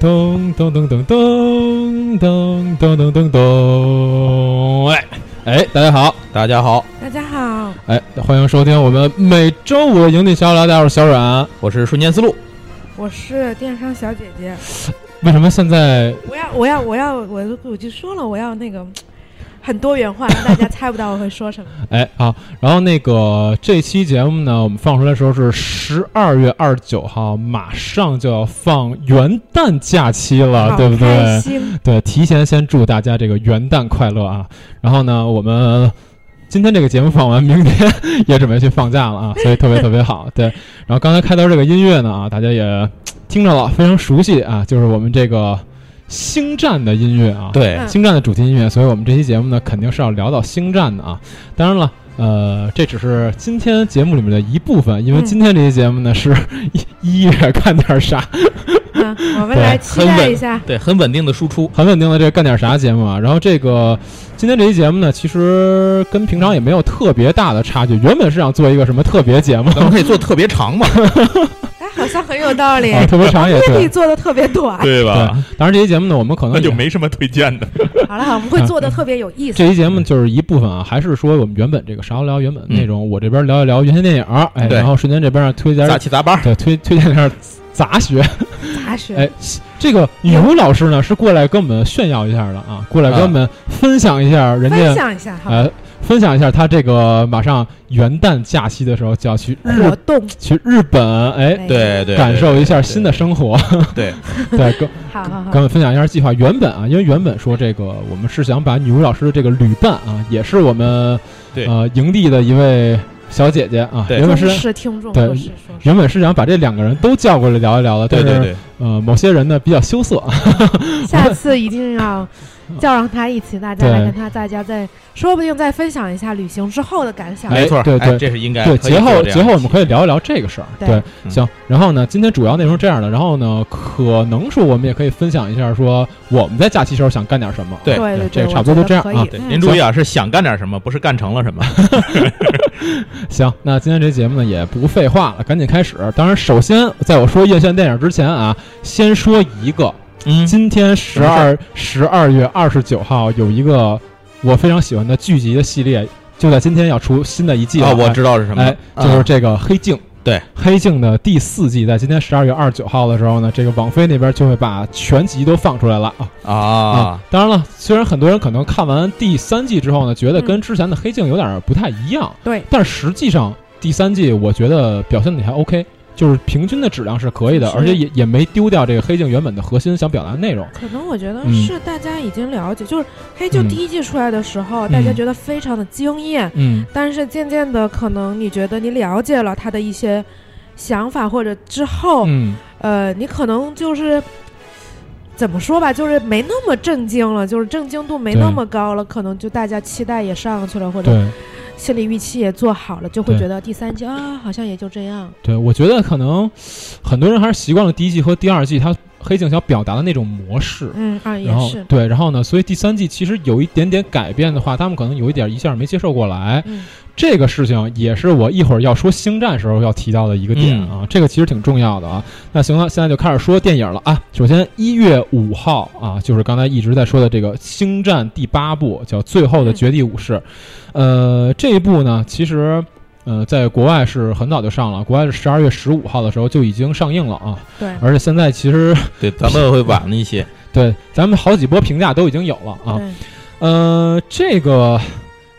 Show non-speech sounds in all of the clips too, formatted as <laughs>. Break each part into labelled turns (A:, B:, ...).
A: 咚咚咚咚咚咚咚咚咚咚！哎哎，大家好，
B: 大家好，
C: 大家好，
A: 哎，欢迎收听我们每周五的营地逍遥，大家好，我是小阮。
B: 我是瞬间思路。
C: 我是电商小姐姐。
A: 为什么现在
C: 我要，我要，我要，我我就说了，我要那个很多元化，让大家猜不到我会说什么。
A: 哎好？然后那个这期节目呢，我们放出来的时候是十二月二十九号，马上就要放元旦假期了，
C: 好
A: 啊对不对？
C: 开心，
A: <laughs> 对，提前先祝大家这个元旦快乐啊！然后呢，我们今天这个节目放完，明天 <laughs> 也准备去放假了啊，所以特别特别好。对，然后刚才开头这个音乐呢啊，大家也听着了，非常熟悉啊，就是我们这个星战的音乐啊，，
B: 对，
C: 嗯
A: 星战的主题音乐，所以我们这期节目呢，肯定是要聊到星战的啊。当然了。呃，这只是今天节目里面的一部分，因为
C: 嗯
A: 今天这期节目呢是 <laughs> 一一月干点啥，
C: 嗯，我们
A: 对
C: 来期
B: 很
C: 待
B: 稳
C: 一下。
B: 对，很稳定的输出。
A: 很稳定的这个干点啥节目啊。然后这个今天这期节目呢，其实跟平常也没有特别大的差距。原本是想做一个什么特别节目，
B: 咱们可以做特别长嘛，
C: 哎，好像很有道理。
A: 啊、特别长也
C: 那你
A: 对。
C: 做的特别短。
D: 对
A: 对，
D: 吧？
A: 当然这期节目呢，我们可能
D: 那就
A: 也
D: 没什么推荐的。
C: 好了，好，我们会做的特别有意思。
A: 这期节目就是一部分啊，还是说我们原本这个啥都聊原本的内容，我这边聊一聊原先电影，哎，
B: 对
A: 然后瞬间这边呢推荐
B: 杂七杂八。
A: 对推推荐点杂学，
C: 杂学，
A: 哎，这个牛老师呢是过来跟我们炫耀一下的啊，过来跟我们分享一下人家
C: 分享一下哈。
A: 呃，分享一下他这个马上元旦假期的时候就要去日、
C: 活动
A: 去日本，哎，
C: 哎
B: 对对，
A: 感受一下
B: 对
A: 新的。生活。
B: 对，
A: <laughs> 对，跟
C: 好好
A: 跟我
C: 好，
A: 们分享一下计划。原本啊，因为原本说这个我们是想把女巫老师的这个旅伴啊，也是我们
B: 对
A: 呃营地的一位小姐姐啊，
B: 对
A: 原本
C: 忠
A: 是。
C: 实听众，
A: 对
C: 不是说
A: 原本是想把这两个人都叫过来聊一聊的，
B: 对对
A: 但是
B: 对
A: 呃，某些人呢比较羞涩，
C: 下次一定要叫上他一起，大家
A: 对
C: 来跟他，大家再说不定再分享一下旅行之后的感想。
A: 哎
B: 没错，
A: 对
B: 哎
A: 对
B: 这是应该。
A: 对，
B: 可以
A: 节
B: 做
A: 后
B: 这
A: 节
B: 样
A: 后
B: 的
A: 我们可以聊一聊这个事儿。
C: 对
B: 嗯
A: 行。然后呢，今天主要内容是这样的，然后呢，可能说我们也可以分享一下，说我们在假期时候想干点什么。
B: 对
C: 对
A: 这
C: 对，
A: 个
C: 我
A: 差不多
C: 觉
A: 就
C: 得
A: 这样
C: 可
A: 啊
C: 以
B: 对，
C: 嗯
B: 您注意啊，是想干点什么，不是干成了什么。
A: 行，那今天这节目呢也不废话了，赶紧开始。当然，首先在我说院线电影之前啊，先说一个，
B: 嗯
A: 今天十二十二月二十九号有一个我非常喜欢的剧集的系列，就在今天要出新的一季了。
B: 啊，
A: 哎
B: 我知道是什么
A: 哎
B: 了，，
A: 就是
B: 啊
A: 这个《黑镜》。
B: 对
A: 《黑镜》的第四季，在今天十二月二十九号的时候呢，这个网飞那边就会把全集都放出来了啊
B: 啊，
A: 当然了，虽然很多人可能看完第三季之后呢，觉得跟之前的《黑镜》有点儿不太一样，
C: 对
A: 但实际上第三季我觉得表现的还 OK，就是平均的质量是可以的，
C: 是
A: 而且也也没丢掉这个《黑镜》原本的核心想表达的内容。
C: 可能我觉得
A: 嗯
C: 是大家已经了解，就是黑镜
A: 嗯
C: 第一季出来的时候，大家
A: 嗯
C: 觉得非常的惊艳，
A: 嗯，
C: 但是渐渐的，可能你觉得你了解了他的一些想法，或者之后，
A: 嗯，
C: 呃，你可能就是怎么说吧，就是没那么震惊了，就是震惊度没
A: 对
C: 那么高了，可能就大家期待也上去了，或者
A: 对
C: 心理预期也做好了，就会
A: 对
C: 觉得第三季啊，好像也就这样。
A: 对，我觉得可能很多人还是习惯了第一季和第二季它《黑镜》想表达的那种模式。
C: 嗯，啊，也
A: 然后
C: 是，
A: 对，然后呢？所以第三季其实有一点点改变的话，他们可能有一点一下没接受过来。
C: 嗯，
A: 这个事情也是我一会儿要说星战时候要提到的一个点啊，这个其实挺重要的啊。那行了，现在就开始说电影了啊。首先一月五号啊，就是刚才一直在说的这个《星战》第八部，叫《最后
C: 嗯
A: 的绝地武士》。呃，这一部呢，其实呃，在国外是很早就上了，国外是十二月十五号的时候就已经上映了啊。
C: 对，
A: 而且现在其实 <laughs>
B: 对，咱们会晚了一些。
A: 对咱们好几波评价都已经有了啊。
C: 对，
A: 呃，这个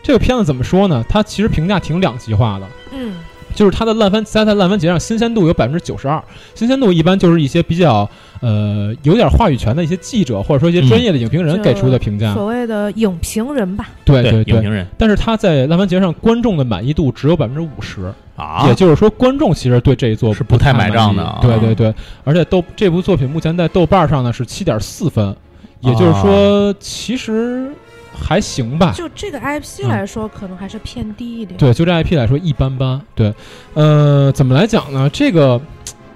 A: 这个片子怎么说呢？它其实评价挺两极化的。
C: 嗯，
A: 就是它的烂番在它烂番茄上新鲜度有百分之九十二，新鲜度一般就是一些比较呃有点话语权的一些记者或者说一些专
B: 嗯
A: 业的影评人
C: 就
A: 给出的评价，
C: 所谓的影评人吧，
A: 哎对对
B: 影
A: 对。
B: 评人
A: 但是它在烂番茄上观众的满意度只有百分之五十，
B: 啊
A: 也，就是说观众其实对这一作
B: 是
A: 不
B: 不太
A: 满
B: 买账
A: 意
B: 的啊
A: 对对对，而且豆这部作品目前在豆瓣上呢是七点四分，也就是
B: 啊
A: 说其实还行吧。
C: 就这个 IP
A: 嗯
C: 来说，可能还是偏低一点。
A: 对，就这 IP 来说一般般。对，呃，怎么来讲呢？这个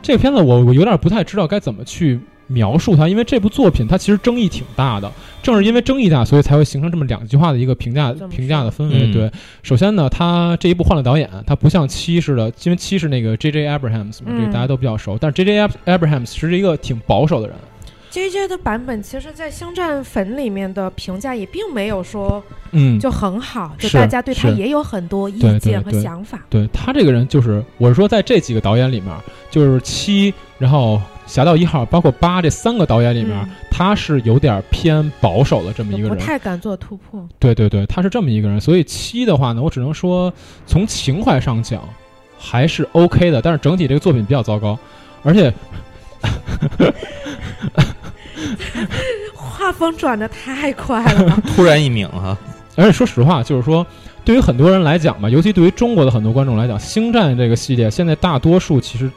A: 这个片子我我有点不太知道该怎么去描述它，因为这部作品它其实争议挺大的。正是因为争议大，所以才会形成这么两极化的一个评价
C: 这么说
A: 评价的氛围。
B: 嗯，
A: 对，首先呢，他这一部换了导演，他不像七似的，因为七是那个 J.J. Abrahams 嘛，这个
C: 嗯
A: 大家都比较熟。但是 J.J. Ab- Abrahams 是一个挺保守的人，
C: JJ 的版本，其实，在《星战粉》里面的评价也并没有说
A: 嗯，
C: 就很好，就是大家对他
A: 是
C: 也有很多意
A: 对对
C: 见和
A: 对
C: 想法。
A: 对他这个人就是，我是说在这几个导演里面，就是七，然后《侠盗一号》，包括八这三个导演里面，
C: 嗯
A: 他是有点偏保守的这么
C: 就
A: 哎一个
C: 不
A: 人。
C: 太敢做突破，
A: 对对对，他是这么一个人，所以七的话呢，我只能说从情怀上讲还是 OK 的，但是整体这个作品比较糟糕，而且
C: 画风转的太快了
A: <laughs>
B: 突然一啊拧哈，
A: 而且说实话，就是说对于很多人来讲吧，尤其对于中国的很多观众来讲，《星战》这个系列现在大多数其实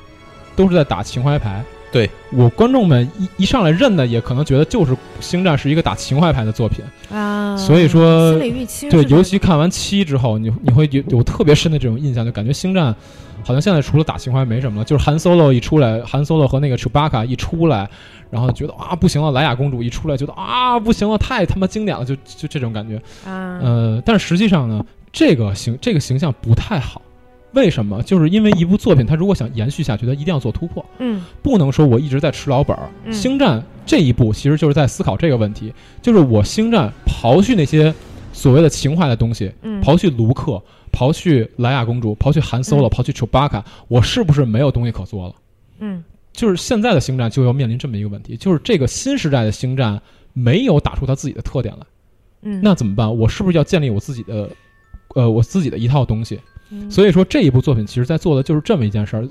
A: 都是在打情怀牌。
B: 对
A: 我观众们一一上来认的，也可能觉得就是《星战》是一个打情怀牌的作品。
C: 啊，
A: 所以说
C: 心理预期
A: 对，
C: 是
A: 尤其看完七之后，你你会有有特别深的这种印象，就感觉《星战》好像现在除了打情怀没什么了。就是Han Solo 一出来，Han Solo 和那个 Chewbacca 一出来，然后觉得啊不行了，莱雅公主一出来觉得啊不行了，太他妈经典了，就就这种感觉。
C: 啊，
A: 呃，但实际上呢，这个形这个形象不太好。为什么？就是因为一部作品，它如果想延续下去，它一定要做突破，
C: 嗯
A: 不能说我一直在吃老本儿。
C: 嗯
A: 星战这一部其实就是在思考这个问题，就是我星战刨去那些所谓的情怀的东西，
C: 嗯，
A: 刨去卢克，刨去莱娅公主，刨去韩 Solo，、
C: 嗯
A: 刨去 Chewbacca，我是不是没有东西可做了？
C: 嗯
A: 就是现在的星战就要面临这么一个问题，就是这个新时代的星战没有打出它自己的特点来。
C: 嗯，
A: 那怎么办？我是不是要建立我自己的，呃，我自己的一套东西？
C: 嗯
A: 所以说这一部作品其实在做的就是这么一件事儿，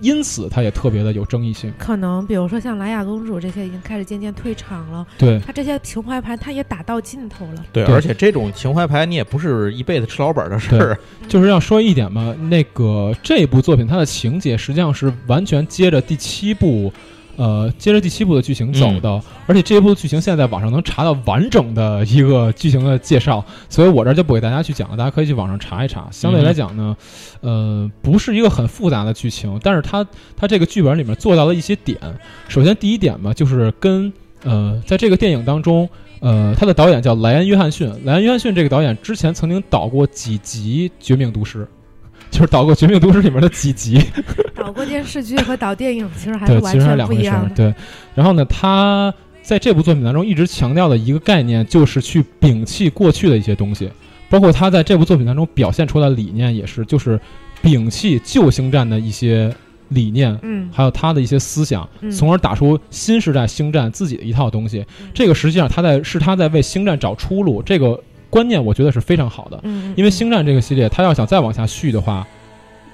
A: 因此它也特别的有争议性。
C: 可能比如说像莱雅公主这些已经开始渐渐退场了，
A: 对，
C: 她这些情怀牌她也打到尽头了，
B: 对，
A: 对
B: 而且这种情怀牌你也不是一辈子吃老本儿的事儿，
A: 就是要说一点嘛，那个这部作品它的情节实际上是完全接着第七部。呃，接着第七部的剧情走的，而且这一部剧情现在在网上能查到完整的一个剧情的介绍，所以我这儿就不给大家去讲了，大家可以去网上查一查。相对来讲呢，呃，不是一个很复杂的剧情，但是它它这个剧本里面做到了一些点。首先第一点嘛，就是跟呃，在这个电影当中，呃，他的导演叫莱恩·约翰逊。莱恩·约翰逊这个导演之前曾经导过几集《绝命毒师》，就是导过《绝命毒师》里面的几集。
C: 导过电视剧和导电影其实还是
A: 对，
C: 完
A: 其实还是
C: 全
A: 两
C: 不
A: 回
C: 一
A: 事
C: 样
A: 儿。
C: 的。
A: 对，然后呢，他在这部作品当中一直强调的一个概念，就是去摒弃过去的一些东西，包括他在这部作品当中表现出来的理念也是，就是摒弃旧星战的一些理念。
C: 嗯
A: 还有他的一些思想，
C: 嗯
A: 从而打出新时代星战自己的一套东西。
C: 嗯
A: 这个实际上他在是他在为星战找出路，这个观念我觉得是非常好的。
C: 嗯，嗯
A: 因为星战这个系列，他要想再往下续的话，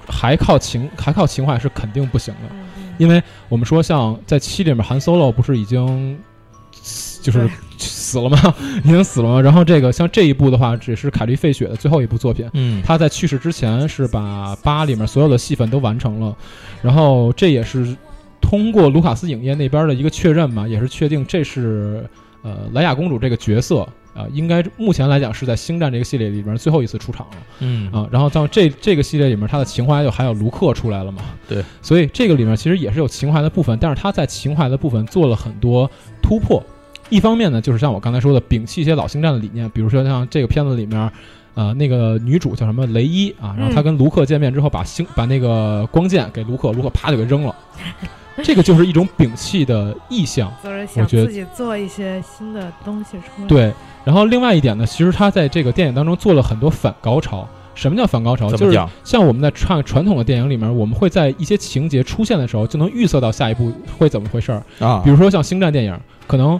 A: 还靠情还靠情怀是肯定不行的。
C: 嗯嗯
A: 因为我们说像在七里面，韩 Solo 不是已经就是
C: 对
A: 死了吗？ <laughs> 已经死了吗？然后这个像这一部的话，只是凯利·费雪的最后一部作品。
B: 嗯，
A: 他在去世之前是把八里面所有的戏份都完成了，然后这也是通过卢卡斯影业那边的一个确认嘛，也是确定这是呃莱雅公主这个角色啊、呃应该目前来讲是在星战这个系列里边最后一次出场了。
B: 嗯
A: 啊，然后到这这个系列里面，他的情怀就还有卢克出来了嘛？
B: 对，
A: 所以这个里面其实也是有情怀的部分，但是他在情怀的部分做了很多突破。一方面呢，就是像我刚才说的，摒弃一些老星战的理念，比如说像这个片子里面，呃，那个女主叫什么雷伊啊，然后她跟卢克见面之后，把星把那个光剑给卢克，卢克啪就给扔了，这个就是一种摒弃的意向。
C: 就是
A: 我
C: 想
A: 觉得
C: 自己做一些新的东西出来。，嗯
A: 对，然后另外一点呢，其实他在这个电影当中做了很多反高潮。什么叫反高潮？
B: 怎
A: 就
B: 么
A: 是
B: 讲？
A: 像我们在看传统的电影里面，我们会在一些情节出现的时候，就能预测到下一步会怎么回事儿。
B: 啊
A: 比，如说像星战电影，可能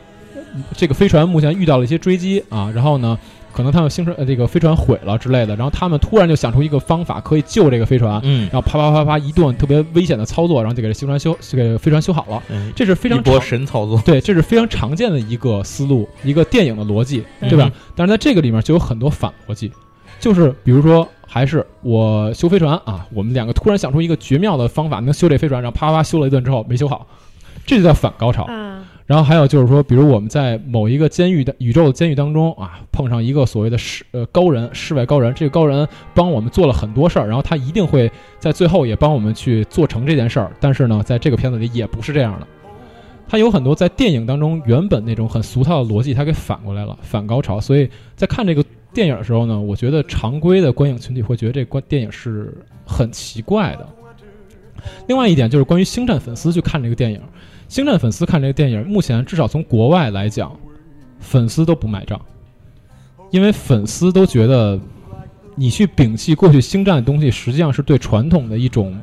A: 呃这个飞船目前遇到了一些追击啊，然后呢，可能他们星船呃这个飞船毁了之类的，然后他们突然就想出一个方法可以救这个飞船，
B: 嗯
A: 然，后啪啪啪啪一顿特别危险的操作，然后就给这星船修，就给飞船修好了。
B: 嗯
A: 这是非常
B: 一波
A: 常
B: 神操作，
A: 对，这是非常常见的一个思路，一个电影的逻辑，
C: 嗯
A: 对吧？但是在这个里面就有很多反逻辑，就是比如说，还是我修飞船啊，我们两个突然想出一个绝妙的方法能修这飞船，然后啪啪啪修了一顿之后没修好，这就叫反高潮。
C: 嗯，
A: 然后还有就是说，比如我们在某一个监狱的宇宙的监狱当中啊，碰上一个所谓的世呃高人，世外高人，这个高人帮我们做了很多事儿，然后他一定会在最后也帮我们去做成这件事儿。但是呢，在这个片子里也不是这样的，他有很多在电影当中原本那种很俗套的逻辑，他给反过来了，反高潮。所以在看这个电影的时候呢，我觉得常规的观影群体会觉得这观电影是很奇怪的。另外一点就是关于星战粉丝去看这个电影，星战粉丝看这个电影，目前至少从国外来讲，粉丝都不买账，因为粉丝都觉得你去摒弃过去星战的东西，实际上是对传统的一种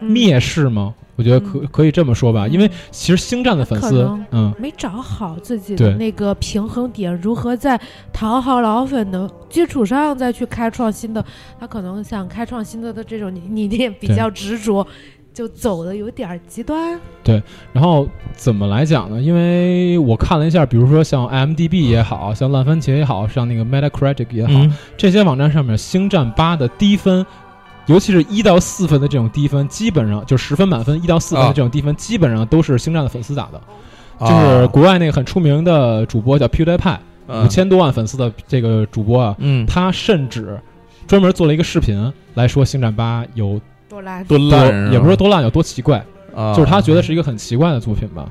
C: 嗯
A: 蔑视吗？我觉得可可以这么说吧，因为其实星战的粉
C: 可
A: 丝
C: 能，
A: 嗯，
C: 没找好自己的
A: 对
C: 那个平衡点，如何在讨好老粉的基础上再去开创新的。他可能想开创新的的这种，你你也比
A: 对
C: 较执着，就走的有点儿极端。
A: 然后怎么来讲呢？因为我看了一下，比如说像 IMDB 也好像烂番茄也好像那个 Metacritic 也好，
B: 嗯，
A: 这些网站上面，《星战八》的低分，尤其是一到四分的这种低分，基本上就十分满分一到四分的这种低分，基本上都是《星战》的粉丝打的。就是
B: 啊啊
A: 国外那个很出名的主播叫 PewDiePie，五，千多万粉丝的这个主播啊，
B: 嗯，
A: 他甚至专门做了一个视频来说《星战八》有
C: 多拉
B: 多
A: 多，
B: 烂啊，
A: 也不是说多烂，有多奇怪，
B: 啊，
A: 就是他觉得是一个很奇怪的作品吧。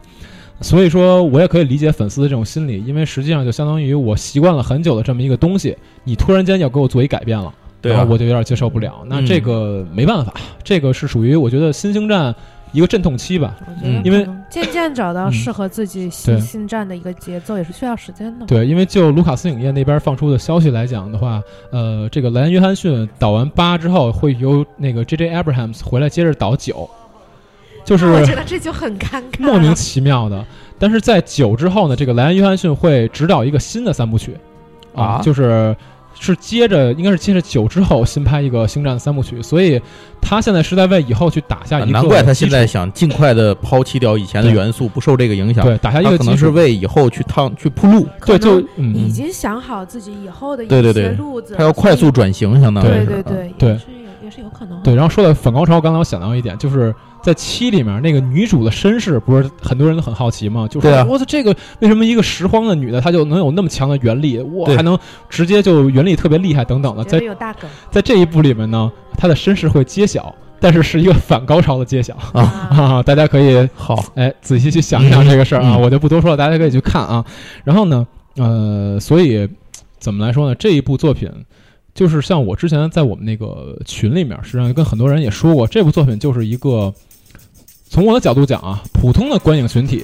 A: 所以说，我也可以理解粉丝的这种心理，因为实际上就相当于我习惯了很久的这么一个东西，你突然间要给我做一改变了，
B: 对啊
A: 然后我就有点接受不了。那
B: 嗯
A: 这个没办法，这个是属于我觉得新星战一个阵痛期吧。
C: 我觉得
B: 嗯
A: 因为
C: 可能渐渐找到
A: 嗯
C: 适合自己新
A: 对
C: 新战的一个节奏，也是需要时间的。
A: 对，因为就卢卡斯影业那边放出的消息来讲的话，呃，这个莱恩·约翰逊导完八之后，会由那个 J.J. Abrams 回来接着导九，就是
C: 那我觉得哦这就很尴尬，
A: 莫名其妙的。但是在九之后呢，这个莱恩·约翰逊会指导一个新的三部曲，
B: 啊
A: 就是是接着应该是接着九之后新拍一个《星战》三部曲，所以他现在是在为以后去打下一个
B: 啊难怪他现
A: 基
B: 在想尽快的抛弃掉以前的元素，不受这个影
A: 础
B: 响。，
A: 对打下一
B: 他
A: 个
B: 可
A: 基
B: 能是
A: 础，
B: 为以后去趟去铺路，
C: 啊
A: 对，就
C: 已
A: 嗯，
C: 经想好自己以后的一
B: 对对
C: 些
B: 对
C: 路子，
B: 他要快速转型，相当于
C: 对
B: 是
C: 对
B: 啊
C: 对
A: 对
C: 也是有也是有可能。
A: 对。然后说到反高潮，刚才我想到一点，就是在七里面那个女主的身世，不是很多人都很好奇吗？就说
B: 对啊
A: 我操，这个为什么一个拾荒的女的她就能有那么强的原力，哇，
B: 对
A: 还能直接就原力特别厉害等等的，
C: 觉
A: 在
C: 得有大梗
A: 在这一部里面呢，他的身世会揭晓，但是是一个反高潮的揭晓
C: 啊，
A: 啊！大家可以
B: <laughs> 好，
A: 哎仔细去想一想这个事儿啊，
B: 嗯嗯
A: 我就不多说了，大家可以去看啊。然后呢，呃，所以怎么来说呢？这一部作品。就是像我之前在我们那个群里面，实际上跟很多人也说过，这部作品就是一个从我的角度讲啊，普通的观影群体，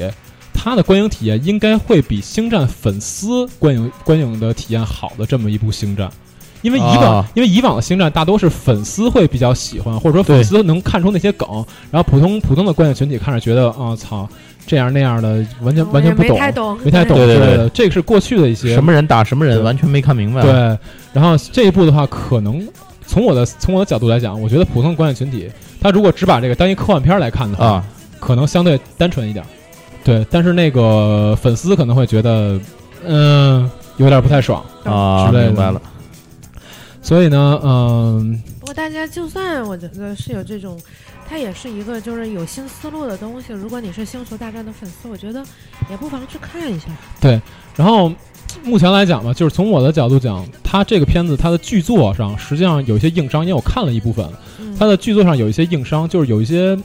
A: 它的观影体验应该会比《星战》粉丝观影观影的体验好的这么一部《星战》，因为以往、
B: 啊
A: 因为以往的《星战》大多是粉丝会比较喜欢，或者说粉丝能看出那些梗，然后普通普通的观影群体看着觉得啊操这样那样的完全
C: 我
A: 完
C: 哦也
A: 全不
C: 没
A: 懂，
C: 太懂，
A: 没太懂
B: 对对
A: 之类
B: 对
A: 的，这个是过去的一些
B: 什么啊人打什么人，
A: 对
B: 完全没看明白。
A: 对，然后这一步的话，可能从我的从我的角度来讲，我觉得普通观影群体，他如果只把这个当一科幻片来看的话，
B: 啊，
A: 可能相对单纯一点。对，但是那个粉丝可能会觉得，嗯、有点不太爽。
B: 啊，
A: 之类的
B: 明白了。
A: 所以呢，嗯、
C: 不过大家就算我觉得是有这种，它也是一个就是有新思路的东西。如果你是星球大战的粉丝，我觉得也不妨去看一下。
A: 然后目前来讲吧，就是从我的角度讲，它这个片子它的剧作上实际上有一些硬伤，因为我看了一部分，
C: 嗯，
A: 它的剧作上有一些硬伤，就是有一些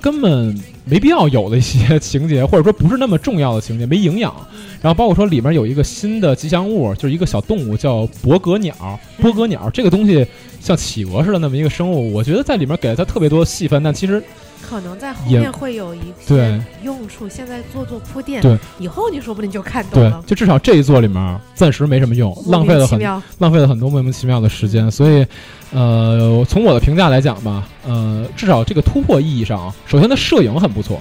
A: 根本没必要有的一些情节，或者说不是那么重要的情节，没营养。然后包括说里面有一个新的吉祥物，就是一个小动物叫伯格鸟。伯格
C: 嗯
A: 鸟这个东西像企鹅似的那么一个生物，我觉得在里面给了它特别多戏份，但其实
C: 可能在后
A: 也
C: 面会有一
A: 对
C: 些用处，现在做做铺垫，
A: 对，
C: 以后你说不定就看懂
A: 对
C: 了，。
A: 就至少这一座里面暂时没什么用，浪费了
C: 莫名其
A: 很
C: 妙
A: 浪费了很多莫名其妙的时间，所以，呃，我从我的评价来讲吧，呃，至少这个突破意义上啊，首先它摄影很不错，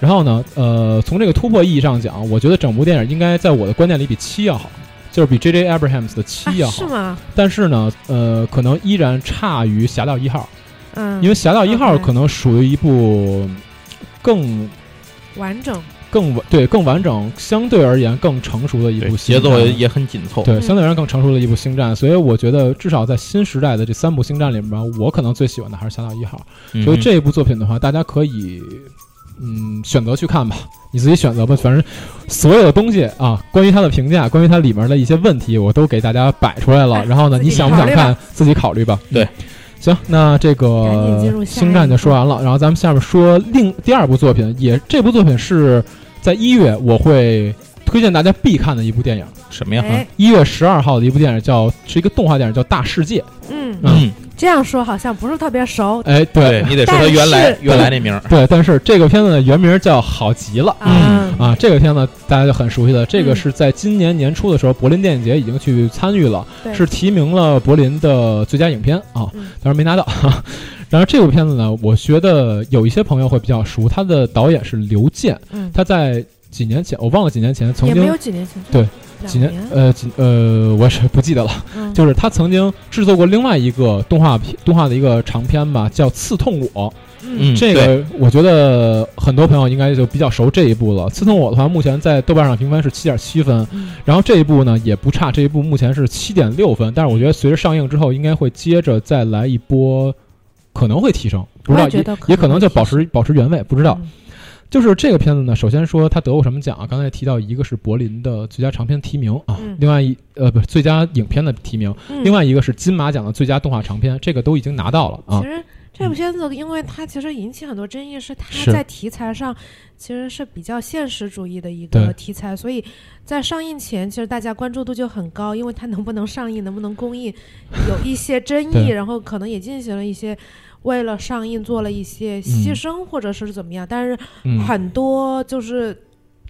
A: 然后呢，呃，从这个突破意义上讲，我觉得整部电影应该在我的观念里比七要好，就是比 J.J. Abrams 的七要
C: 啊，
A: 好，
C: 是吗？
A: 但是呢，呃，可能依然差于《侠盗一号》，
C: 嗯，
A: 因为《侠盗一号》
C: OK
A: 可能属于一部更
C: 完整，
A: 更完对更完整，相对而言更成熟的一部
B: 对，
A: 新
B: 节奏
A: 片
B: 也也很紧凑。
A: 对，
C: 嗯
A: 相对而言更成熟的一部星战，所以我觉得至少在新时代的这三部星战里面，我可能最喜欢的还是《侠盗一号》。
B: 嗯，
A: 所以这一部作品的话，大家可以嗯选择去看吧，你自己选择吧。反正所有的东西啊，关于它的评价，关于它里面的一些问题，我都给大家摆出来了。
C: 哎
A: 然后呢，
C: 自己
A: 你想不想
C: 考虑吧
A: 看，自己考虑吧。
B: 对
A: 嗯。行，那这
C: 赶紧进入
A: 个
C: 下一
A: 星战就
C: 部
A: 说完了，然后咱们下面说另第二部作品，也这部作品是在一月我会推荐大家必看的一部电影。
B: 什么呀？
C: 哎，
A: 一月十二号的一部电影叫是一个动画电影叫《大世界》，
C: 嗯，
B: 嗯，
C: 这样说好像不是特别熟。
A: 哎，
B: 对你得说他原来
C: 但是
B: 原来那名儿，
A: 对，但是这个片子的原名叫《好极了》
C: 啊，
A: 啊，这个片子大家就很熟悉了。这个
C: 嗯
A: 是在今年年初的时候，柏林电影节已经去参与了，
C: 对
A: 是提名了柏林的最佳影片啊
C: 嗯，
A: 当然没拿到。 <laughs> 然后这部片子呢，我觉得有一些朋友会比较熟，他的导演是刘健，
C: 嗯，
A: 他在几年前我忘了几年前曾
C: 也没
A: 经
C: 有几年前，
A: 对，
C: 两
A: 几年呃几呃我是不记得了，
C: 嗯
A: 就是他曾经制作过另外一个动画片动画的一个长片吧，叫《刺痛我》。
B: 嗯，
A: 这
B: 对
A: 个我觉得很多朋友应该就比较熟这一部了。刺痛我的话，目前在豆瓣上评分是七点七分，
C: 嗯
A: 然后这一部呢也不差，这一部目前是七点六分，但是我觉得随着上映之后，应该会接着再来一波，可能会提升，不知
C: 我
A: 道
C: 也觉
A: 也
C: 得
A: 也可能就保持保持原位，不知道。
C: 嗯
A: 就是这个片子呢，首先说它得过什么奖啊？刚才提到一个是柏林的最佳长片提名啊，
C: 嗯
A: 另外一呃不是最佳影片的提名，
C: 嗯
A: 另外一个是金马奖的最佳动画长片，这个都已经拿到了啊
C: 其。实这部片子，因为它其实引起很多争议，是它
A: 是
C: 在题材上其实是比较现实主义的一
A: 对
C: 个题材，所以在上映前，其实大家关注度就很高，因为它能不能上映、能不能公映，有一些争议，
A: 对
C: 然后可能也进行了一些。为了上映做了一些牺牲，或者是怎么样，但是
A: 嗯，
C: 很多就是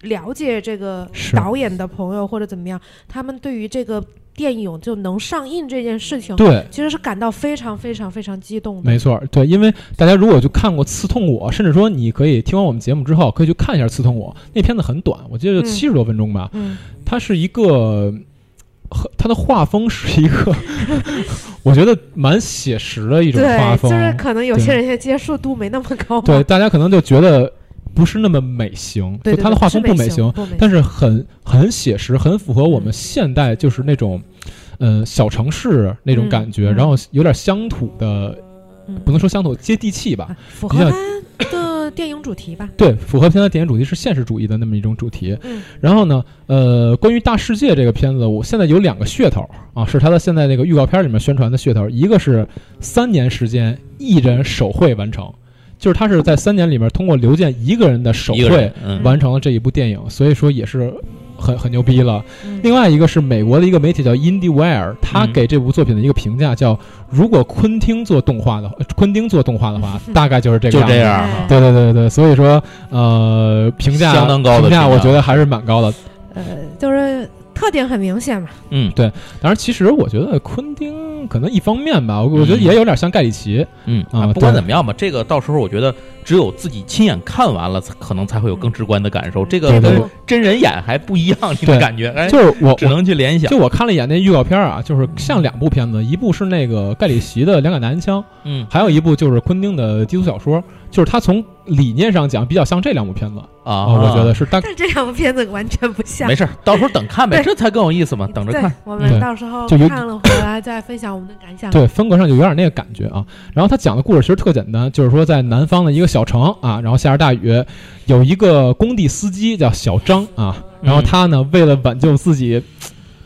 C: 了解这个
A: 是
C: 导演的朋友或者怎么样，他们对于这个电影就能上映这件事情，
A: 对，
C: 其实是感到非常非常非常激动的。
A: 没错，对，因为大家如果就看过《刺痛我》，甚至说你可以听完我们节目之后，可以去看一下《刺痛我》那片子很短，我记得就
C: 嗯
A: 七十多分钟吧。
C: 嗯，
A: 它是一个， <laughs> 和它的画风是一个， <laughs> 我觉得蛮写实的一种画
C: 对，
A: 风
C: 就。是可能有些
A: 对
C: 人现在接受度没那么高嘛。
A: 对，大家可能就觉得不是那么美型，
C: 对，
A: 就它的画风
C: 不
A: 不美型，，
C: 不美
A: 但是很很写实，很符合我们
C: 嗯
A: 现代就是那种，呃，小城市那种
C: 嗯
A: 感觉，
C: 嗯
A: 然后有点乡土的，
C: 嗯
A: 不能说乡土，接地气吧。
C: 啊符
A: 比
C: 合
A: 较
C: 他的电影主题吧。
A: 对，符合片的电影主题是现实主义的那么一种主题。
C: 嗯
A: 然后呢，呃，关于《大世界》这个片子，我现在有两个噱头啊，是它的现在这个预告片里面宣传的噱头，一个是三年时间一人手绘完成，就是他是在三年里面通过刘健一个人的手
B: 一个
A: 绘
B: 人，嗯，
A: 完成了这一部电影，所以说也是很很牛逼了。
C: 嗯
A: 另外一个是美国的一个媒体叫 IndieWire，他
B: 嗯
A: 给这部作品的一个评价叫：如果昆汀做动画的，呃昆汀做动画的话，大概就是这个
B: 嗯就
A: 样子
B: 这。样啊
C: 哎
B: 哈。
A: 对对对对，所以说呃，评价
B: 相当高的
A: 评价，
B: 评价
A: 我觉得还是蛮高的。
C: 呃，就是特点很明显嘛。
B: 嗯
A: 当然，其实我觉得昆汀可能一方面吧，我我觉得
B: 嗯
A: 也有点像盖里奇。
B: 嗯
A: 啊
B: 不管
A: 对
B: 怎么样吧，这个到时候我觉得只有自己亲眼看完了，才可能才会有更直观的感受。这个
A: 对
B: 跟
A: 对
B: 真人演还不一样，你
A: 对
B: 的感觉，哎，嗯
A: 就是我
B: 只能去联
A: 我
B: 想。
A: 就我看了一眼那预告片啊，就是像两部片子，一部是那个盖里奇的《两杆男枪》，
B: 嗯
A: 还有一部就是昆汀的低俗小说，就是他从理念上讲比较像这两部片子
B: 啊，
A: 啊，我觉得是大。
C: 但这两部片子完全不像。
B: 没事儿，到时候等看呗，
C: 啊对
B: 这才更有意思嘛，等着
C: 对
B: 看。，
C: 我
A: 对
C: 们到时候
A: 就有
C: 看了回来再分享我们的感想。
A: 对，风格上就有点那个感觉啊。然后他讲的故事其实特简单，就是说在南方的一个小城啊，然后下着大雨，有一个工地司机叫小张啊，
C: 嗯
A: 然后他呢为了挽救自己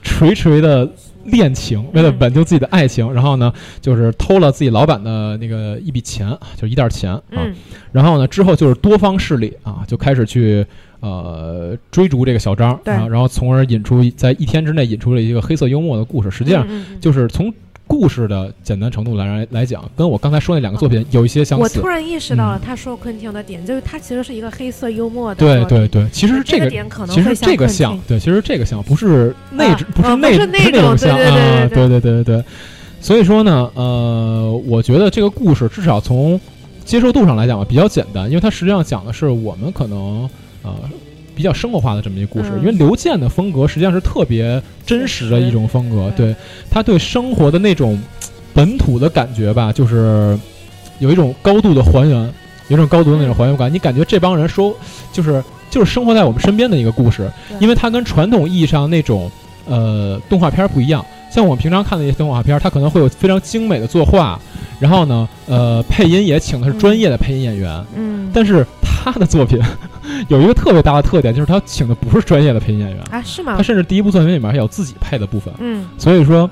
A: 垂垂的恋情，
C: 嗯
A: 为了挽救自己的爱情，然后呢就是偷了自己老板的那个一笔钱，就一袋钱啊，
C: 嗯，
A: 然后呢，之后就是多方势力啊，就开始去呃追逐这个小张，
C: 对
A: 啊，然后从而引出在一天之内引出了一个黑色幽默的故事。实际上，
C: 嗯嗯嗯
A: 就是从故事的简单程度来来来讲，跟我刚才说那两个作品有一些相
C: 我
A: 似
C: 突。然意识到了，他说昆汀的点就是他其实是一个黑色幽默
A: 嗯
C: 的
A: 对
C: 作品。
A: 对对，其实
C: 这
A: 这个
C: 点可能
A: 其
C: 会
A: 实这个
C: 昆汀
A: 像，对，其实这个像不是那
C: 啊
A: 只、不是
C: 啊
A: 那、
C: 不是
A: 不是
C: 那
A: 那
C: 种
A: 像
C: 对对对
A: 啊，对
C: 对
A: 对对对对。所以说呢，呃，我觉得这个故事至少从接受度上来讲吧，比较简单，因为它实际上讲的是我们可能呃比较生活化的这么一个故事。
C: 嗯
A: 因为刘健的风格实际上是特别真实的一种风格，
C: 对
A: 对他对生活的那种本土的感觉吧，就是有一种高度的还原，有一种高度的那种还原
C: 嗯
A: 感。你感觉这帮人说，就是就是生活在我们身边的一个故事，
C: 对
A: 因为它跟传统意义上那种呃动画片儿不一样。像我们平常看的一些动画片儿，它可能会有非常精美的作画，然后呢，呃，配音也请的是专业的配音演员。
C: 嗯，
A: 但是他的作品有一个特别大的特点，就是他请的不是专业的配音演员，
C: 啊是吗
A: 他？甚至第一部作品里面还有自己配的部分。
C: 嗯
A: 所以说，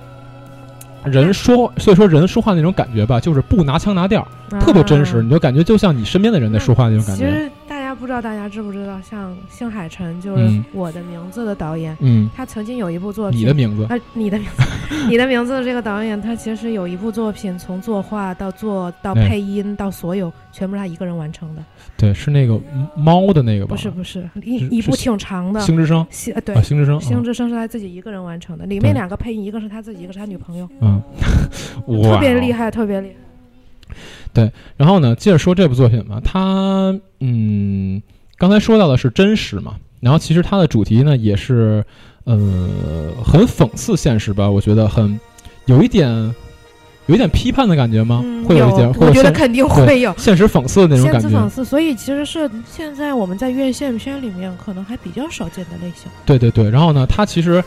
A: 人说，所以说人说话那种感觉吧，就是不拿腔拿调儿，特别真实，
C: 啊
A: 你就感觉就像你身边的人在说话那种感
C: 其
A: 觉。
C: 实大家不知道大家知不知道，像新海诚就是
A: 嗯
C: 《我的名字》的导演，
A: 嗯，
C: 他曾经有一部作品，
A: 你的名字，
C: 啊，你的名字， <laughs> 你的名字的这个导演，他其实有一部作品，从作画到做到
A: 对
C: 配音到所有，全部是他一个人完成的。
A: 对，是那个猫的那个吧？
C: 不是不是，
A: 是
C: 一一部
A: 是
C: 挺长的，
A: 星之声
C: 西呃对
A: 啊，，星之声，
C: 星
A: 之
C: 之声是他自己一个人完成的，里
A: 对
C: 面两个配音，一个是他自己，一个是他女朋友，
A: 嗯，
C: <laughs>
A: 哇
C: 特别厉害，特别厉害。
A: 然后呢，接着说这部作品吧，它嗯，刚才说到的是真实嘛，然后其实它的主题呢也是呃很讽刺现实吧，我觉得很有一点有一点批判的感觉吗？
C: 嗯，
A: 会有一点，会
C: 我
A: 有
C: 觉得
A: 现
C: 肯定会有。
A: 现实讽刺的那种
C: 先
A: 感
C: 自讽
A: 觉。
C: 刺，所以其实是现在我们在院线片里面可能还比较少见的类型。
A: 对对对，然后呢，他其实。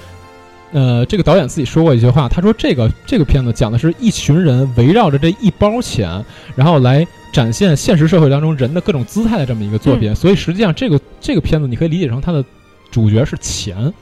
A: 呃，这个导演自己说过一句话，他说这个这个片子讲的是一群人围绕着这一包钱，然后来展现现实社会当中人的各种姿态的这么一个作
C: 嗯
A: 品，所以实际上这个这个片子你可以理解成它的主角是钱，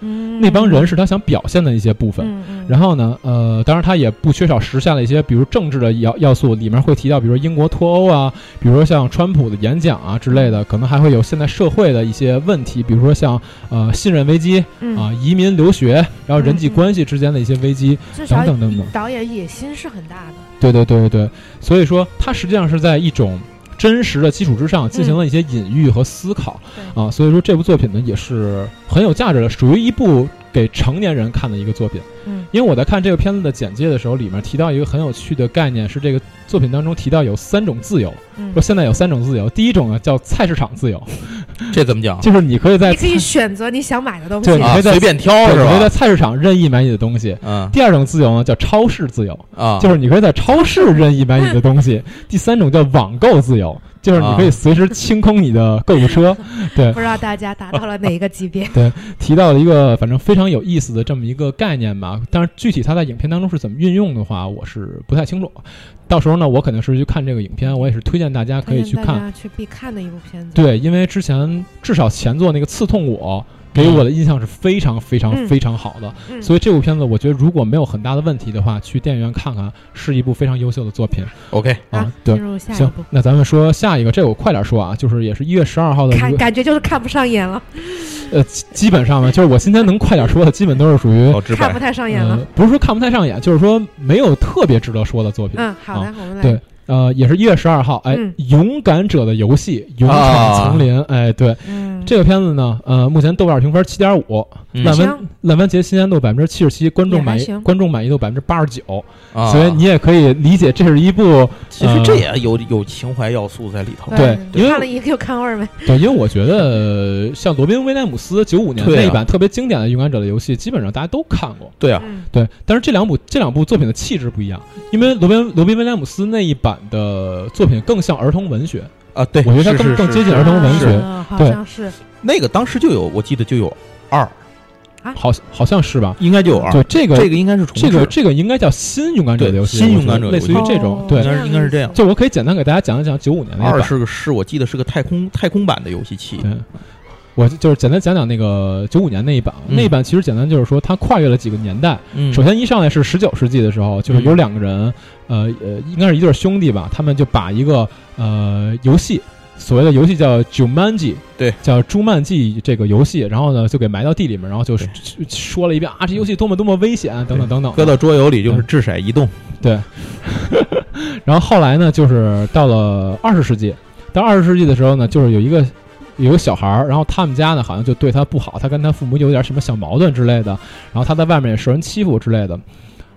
C: 嗯，
A: 那帮人是他想表现的一些部分。
C: 嗯，嗯
A: 然后呢，呃，当然他也不缺少时下的一些，比如政治的要要素，里面会提到，比如说英国脱欧啊，比如说像川普的演讲啊之类
C: 嗯
A: 的，可能还会有现在社会的一些问题，比如说像呃信任危机
C: 嗯
A: 啊、移民留学，然后人际关系之间的一些危机，
C: 至少
A: 等等等等
C: 导演野心是很大的。
A: 对对对对对，所以说它实际上是在一种真实的基础之上进行了一些隐喻和思考、
C: 对
A: 啊，所以说这部作品呢也是很有价值的，属于一部给成年人看的一个作品。
C: 嗯
A: 因为我在看这个片子的简介的时候，里面提到一个很有趣的概念，是这个作品当中提到有三种自由，
C: 嗯
A: 说，现在有三种自由，第一种呢叫菜市场自由，
B: 这怎么讲？
A: 就是你可以在
C: 你可以选择你想买的东西
A: 对。你可
B: 啊，
A: 以在
B: 随便挑
A: 对
B: 是
A: 你可以在
B: 吧？
A: 菜市场任意买你的东西。
B: 嗯
A: 第二种自由呢叫超市自由，
B: 啊，
A: 就是你可以在超市任意买你的东西。第三种叫网购自由，就是你可以随时清空你的购物车。
C: 不知道大家达到了哪一个级别？
A: 提到了一个反正非常有意思的这么一个概念吧，但是具体它在影片当中是怎么运用的话，我是不太清楚。到时候呢，我肯定是去看这个影片，我也是推荐大家 <laughs> 可以去
C: 推荐
A: 看。
C: 大家去必看的一部片子。，
A: 对，因为之前至少前作那个《刺痛我》给我的印象是非常非常
C: 嗯
A: 非常好的，
C: 嗯、
A: 所以这部片子我觉得如果没有很大的问题的话，去电影院看看是一部非常优秀的作品
B: OK，
A: 啊
C: 啊。
A: 对
C: 进，入下一
A: 行
C: 步，，
A: 那咱们说下一个，这我快点说啊，就是也是一月十二号的一
C: 看
A: 个，
C: 感觉就是看不上眼了，
A: 呃，基基本上吧，就是我今天能快点说的，基本都是属于
B: 好直
C: 看不
B: 白，
C: 太上眼了
A: 呃。不是说看不太上眼，就是说没有特别值得说的作品。啊
C: 嗯，好的，我们来。
A: 对呃，也是一月十二号，哎，
C: 嗯
A: 勇敢者的游戏》勇
B: 啊
A: 闯丛林，哎，对
C: 嗯，
A: 这个片子呢，呃，目前豆瓣评分七点五，
B: 嗯
A: 烂番
C: 行，
A: 烂番茄新鲜度百分之七十七，观众
C: 也还
A: 满意
C: 行
A: 观众满意度百分之八十九，
B: 啊
A: 所以你也可以理解这是一部
B: 其实这也有有情怀要素在里头。
A: 对
C: 嗯
A: 因为
C: 看了一个又看二呗。
A: <laughs> 对，因为我觉得像罗宾威廉姆斯九五年
B: 对啊
A: 那一版特别经典的《勇敢者的游戏》，基本上大家都看过。
B: 对啊，
C: 嗯，
A: 对，但是这两部这两部作品的气质不一样，因为罗宾罗宾威廉姆斯那一版的作品更像儿童文学，
B: 啊，对，
A: 我觉得它
B: 是
A: 更
B: 是
A: 更
B: 是
A: 接近
B: 是
A: 儿童文学
C: 啊好
A: 对
C: 像是
B: 那个当时就有，我记得就有二，
A: 好好像是吧？
B: 应该就有二。
A: 啊对，这个
B: 这个应该是重
A: 这个
B: 置
A: 这个应该叫新勇敢者的游戏，
B: 对新
A: 我觉
B: 勇敢
A: 得
B: 者
A: 类
B: 游
A: 似
B: 戏
A: 于这种
C: 哦。
A: 对，
B: 应该是这样
A: 就我可以简单给大家讲一讲九五年那一
B: 二
A: 版。
B: 是个是我记得是个太空太空版的游戏器
A: 对，我就就是简单讲讲那个九五年那一版，
B: 嗯
A: 那一版其实简单就是说它跨越了几个年代，
B: 嗯
A: 首先一上来是十九世纪的时候，就是有
B: 嗯
A: 两个人，呃呃，应该是一对兄弟吧，他们就把一个呃游戏，所谓的游戏叫 Jumanji，
B: 对，
A: 叫《朱曼记》这个游戏，然后呢就给埋到地里面，然后就
B: 对
A: 说了一遍啊，这游戏多么多么危险，等等等等。
B: 搁到桌游里就是
A: 嗯
B: 掷骰移动，
A: 然后后来呢，就是到了二十世纪，到二十世纪的时候呢，就是有一个有一个小孩儿，然后他们家呢好像就对他不好，他跟他父母有点什么小矛盾之类的，然后他在外面也受人欺负之类的。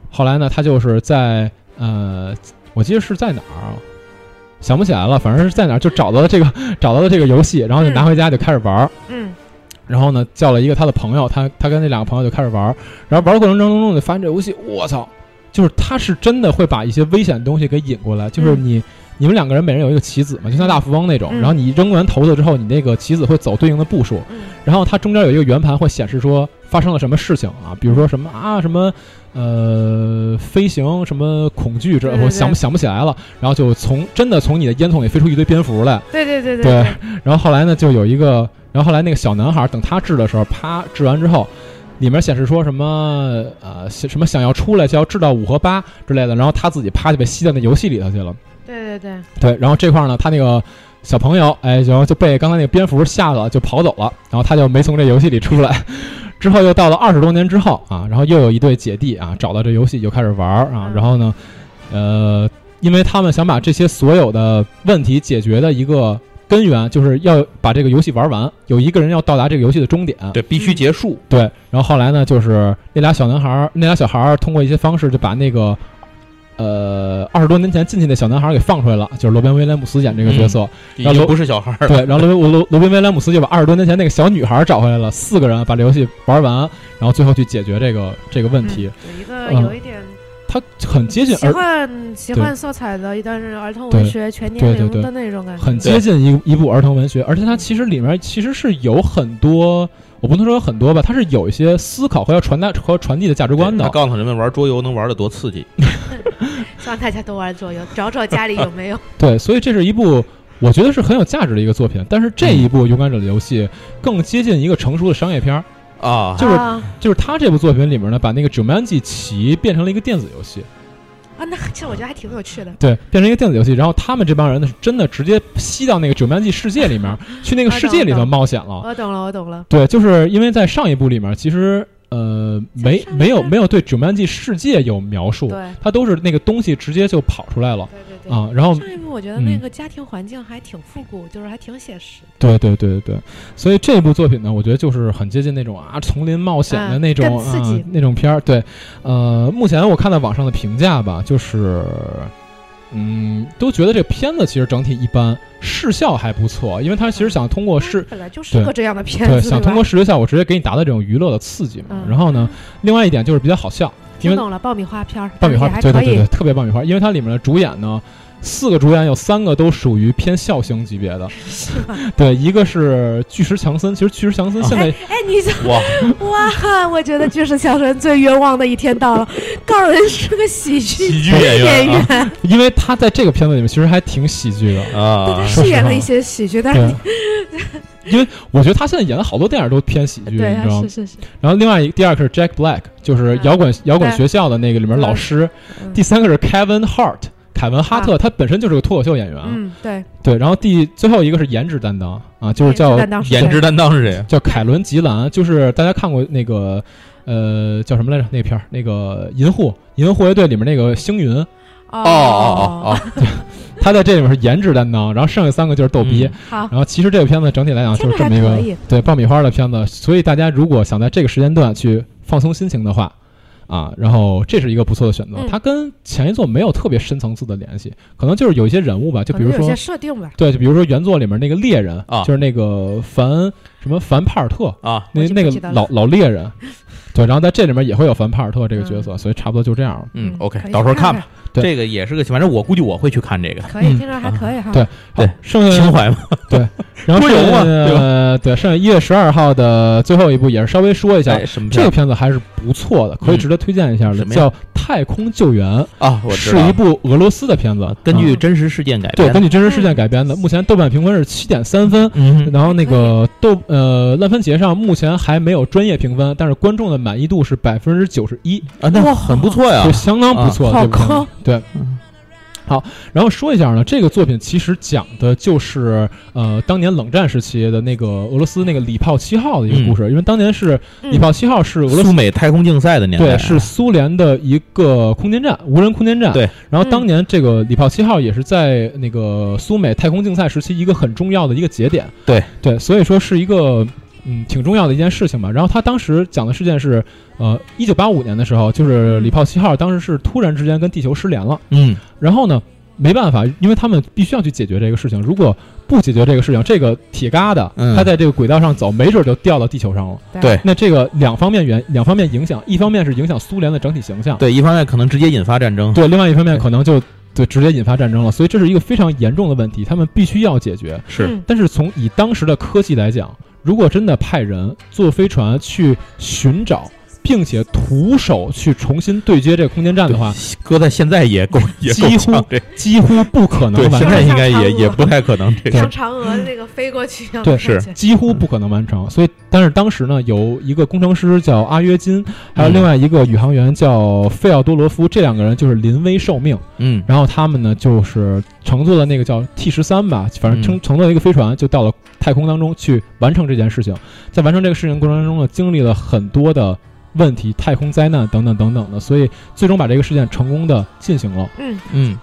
A: 后来呢，他就是在呃，我记得是在哪儿啊？想不起来了，反正是在哪儿就找到了这个找到了这个游戏，然后就拿回家就开始玩儿。
C: 嗯，
A: 然后呢，叫了一个他的朋友，他他跟那两个朋友就开始玩儿，然后玩儿过程当中就发现这游戏，我操，就是他是真的会把一些危险的东西给引过来，就是你、你们两个人每人有一个棋子嘛，就像大富翁那种，
C: 嗯
A: 然后你扔完骰子之后，你那个棋子会走对应的步数，
C: 嗯
A: 然后它中间有一个圆盘会显示说发生了什么事情啊，比如说什么啊什么呃飞行什么恐惧这
C: 对对
A: 我
C: 对
A: 想不想不起来了，然后就从真的从你的烟囱里飞出一堆蝙蝠来。
C: 对对对对
A: 对，然后后来呢，就有一个，然后后来那个小男孩儿等他治的时候，啪治完之后，里面显示说什么呃想什么想要出来就要治到五和八之类的，然后他自己啪就被吸到那游戏里头去了。
C: 对对对，
A: 对，然后这块儿呢，他那个小朋友，哎，然后就被刚才那个蝙蝠吓到了，就跑走了，然后他就没从这游戏里出来。 <laughs> 之后又到了二十多年之后啊，然后又有一对姐弟啊找到这游戏就开始玩儿啊，
C: 嗯
A: 然后呢，呃，因为他们想把这些所有的问题解决的一个根源，就是要把这个游戏玩完，有一个人要到达这个游戏的终点。
B: 对，必须结束。
A: 对，然后后来呢，就是那俩小男孩儿，那俩小孩儿通过一些方式就把那个，呃，二十多年前进去的小男孩儿给放出来了，就是罗宾威廉姆斯演这个角色。
B: 已
A: 然后
B: 经不是小孩儿
A: 嗯
B: 了。
A: 对，然后罗宾罗罗宾威廉姆斯就把二十多年前那个小女孩儿找回来了，四个人啊把这游戏玩完，然后最后去解决这个这个问题，
C: 有一个
A: 嗯
C: 有一点
A: 它很接近
C: 奇
A: 儿，
C: 幻奇
A: 对
C: 幻色彩的一段是儿童
A: 对
C: 文学全
A: 对
C: 年
A: 对对
C: 龄的那种感觉，
A: 很接近一一部儿童文学，而且它其实里面其实是有很多，我不能说有很多吧，它是有一些思考和要传达和传递的价值观的
B: 他。告诉人们玩桌游能玩得
A: <laughs>
B: 多刺激，
C: 希望大家都玩桌游，找找家里有没有。
A: 对，所以这是一部我觉得是很有价值的一个作品。但是这一部《勇敢者的游戏》更接近一个成熟的商业片儿，
B: 啊！
A: <laughs> 就是
C: 啊
A: 就是它这部作品里面呢，把那个 Jumanji 棋变成了一个电子游戏，
C: 啊，那其实我觉得还挺有趣的。
A: 对，变成一个电子游戏。然后他们这帮人呢，是真的直接吸到那个 Jumanji 世界里面，去那个世界里头冒险了。
C: 我懂了，我懂了。
A: 对，就是因为在上一部里面，其实呃没没有没有对 Jumanji 世界有描述，
C: 对
A: 它都是那个东西直接就跑出来了
C: 对对对。
A: 啊。然后
C: 上一部我觉得那个家庭环境还挺复古，就是还挺写实，
A: 对对对对对，所以这部作品呢，我觉得就是很接近那种啊丛林冒险的
C: 嗯
A: 那种
C: 更刺
A: 啊
C: 激
A: 那种片儿。对，呃，目前我看到网上的评价吧，就是嗯，都觉得这片子其实整体一般，视效还不错，因为他其实想通过视。
C: 本来嗯 <laughs> 就是个这样的片
A: 哦对，
C: 子，
A: 想
C: 对吧
A: 通过视觉效果直接给你达到这种娱乐的刺激嘛。
C: 嗯
A: 然后呢，另外一点就是比较好笑，因
C: 听
A: 为
C: 懂了爆米花片儿，
A: 爆米花
C: 也哎还
A: 对
C: 可
A: 对
C: 以
A: 对对，特别爆米花，因为它里面的主演呢，四个主演有三个都属于偏笑星级别的，
C: <laughs> 是吧？
A: 对，一个是巨石强森，其实巨石强森现在
C: 哎哎，你想
B: 哇，
C: 哇，我觉得巨石强森最冤枉的一天到了，告诉人是个喜剧
B: 喜剧演
C: 演
B: 员
C: 员，
A: 因为他在这个片子里面其实还挺喜剧
C: <laughs>
A: 的。
B: 啊！
A: <laughs> 说
C: 饰
A: 实
C: 演了
A: 话
C: 一些喜剧，但
A: 对
C: 是，
A: 因为我觉得他现在演的好多电影都偏喜啊剧，你
C: 对啊
A: 知道吗
C: 是？是是，
A: 然后另外一个第二个是 Jack Black，就是
C: 嗯
A: 摇滚摇滚学校的那个里面
C: 嗯
A: 老师。
C: 嗯啊
A: 第三个是 Kevin Hart，凯文哈特，他本身就是个脱口秀演员。
C: 嗯对，
A: 对，然后第最后一个是颜值担当啊，就是叫
C: 担当是
B: 颜
C: 谁
B: 值担当是谁啊？
A: 叫凯伦吉兰，就是大家看过那个呃叫什么来着那片儿那个银护银护卫队里面那个星云，
C: 哦
B: 哦哦哦
A: 他在这里面是颜值担当，然后剩下三个就是逗逼。
B: 嗯
C: 好，
A: 然后其实这个片子整体来讲就是这么一
C: 听着还
A: 个
C: 可以
A: 对爆米花的片子，所以大家如果想在这个时间段去放松心情的话，啊，然后这是一个不错的选择。
C: 嗯
A: 它跟前一座没有特别深层次的联系，可能就是有一些人物吧，就
C: 可
A: 比如
C: 能有
A: 说
C: 些设定吧，
A: 对，就比如说原作里面那个猎人，
B: 啊
A: 就是那个凡什么凡帕尔特，
B: 哦啊！
A: 那
C: 我记
A: 那
C: 不记
A: 个
C: 得
A: 老
C: 了
A: 老猎
C: <laughs>
A: 人。对，然后在这里面也会有凡帕尔特这个角色，所以差不多就这样了。
B: 嗯，OK，
C: 可以
B: 到时候看
C: 看
B: 吧。
A: 对
B: 这个也是个，反正我估计我会去看这个
C: 可以
A: 嗯
C: 听着还可以哈，
A: 对
B: 对
A: 好，剩下
B: 情
A: <laughs>
B: 怀嘛。
A: 然后
B: 多
A: 剩
B: 油
A: 下
B: 啊对吧
A: 呃对，剩下一月十二号的最后一部也是稍微说一下，
B: 哎什么
A: 这个
B: 片
A: 片子还是不错的，可以
B: 嗯
A: 值得推荐一下的，
B: 什么呀
A: 叫《太空救援》，
B: 啊？我知
A: 是
B: 道
A: 一部俄罗斯的片子，
B: 根据
A: 啊
B: 真实事件改
A: 对
B: 编
A: 根
B: 的。
A: 据真实事
C: 嗯
A: 件改编的。目前豆瓣评分是七点三分，
B: 嗯，
A: 然后那个豆呃烂番茄上目前还没有专业评分，但是观众的满意度是百分之九十一，
B: 啊，那很不错呀
A: 就。相当不错，
C: 啊
A: 这部片子
C: 好高
A: 对
B: 嗯。
A: 好，然后说一下呢，这个作品其实讲的就是呃，当年冷战时期的那个俄罗斯那个礼炮七号的一个故事，因为当年是
C: 嗯
A: 礼炮七号是俄罗斯
B: 苏美太空竞赛的年代
A: 对，
B: 啊
A: 是苏联的一个空间站，无人空间站。
B: 对，
A: 然后当年这个礼炮七号也是在那个苏美太空竞赛时期一个很重要的一个节点。
B: 对
A: 对，所以说是一个嗯挺重要的一件事情吧。然后他当时讲的事件是，呃，一九八五年的时候，就是礼炮七号当时是突然之间跟地球失联了，
B: 嗯，
A: 然后呢。没办法，因为他们必须要去解决这个事情。如果不解决这个事情，这个铁疙瘩，
B: 嗯
A: 它在这个轨道上走，没准就掉到地球上了。
B: 对
A: 那这个两方面原两方面影响，一方面是影响苏联的整体形象，
B: 对，一方面可能直接引发战争。
A: 对另外一方面
B: 对
A: 可能就对直接引发战争了，所以这是一个非常严重的问题，他们必须要解决。
B: 是，
C: 嗯
A: 但是从以当时的科技来讲，如果真的派人坐飞船去寻找并且徒手去重新对接这个空间站的话，
B: 搁在现在也够也够
A: 几乎
B: 呛，这
A: 几乎不可能
B: 对
A: 完
B: 现在
A: 成。
B: 应该也
C: 对
B: 也不太可能
C: <laughs>
B: 这
A: 对
B: 个
C: 像嫦娥那个飞过去一啊样的
A: 对
C: 感觉，
B: 是
A: 几乎不可能完成，所以，但是当时呢，有一个工程师叫阿约金，还
B: 嗯
A: 有另外一个宇航员叫费奥多罗夫，这两个人就是临危受命，
B: 嗯
A: 然后他们呢就是乘坐了那个叫 T 十三吧，反正乘乘坐了一个飞船，就到了太空当中去完成这件事情。在完成这个事情过程当中呢，经历了很多的问题、太空灾难等等等等的，所以最终把这个事件成功的进行了。
C: 嗯，
B: 嗯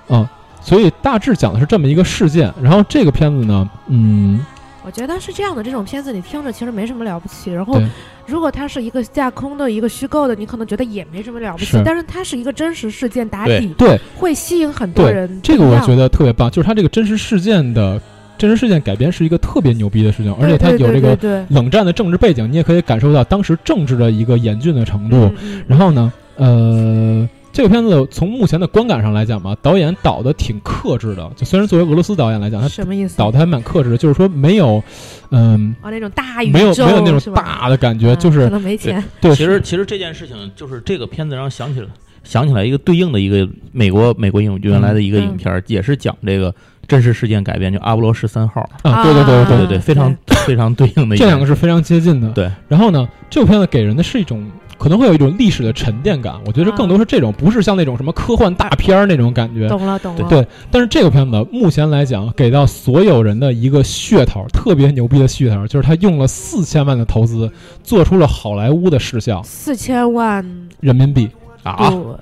A: 所以大致讲的是这么一个事件。然后这个片子呢，嗯，
C: 我觉得是这样的，这种片子你听着其实没什么了不起，然后
A: 对
C: 如果它是一个架空的一个虚构的，你可能觉得也没什么了不起
A: 是，
C: 但是它是一个真实事件打
B: 对
C: 底，
A: 对
C: 会吸引很多
A: 对
C: 人不
A: 这
C: 一样。
A: 个我觉得特别棒，就是它这个真实事件的真实事件改编是一个特别牛逼的事情，而且它
C: 对对
A: 有这
C: 对
A: 个
C: 对
A: 冷战的政治背景，你也可以感受到当时政治的一个严峻的程度。
C: 嗯嗯
A: 然后呢，呃，这个片子从目前的观感上来讲吧，导演导的挺克制的。就虽然作为俄罗斯导演来讲，他
C: 什么意思？
A: 导的还蛮克制的，就是说没有，嗯、
C: 啊，那种大宇宙
A: 没有没有那
C: 是
A: 种
C: 吧
A: 大的感觉，
C: 啊
A: 就
C: 可
A: 是
C: 能没钱，
A: 对，
B: 其实其实这件事情就是这个片子让我想起了想起来一个对应的一个美国美国影原来的一个
C: 嗯
B: 影片儿，也是讲这个真实事件改编，就阿波罗十三号，
A: 啊，对对对对
C: 啊
A: 对
B: 对对，非常非常对应的一
A: 这两个
B: 个
A: 是非常接近的。
B: 对，
A: 然后呢，这部片子给人的是一种可能会有一种历史的沉淀感，我觉得
C: 啊
A: 更多是这种，不是像那种什么科幻大片儿那种感觉。
C: 懂了懂了。
A: 对但是这个片子目前来讲，给到所有人的一个噱头，特别牛逼的噱头，就是他用了四千万的投资，做出了好莱坞的视效，
C: 四千万
A: 人民币
B: 啊，
C: 度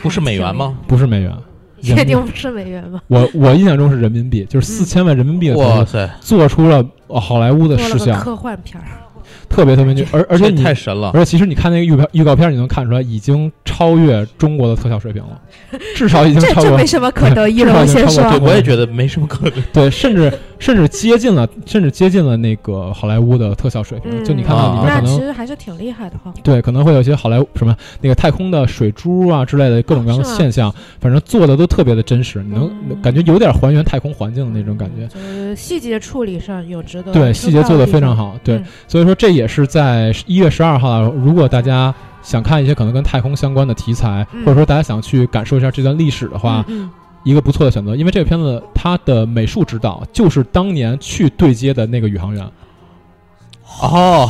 B: 不是美元吗？
A: 不是美元。
C: 确
A: 人民
C: 定
A: 币？
C: 不是美元吗？
A: 我我印象中是人民币，就是四千万人民币的投
B: 哇
A: 资，
B: 塞，
A: 做出了呃好莱坞的
C: 嗯做
A: 视
C: 了个
A: 效，
C: 科幻片儿，
A: 特别特别牛。而而且
B: 这
A: 你
B: 太神了，
A: 而且其实你看那个预告预告片，你能看出来已经超越中国的特效水平
C: <laughs>
A: 了，至少已经
C: 这
A: 超
C: 这
A: 过
C: 没什么可得意
A: 至少
C: 了，我
A: 已经超过
C: 先
B: 对
A: 中
C: 说。
A: 国
B: 我也觉得没什么可
A: <laughs>
B: 能。
A: 对，甚至甚至接近了，甚至接近了那个好莱坞的特效水平。
C: 嗯
A: 就你看到里面
C: 那
A: 可
C: 其
A: 能
C: 实还是挺厉害的哈。
A: 对可能会有一些好莱坞什么那个太空的水珠啊之类的各种各样的
C: 是吗
A: 现象，反正做的都特别的真实，你能
C: 嗯
A: 感觉有点还原太空环境的那种感觉。
C: 就是细节处理上有值得
A: 对，细节做
C: 的
A: 的非常。好。对
C: 嗯，
A: 所以说这也是在一月十二号啊，如果大家想看一些可能跟太空相关的题材，
C: 嗯
A: 或者说大家想去感受一下这段历史的话，
C: 嗯，
A: 一个不错的选择。因为这个片子它的美术指导就是当年去对接的那个宇航员，
B: 哦，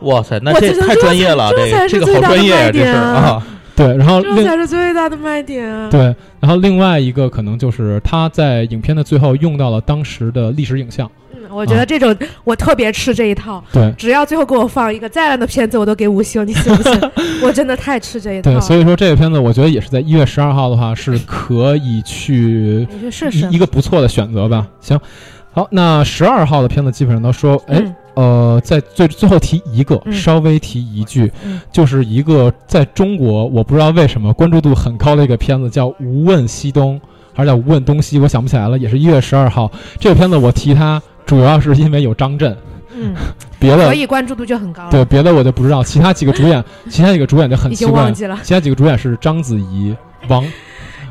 B: 哇塞，那
C: 我
B: 这
C: 觉得
B: 太
C: 这
B: 专业了，
C: 这
B: 这个
C: 才是
B: 这个
C: 最
B: 好
C: 大的
B: 专业呀，
C: 卖
B: 这事
C: 点
B: 儿啊
C: 啊，
A: 对，然后
C: 嗯这
A: 另
C: 才是最大的卖点啊。
A: 对，然后另外一个可能就是他在影片的最后用到了当时的历史影像，
C: 嗯，我
A: 啊
C: 觉得这种我特别吃这一套。
A: 对。
C: 只要最后给我放一个再烂的片子，我都给五星，你信不信？ <laughs> 我真的太吃这一套
A: 对，
C: 了。
A: 所以说这个片子，我觉得也是在一月十二号的话是可以去
C: 你去试试
A: 一一个不错的选择吧。行，好，那十二号的片子基本上都说，哎，
C: 嗯
A: 呃，在最最后提一个，
C: 嗯
A: 稍微提一句，
C: 嗯
A: 就是一个在中国我不知道为什么关注度很高的一个片子，叫《无问西东》还是叫《无问东西》，我想不起来了，也是一月十二号。这个片子我提它，主要是因为有张震， <laughs>
C: 嗯，
A: 别
C: 所
A: 的
C: 以关注度就很高
A: 对
C: 了，
A: 别的我就不知道，其他几个主
C: <laughs>
A: 演，其他几个主演就很
C: 已
A: 奇
C: 经
A: 怪
C: 忘，记了。
A: 其他几个主演是章子怡、王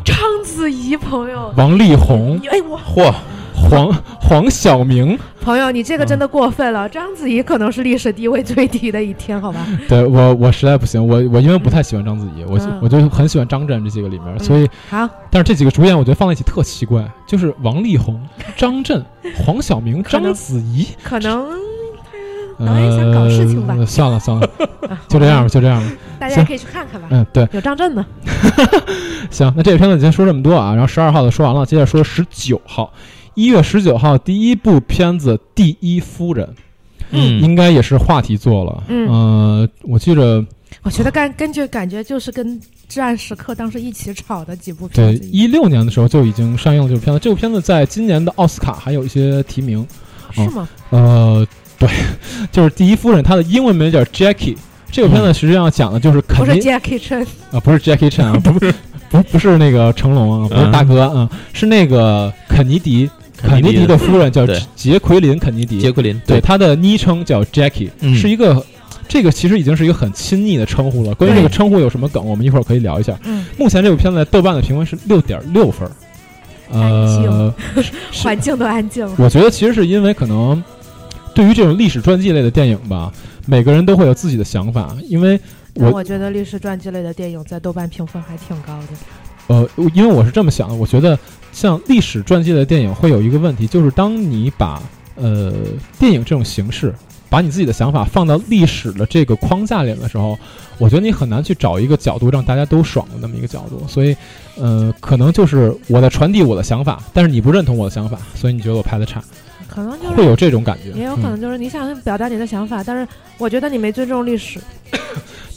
C: 章子怡朋友，
A: 王力宏、
C: 哎我
B: 嚯，
A: 黄黄晓明。
C: 朋友，你这个真
A: 嗯
C: 的过分了。章子怡可能是历史地位最低的一天，
A: <laughs>
C: 好吧？
A: 对我，我实在不行，我我因为不太喜欢章子怡，我
C: 嗯
A: 我就很喜欢张震这几个里面，所以
C: 好，
A: 但是这几个主演我觉得放在一起特奇怪，就是王力宏、张
C: <laughs>
A: 震、黄晓明、
C: 可能
A: 章子怡，
C: 可能导演想搞事情吧啊
A: 呃，算了算了，就这样吧，就
C: <laughs>
A: 这样吧，
C: 大家可以去看看吧。
A: 嗯，对，
C: 有张震呢，
A: 行，那这个片子先说这么多啊，然后十二号的说完了，接着说十九号。一月十九号，第一部片子《第一夫人》
B: 嗯，
A: 应该也是话题作了。
C: 嗯
A: 呃，我记着，
C: 我觉得感根据感觉就是跟《至暗时刻》当时一起炒的几部
A: 对
C: 片子样，
A: 一六年的时候就已经上映了这部片子。这部片子在今年的奥斯卡还有一些提名。
C: 是吗？
A: 呃，对，就是《第一夫人》，她的英文名叫 Jackie。这个片子实际上讲的就是肯
C: 不是
A: 尼
C: Jackie Chan，
A: 啊，不是 Jackie Chan，啊不是，不不是那个成龙啊，不是大哥啊，是那个肯尼迪，肯尼迪的夫人叫
B: 对
A: 杰奎琳·肯尼
B: 杰
A: 迪，
B: 奎琳，
A: 对，，她的昵称叫 Jackie，
B: 嗯
A: 是一个。这个其实已经是一个很亲昵的称呼了。关于这个称呼有什么梗，我们一会儿可以聊一下。
C: 嗯，
A: 目前这部片子在豆瓣的评分是六点六分儿，呃，
C: <laughs>
A: 是
C: 环境都安静了。
A: <laughs> 我觉得其实是因为可能对于这种历史传记类的电影吧，每个人都会有自己的想法，因为
C: 但
A: 我
C: 我觉得历史传记类的电影在豆瓣评分还挺高的。
A: 呃，因为我是这么想的，我觉得像历史传记的电影会有一个问题，就是当你把呃电影这种形式，把你自己的想法放到历史的这个框架里的时候，我觉得你很难去找一个角度让大家都爽的那么一个角度。所以，呃，可能就是我在传递我的想法，但是你不认同我的想法，所以你觉得我拍的差，
C: 可能就
A: 会
C: 是
A: 有这种感觉。
C: 也有可
A: 嗯
C: 能就是你想表达你的想法，但是我觉得你没尊重历史。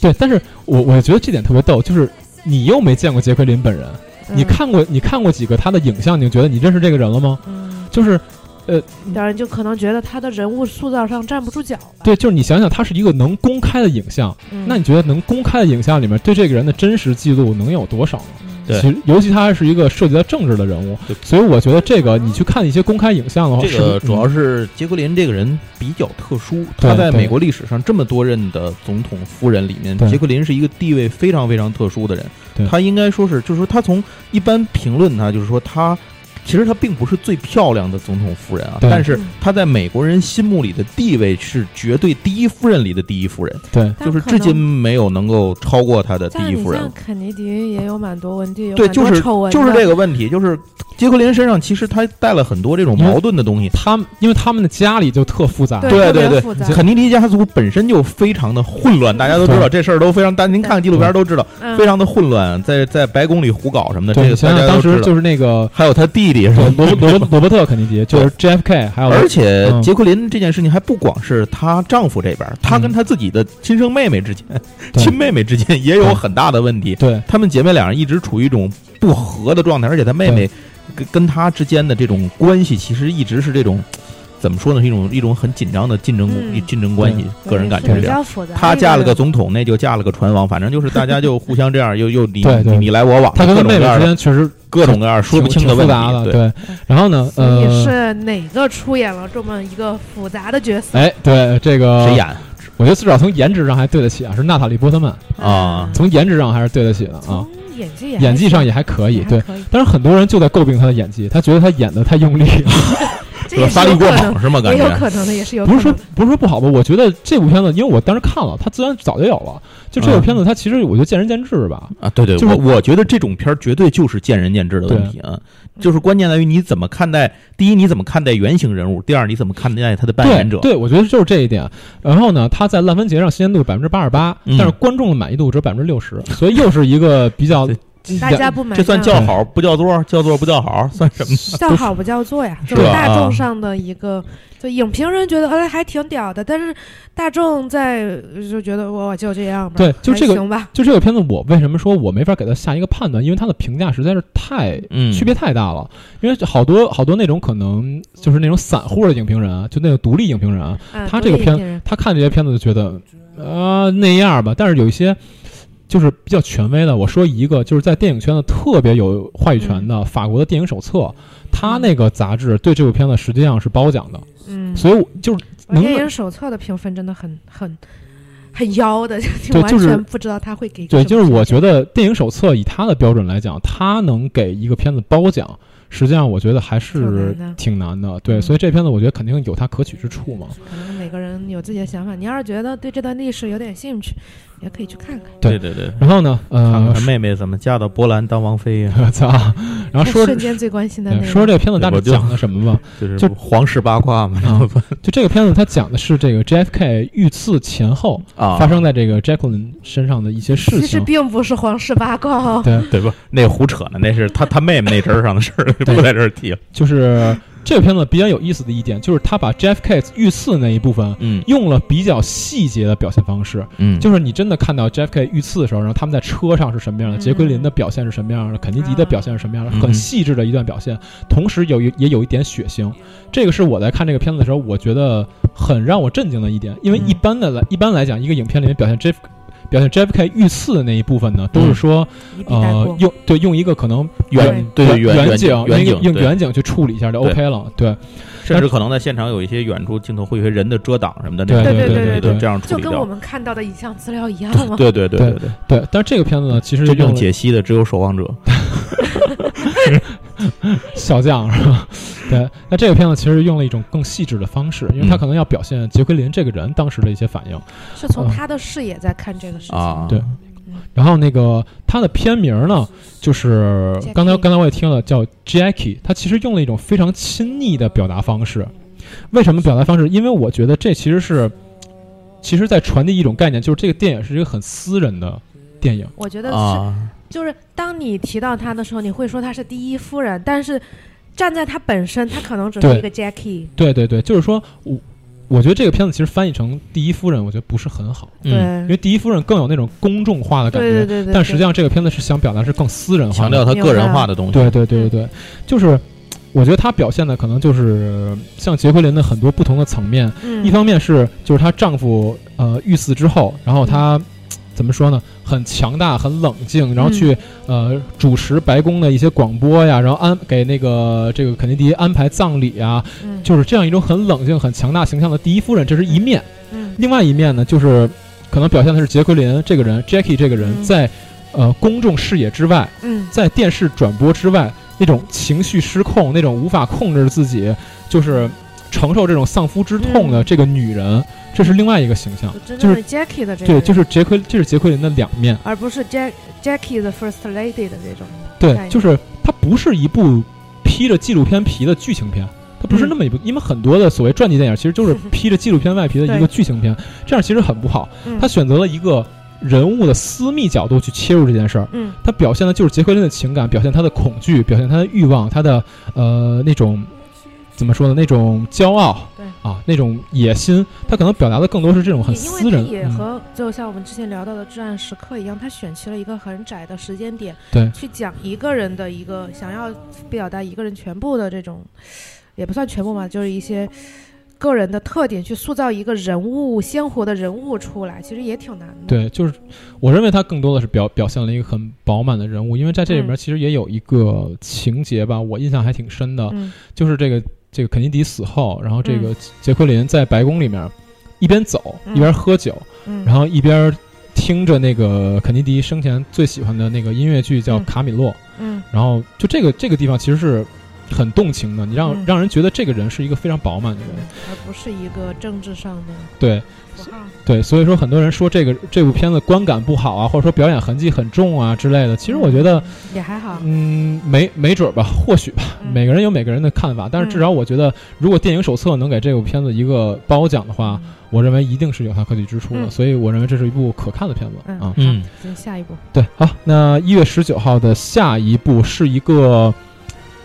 A: 对，但是我我觉得这点特别逗，就是你又没见过杰奎琳本人，
C: 嗯、
A: 你，看过你看过几个他的影像，你就觉得你认识这个人了吗？
C: 嗯，
A: 就是
C: 当然就可能觉得他的人物塑造上站不住脚吧。
A: 对，就是你想想，它是一个能公开的影像，
C: 嗯，
A: 那你觉得能公开的影像里面对这个人的真实记录能有多少呢？
C: 嗯
B: 对
A: 其实尤其他还是一个涉及到政治的人物
B: 对，
A: 所以我觉得这个你去看一些公开影像的话，
B: 这个
A: 哦是嗯
B: 主要是杰奎琳这个人比较特殊，
A: 对
B: 他在
A: 对
B: 美国历史上这么多任的总统夫人里面
A: 对，
B: 杰奎琳是一个地位非常非常特殊的人
A: 对。
B: 他应该说是，就是说他从一般评论他，就是说他。其实她并不是最漂亮的总统夫人啊，
A: 对
B: 但
C: 嗯
B: 是她在美国人心目里的地位是绝对第一夫人里的第一夫人，
A: 嗯对
C: 但
B: 就是
C: 可
B: 至今
C: 能
B: 没有能够超过她的第
C: 像
B: 一
C: 你
B: 夫人了
C: 像。肯尼迪也有蛮多问题，有
B: 对，
C: 蛮
B: 就
C: 多
B: 是
C: 丑闻
B: 就是
C: 的
B: 这个问题，就是杰奎琳身上其实她带了很多这种
A: 因为
B: 矛盾的东西。
A: 他们，因为他们的家里就特复杂，
C: 对特
B: 对
C: 别
B: 对
C: 复杂
B: 肯尼迪家族本身就非常的混乱，大家都知道这事儿都非常大。您看纪录片都知道，
C: 嗯
B: 非常的混乱，在在白宫里胡搞什么的，这
A: 对，
B: 个
A: 你想
B: 大
A: 想
B: 家都
A: 当时
B: 知道。
A: 就是那个
B: 还有他弟弟是
A: 呃
B: 吧？
A: 罗伯罗伯罗伯特肯尼迪，就是 JFK，还有
B: <laughs> 而且
A: 嗯
B: 杰奎琳这件事情还不光是她丈夫这边儿，她跟她自己的亲生妹妹之间、
A: 嗯对
B: 亲妹妹之间也有
A: 对
B: 很大的问题。
A: 对
B: 她们姐妹俩人一直处于一种不和的状态，而且她妹妹跟跟她之间的这种关系，其实一直是这种怎么说呢？是一种一种很紧张的竞争、
C: 嗯
B: 竞争关系。
C: 对
B: 个人
C: 是
B: 感觉是
C: 比
B: 这样。
C: 较复杂。
B: 她嫁了个
C: 个，
B: 总统，那就嫁了个船王，反正就是大家就互相这样，又又
A: <laughs>
B: 你
A: 对对
B: 你你来我往，
A: 他跟
B: 各
A: 他
B: 种
A: 妹
B: 各
A: 妹之
B: 样的
A: 间确实
B: 各种各样说不
A: 挺
B: 清的
A: 挺复
B: 问
A: 杂
B: 题。
A: 的，
B: 对，
A: 对。然后呢，呃
C: 你，是哪个出演了这么一个复杂的角色
A: 哎，对这个
B: 谁演
A: 我觉得至少从颜值上还对得起啊，是娜塔莉波特曼，
B: 啊？
A: 从颜值上还是对得起的啊
C: 嗯从，演技
A: 演技上
C: 也
A: 也还可
C: 可
A: 以，对。
C: 可以，
A: 但是很多人就在诟病他的演技，他觉得他演的太
C: <laughs>
A: 用力了，
C: 这也是
B: 发力
C: 有
B: 过
C: 可能
B: 猛是吗？感
C: 也有
B: 觉
C: 可能的，也是有可
A: 不
C: 能
A: 是
C: 的。
A: 说不是说不好吧？我觉得这部片子，因为我当时看了，它自然早就有了。就这部片子，
B: 嗯
A: 它其实我觉得见仁见智吧。
B: 啊，对对，
A: 就是
B: 我我觉得这种片儿绝对就是见仁见智的问题啊，就是关键在于你怎么看待，第一你怎么看待原型人物，第二你怎么看待他的扮演者。
A: 对，对，我觉得就是这一点。然后呢，它在烂番茄上新鲜度百分之八十八，
B: 嗯
A: 但是观众的满意度只有百分之六十，所以又是一个比较
B: 对
C: 大家不买
B: 这算
C: 账
B: 叫好不叫座，叫座不叫好，算什么？
C: 叫
A: 啊
C: 好不叫座呀，
B: 是
C: 就是
B: 吧
C: 大
B: 啊
C: 众上的一个，就影评人觉得哎还挺屌的，但是大众在呃就觉得我就这样吧，
A: 对就
C: 还
A: 这个
C: 行吧，
A: 就这个片子，我为什么说我没法给它下一个判断？因为它的评价实在是太
B: 嗯，
A: 区别太大了，因为好多好多那种可能就是那种散户的影评人啊，就那个独立影评人啊，
C: 嗯
A: 他
C: 独
A: 这个
C: 立
A: 片
C: 影评人
A: 他看这些片子就觉得，呃那样吧。但是有一些就是比较权威的，我说一个就是在电影圈子特别有话语权的法国的电影手册，他那个杂志对这部片子实际上是褒奖的，
C: 嗯，
A: 所以我就是
C: 我
A: 能
C: 电影手册的评分真的很很很妖的，就
A: 对
C: 完
A: 就是
C: 全不知道他会给
A: 对，
C: 什么
A: 就是我觉
C: 评价
A: 得电影手册以他的标准来讲，他能给一个片子褒奖。实际上，我觉得还是
C: 挺难的
A: 挺难的，对，
C: 嗯
A: 所以这片子我觉得肯定有它可取之处嘛。
C: 可能每个人有自己的想法，你要是觉得对这段历史有点兴趣，也可以去看看。
A: 对
B: 对对对，
A: 然后呢，
B: 看
A: 呃
B: 看，妹妹怎么嫁到波兰当王妃呀？
A: 我
C: <laughs>
A: 操！然后说
C: 瞬间最关心的
A: 对
C: 那个，
A: 说这个片子大
B: 我
A: 致
B: 就
A: 讲的什
B: <laughs>
A: 么吧。
B: 就
A: <laughs>
B: 是
A: 就
B: 皇室八卦嘛，
A: 啊就这个片子，它讲的是这个 JFK 遇刺前后
B: <laughs> 啊
A: 发生在这个 Jacqueline 身上的一些事
C: 其实
A: 情。
C: 并不是皇室八卦哦，
A: 对，
B: 对不？那胡扯呢，那是他他妹妹那阵儿上的事
A: <laughs>
B: 儿，
A: 对
B: 不在这儿提了。
A: 就是这个片子比较有意思的一点，就是他把 JFK 遇刺那一部分
B: 嗯
A: 用了比较细节的表现方式，
B: 嗯，
A: 就是你真的看到 JFK 遇刺的时候，然后他们在车上是什么样的，
C: 嗯
A: 杰奎琳的表现是什么样的，肯尼迪的表现是什么样的，
B: 嗯
A: 很细致的一段表现，同时有一也有一点血腥。这个是我在看这个片子的时候，我觉得很让我震惊的一点，因为
C: 嗯
A: 一般的来一般来讲，一个影片里面表现 JF 表现 JFK 遇刺的那一部分呢，都是说、
C: 一笔带
A: 呃
C: 过。
A: 用对用一个可能
B: 远
A: 对
B: 对对远
A: 远
B: 远景
A: 用
B: 远景
A: 用
B: 对
A: 远景去处理一下就
B: 对
A: OK 了，对
B: 甚至可能在现场有一些远处镜头会有一些人的遮挡什么的，
A: 对
B: 那种
C: 对对对对
B: 这样处
C: 就
B: 理
C: 跟我
B: 掉。
C: 们看到的影像资料一样吗？
B: 对对对
A: 对
B: 对，
A: 对。但是这个片子呢，其实
B: 真
A: 用
B: 正
A: 了
B: 解析的只有《守望者》。
A: 小将是吧？ <laughs> 对，那这个片子其实用了一种更细致的方式，因为他
B: 嗯
A: 可能要表现杰奎琳这个人当时的一些反应。
C: 是从
A: 嗯
C: 他的视野在看这个事情。
B: 啊，
A: 对然后那个他的片名呢，就是刚才
C: Jackie
A: 刚才我也听了，叫 Jackie，他其实用了一种非常亲昵的表达方式。为什么表达方式？因为我觉得这其实是，其实在传递一种概念，就是这个电影是一个很私人的电影。
C: 我觉得是，
B: 啊，
C: 就是当你提到他的时候，你会说他是第一夫人，但是站在他本身，他可能只
A: 对
C: 是一个 Jackie。
A: 对对对，就是说我我觉得这个片子其实翻译成“第一夫人”，我觉得不是很好，
C: 对，
B: 嗯，
A: 因为“第一夫人”更有那种公众化的感觉。
C: 对对对对。
A: 但实际
C: 对
A: 上，这个片子是想表达是更私人化的，
B: 强调他个人化的东西，啊
A: 对对对对对，就是我觉得他表现的可能就是像杰奎琳的很多不同的层面，
C: 嗯
A: 一方面是就是她丈夫呃遇刺之后，然后她。
C: 嗯
A: 怎么说呢？很强大，很冷静，然后去、
C: 嗯
A: 呃主持白宫的一些广播呀，然后安给那个这个肯尼迪安排葬礼啊，
C: 嗯
A: 就是这样一种很冷静、很强大形象的第一夫人，这是一面。
C: 嗯
A: 另外一面呢，就是可能表现的是杰奎琳这个人，Jackie 这个人
C: 嗯
A: 在呃公众视野之外，
C: 嗯
A: 在电视转播之外，那种情绪失控、那种无法控制自己，就是承受这种丧夫之痛的这个女人，这是另外一个形象
C: 我。真
A: 就
C: 正
A: 是
C: 的 Jackie 的这个
A: 对，
C: 人
A: 就是杰奎，这是杰奎琳的两面。
C: 而不是 Jack Jackie the First Lady 的这种。
A: 对，
C: 哎
A: 就是它不是一部披着纪录片皮的剧情片，它
C: 嗯
A: 不是那么一部，因为很多的所谓传记电影其实就是披着纪录片外皮的一个
C: 对
A: 剧情片，这样其实很不好。
C: 嗯
A: 他选择了一个人物的私密角度去切入这件事儿，
C: 嗯
A: 他表现的就是杰奎琳的情感，表现她的恐惧，表现她的欲望，她的呃那种怎么说呢？那种骄傲，
C: 对
A: 啊，那种野心，他可能表达的更多是这种很
C: 也因
A: 私
C: 为他
A: 人。
C: 也
A: 嗯
C: 和就像我们之前聊到的《至暗时刻》一样，他选齐了一个很窄的时间点，
A: 对
C: 去讲一个人的一个想要表达一个人全部的这种，也不算全部嘛，就是一些个人的特点，去塑造一个人物鲜活的人物出来，其实也挺难的。，
A: 对，就是我认为他更多的是表表现了一个很饱满的人物，因为在这里面
C: 嗯
A: 其实也有一个情节吧，我印象还挺深的，
C: 嗯
A: 就是这个这个肯尼迪死后，然后这个
C: 嗯
A: 杰奎琳在白宫里面一边走
C: 嗯
A: 一边喝酒，
C: 嗯，
A: 然后一边听着那个肯尼迪生前最喜欢的那个音乐剧叫《
C: 嗯
A: 卡米洛》，
C: 嗯
A: 然后就这个这个地方其实是很动情的，你让、
C: 嗯
A: 让人觉得这个人是一个非常饱满的人
C: 嗯。，而不是一个政治上的
A: 对
C: 符号。
A: 对，所以说很多人说这个这部片子观感不好啊，或者说表演痕迹很重啊之类的。
C: 嗯
A: 其实我觉得，
C: 也还好，
A: 嗯，没没准儿吧，或许吧，
C: 啊嗯
A: 每个人有每个人的看法。但是至少我觉得，如果电影手册能给这部片子一个褒奖的话，
C: 嗯
A: 我认为一定是有它可取之处的。
C: 嗯
A: 所以我认为这是一部可看的片子
C: 嗯
A: 啊。
B: 嗯，
C: 行，下一步，
A: 对，好，那一月十九号的下一部是一个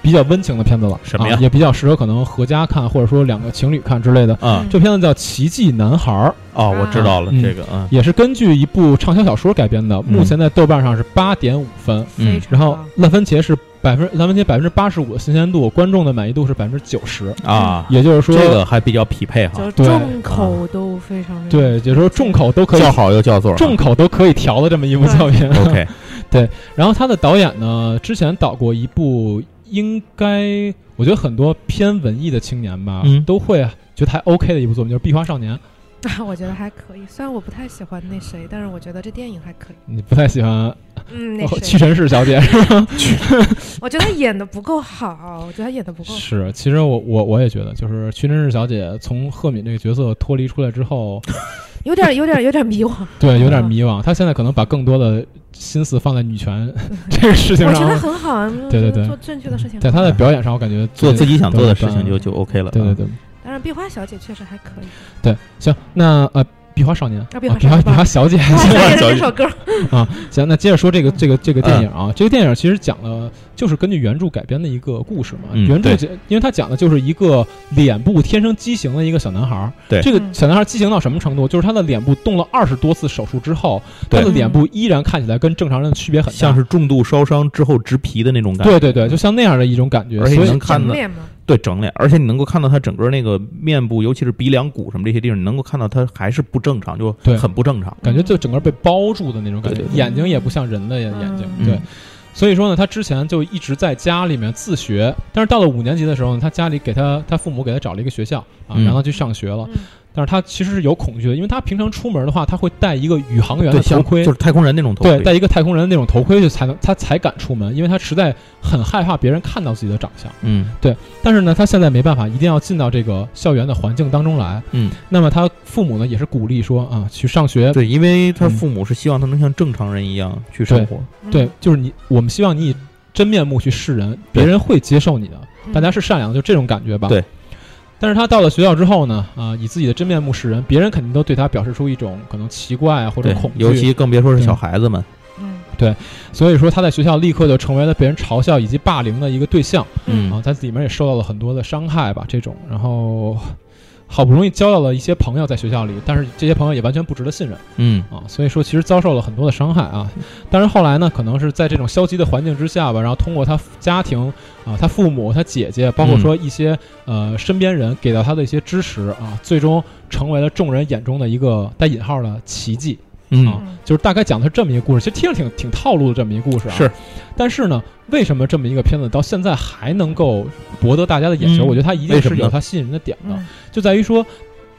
A: 比较温情的片子了，
B: 什么呀
A: 啊也比较适合可能合家看，或者说两个情侣看之类的。
B: 啊
C: 嗯
A: 这片子叫《奇迹男孩》，儿
B: 哦，我知道了
A: 嗯
B: 这个啊》，，
A: 也是根据一部畅销小说改编的，目
B: 嗯
A: 前在豆瓣上是八点五分，
C: 非
B: 嗯
C: 常
A: 然后
C: 好
A: 烂番茄是百分烂番茄百分之八十五的新鲜度，观众的满意度是百分之九十，
B: 啊，
A: 也就是说，
B: 这个还比较匹配哈，
C: 就是
A: 对
C: 众口都非常非常
A: 对，也就是说众口都可以
B: 叫好又叫座啊，
A: 众口都可以调的这么一部
C: 对
A: 作品。
B: OK
A: 然后他的导演呢，之前导过一部，应该我觉得很多偏文艺的青年吧，
B: 嗯
A: 都会觉得还 OK 的一部作品，就是《壁花少年》。
C: 啊， <laughs> 我觉得还可以。虽然我不太喜欢那谁，但是我觉得这电影还可以。
A: 你不太喜欢
C: 嗯，那
A: 哦屈
C: 谁，
A: 臣氏小 <laughs> 姐
C: 我觉得他演的不够好，我觉得他演的不够好。
A: 是？其实我我我也觉得，就是屈臣氏小姐从赫敏这个角色脱离出来之后，
C: 有点儿，有点儿，有点儿
A: <laughs>
C: 迷惘。
A: 对，有点迷惘。她现在可能把更多的心思放在女权 <laughs> 这个事情
C: 我觉得
A: 上，
C: 很好啊，
A: 对对
C: 就是
A: 对
C: 做正确的事情。
A: 在她的表演上，我感觉
B: 做自己想做的
A: 对
B: 事情就
A: 对
B: 就 OK 了，啊
A: 对对对
C: 当然，壁花小姐确实还可以。
A: 对，行，那呃。壁花少年，
C: 啊
A: 啊
C: 壁
A: 壁花啊
C: 花少年
A: 壁花小姐，
C: 壁花
A: <laughs>
C: 小姐的
B: 小姐
C: 这首歌儿，
A: 行，那接着说这
B: 嗯
A: 个这个这个电影啊，这个电影其实讲了就是根据原著改编的一个故事嘛。
B: 嗯
A: 原著
B: 对
A: 讲，因为它讲的就是一个脸部天生畸形的一个小男孩儿。
B: 对
A: 这个
C: 嗯
A: 小男孩畸形到什么程度？就是他的脸部动了二十多次手术之后，他
B: 对
A: 的脸部依然看起来跟正常人的区别很大。
B: 像是重度烧伤之后植皮的那种感
A: 对
B: 觉，
A: 对对，就像那样的一种感觉。
B: 而且
A: 所
B: 你
A: 以
B: 能看
C: 整
B: 到，
C: 脸嘛，
B: 对整脸，而且你能够看到他整个那个面部，尤其是鼻梁骨什么这些地方，你能够看到他还是不正常，就
A: 对
B: 很不正常。
A: 感觉就整个被包住的那种感觉
B: 对对，对
A: 眼睛也不像人的眼
C: 嗯
A: 眼睛。
B: 嗯
A: 对，所以说呢，他之前就一直在家里面自学，但是到了五年级的时候呢，他家里给他他父母给他找了一个学校啊，
B: 嗯
A: 让他去上学了。
C: 嗯
A: 但是他其实是有恐惧的，因为他平常出门的话，他会戴一个宇航员
B: 对
A: 的头
B: 像
A: 盔，
B: 就是太空人那种头盔，
A: 对，戴一个太空人那种头盔去才能他才敢出门，因为他实在很害怕别人看到自己的长相。
B: 嗯
A: 但是呢，他现在没办法，一定要进到这个校园的环境当中来。
B: 嗯，
A: 那么他父母呢也是鼓励说啊，去上学，
B: 对，因为他父母是希望他能像正常人一样去生活，
C: 嗯
A: 对，就是你，我们希望你以真面目去示人，别人会接受你的，
C: 嗯
A: 大家是善良的，就这种感觉吧。
B: 对。
A: 但是他到了学校之后呢，啊、以自己的真面目示人，别人肯定都对他表示出一种可能奇怪啊或者
B: 对
A: 恐，惧，
B: 尤其更别说是小孩子们，
C: 嗯
A: 所以说他在学校立刻就成为了被人嘲笑以及霸凌的一个对象。
B: 嗯
A: 啊，在里面也受到了很多的伤害吧，这种，然后好不容易交到了一些朋友在学校里，但是这些朋友也完全不值得信任
B: 嗯
A: 啊，所以说其实遭受了很多的伤害啊。但是后来呢，可能是在这种消极的环境之下吧，然后通过他家庭啊、他父母、他姐姐，包括
B: 嗯
A: 说一些、呃身边人给到他的一些支持啊，最终成为了众人眼中的一个带引号的奇迹。
B: 嗯
A: 啊，就是大概讲的是这么一个故事，其实听着挺挺套路的这么一个故事啊。
B: 是，
A: 但是呢，为什么这么一个片子到现在还能够博得大家的眼球？
B: 嗯
A: 我觉得它一定
B: 为什么
A: 是
B: 呢
A: 有它吸引人的点的，
C: 嗯
A: 就在于说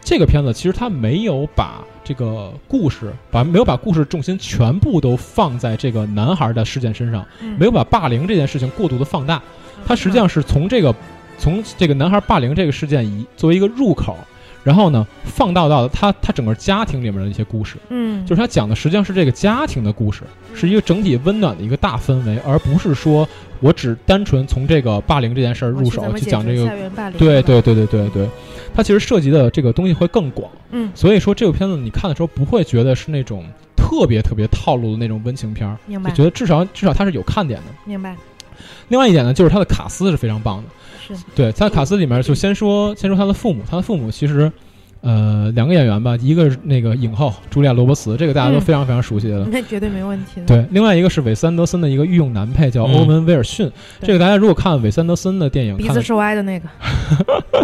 A: 这个片子其实它没有把这个故事，把没有把故事重心全部都放在这个男孩的事件身上，
C: 嗯，
A: 没有把霸凌这件事情过度的放大，
C: 嗯，
A: 它实际上是从这个从这个男孩霸凌这个事件以作为一个入口。然后呢，放大到他他整个家庭里面的一些故事，
C: 嗯，
A: 就是他讲的实际上是这个家庭的故事，是一个整体温暖的一个大氛围，而不是说我只单纯从这个霸凌这件事儿
C: 我
A: 入
C: 去怎
A: 手
C: 么
A: 去
C: 解
A: 讲
C: 决
A: 这
C: 校
A: 个。
C: 园霸凌
A: 对
C: 是吧，
A: 对对对对对，它其实涉及的这个东西会更广，
C: 嗯，
A: 所以说这部片子你看的时候不会觉得是那种特别特别套路的那种温情片儿，
C: 明
A: 就
C: 白
A: 觉得至少至少它是有看点的。
C: 明白，
A: 另外一点呢，就是它的卡斯是非常棒的。
C: 是
A: 对，在卡斯里面就先说先说他的父母，他的父母其实，呃，两个演员吧，一个是那个影后茱莉亚·罗伯茨，这个大家都
C: 嗯
A: 非常非常熟悉的，
C: 那绝对没问题的。
A: 对，另外一个是韦斯安德森的一个御用男配，叫
B: 嗯
A: 欧文·威尔逊。
C: 对
A: 这个大家如果看韦斯安德森的电影，
C: 鼻
A: 看
C: 子
A: 了
C: 是歪的
A: <laughs>
C: 那个，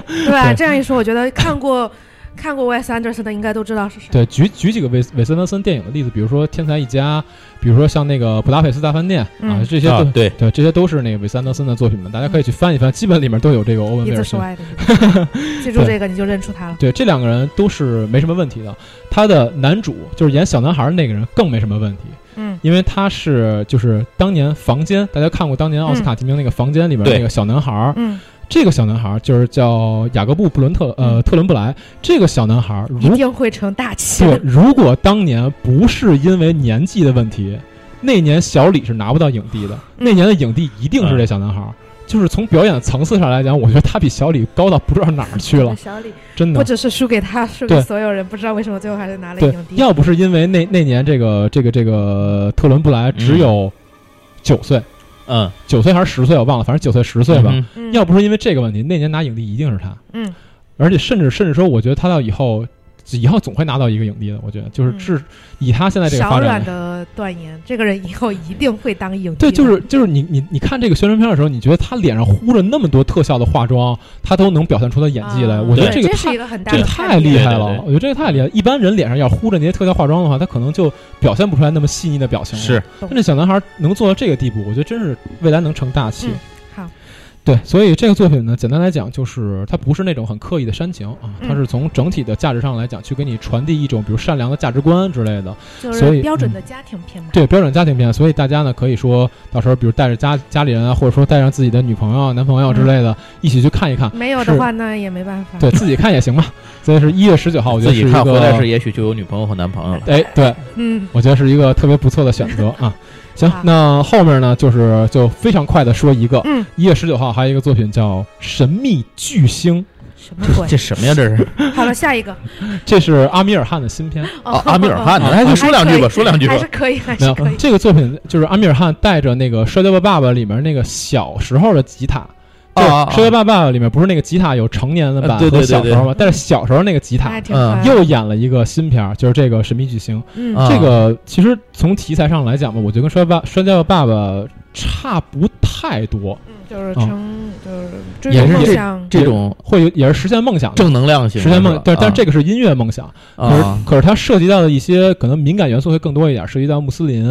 C: 对吧？
A: 对
C: 这样一说，我觉得看过看过 Wes Anderson 的应该都知道是谁。
A: 对举举几个韦斯韦斯安德森电影的例子，比如说《天才一家》，比如说像那个《布达佩斯大饭店》啊
C: 嗯，
A: 这些都、
B: 啊对，
A: 对，这些都是那个韦斯安德森的作品嘛，大家可以去翻一翻，基本里面都有这个欧文·
C: 鼻
A: 威尔
C: 子是
A: 逊。
C: 歪的，
A: <laughs>
C: 记住这个你就认出他了。
A: 对，这两个人都是没什么问题的。他的男主就是演小男孩那个人更没什么问题，
C: 嗯
A: 因为他是就是当年《房间》，大家看过当年奥斯卡提名那个《房间》里面
B: 对
A: 那个小男孩儿，
C: 嗯，
A: 这个小男孩儿就是叫雅各布·布伦特，呃，
C: 嗯
A: 特伦布莱。这个小男孩儿，
C: 一
A: 如
C: 定会成大器
A: 对
C: 的。
A: 如果当年不是因为年纪的问题，那年小李是拿不到影帝的。
C: 嗯
A: 那年的影帝一定是这小男孩儿。就是从表演的层次上来讲，我觉得他比小李高到不知道哪儿去了，
C: 小李
A: 真
C: 嗯不
A: 的。
C: 只是输给他，输给
A: 对
C: 所有人，不知道为什么最后还是拿了
A: 对
C: 影，帝。
A: 要不是因为那那年这个这个这个特伦布莱只有九岁，
B: 嗯，
A: 九、岁还是十岁我忘了，反正九岁十岁吧。
B: 嗯，
C: 嗯
A: 要不是因为这个问题，那年拿影帝一定是他。
C: 嗯
A: 而且甚至甚至说，我觉得他到以后以后总会拿到一个影帝的。我觉得就是
C: 嗯
A: 至、以他现在这个
C: 小
A: 发
C: 阮
A: 展，
C: 的断言，这个人以后一定会当影帝。
A: 对，就是就是你你你看这个宣传片的时候，你觉得他脸上糊着那么多特效的化妆，他都能表现出他演技来。
C: 啊
A: 我觉得
C: 对
A: 这个
C: 是
A: 太
C: 一个很大
A: 这
C: 的
A: 个太
C: 别
A: 厉
B: 对
A: 害
B: 对
A: 了
B: 对，
A: 我觉得这个太厉害。一般人脸上要糊着那些特效化妆的话，他可能就表现不出来那么细腻的表情了。
B: 是，
A: 但这小男孩能做到这个地步，我觉得真是未来能成大器。
C: 嗯好
A: 对，所以这个作品呢，简单来讲，就是它不是那种很刻意的煽情啊，
C: 嗯
A: 它是从整体的价值上来讲，去给你传递一种比如善良的价值观之类的，
C: 就
A: 所以
C: 是标准
A: 嗯
C: 的家庭片嘛。
A: 对标准家庭片。所以大家呢，可以说到时候，比如带着家家里人啊，或者说带上自己的女朋友啊、男朋友之
C: 嗯
A: 类的，一起去看一看，
C: 没有
A: 是
C: 的话，那也没办法。
A: 对自己看也行吧。所以是一月十九号，我觉
B: 自
A: 得是
B: 己
A: 一
B: 看回来是
A: 个，
B: 也许就有女朋友和男朋友了，
A: 哎，对，
C: 嗯，
A: 我觉得是一个特别不错的选择啊。行
C: 好，
A: 那后面呢，就是就非常快的说一个，
C: 嗯，
A: 一月十九号还有一个作品叫《神秘巨星》，
C: 什么鬼
B: 这？什么呀？这是
C: 好了，下一个。哦
A: 这是阿米尔汗的新片。
B: 啊，阿米尔汗的，哎，就说两句吧，说两句吧
C: 还是，可以，还
A: 没
C: <laughs> 是
A: 有
C: 可以。
A: 这个作品，就是阿米尔汗带着那个《摔跤吧爸爸》里面那个小时候的吉他。
B: 啊
A: 就是
B: 啊啊
A: 摔跤吧爸爸》里面不是那个吉他有成年的版
B: 啊对对
A: 和
B: 对
A: 小时候吗？
C: 对
A: 但是小时候那个
B: 嗯
A: 吉
C: 那
A: 他
C: 还挺烦。
A: 又演了一个新片儿，就是这个《神秘巨星》。
C: 嗯
B: 啊
A: 这个其实从题材上来讲吧，我觉得跟《摔吧摔跤吧爸爸》差不太多，
C: 嗯，就是
A: 啊
C: 成就是追
A: 也
C: 逐
A: 是
C: 梦
A: 这
C: 想，
B: 这种
A: 会有也是实现梦想的。
B: 正能量型
A: 实
B: 的
A: 现
B: 是吧，
A: 梦，但但
B: 啊
A: 是这个是音乐梦想，可是
B: 啊，
A: 可是它涉及到的一些可能敏感元素会更多一点，涉及到穆斯林，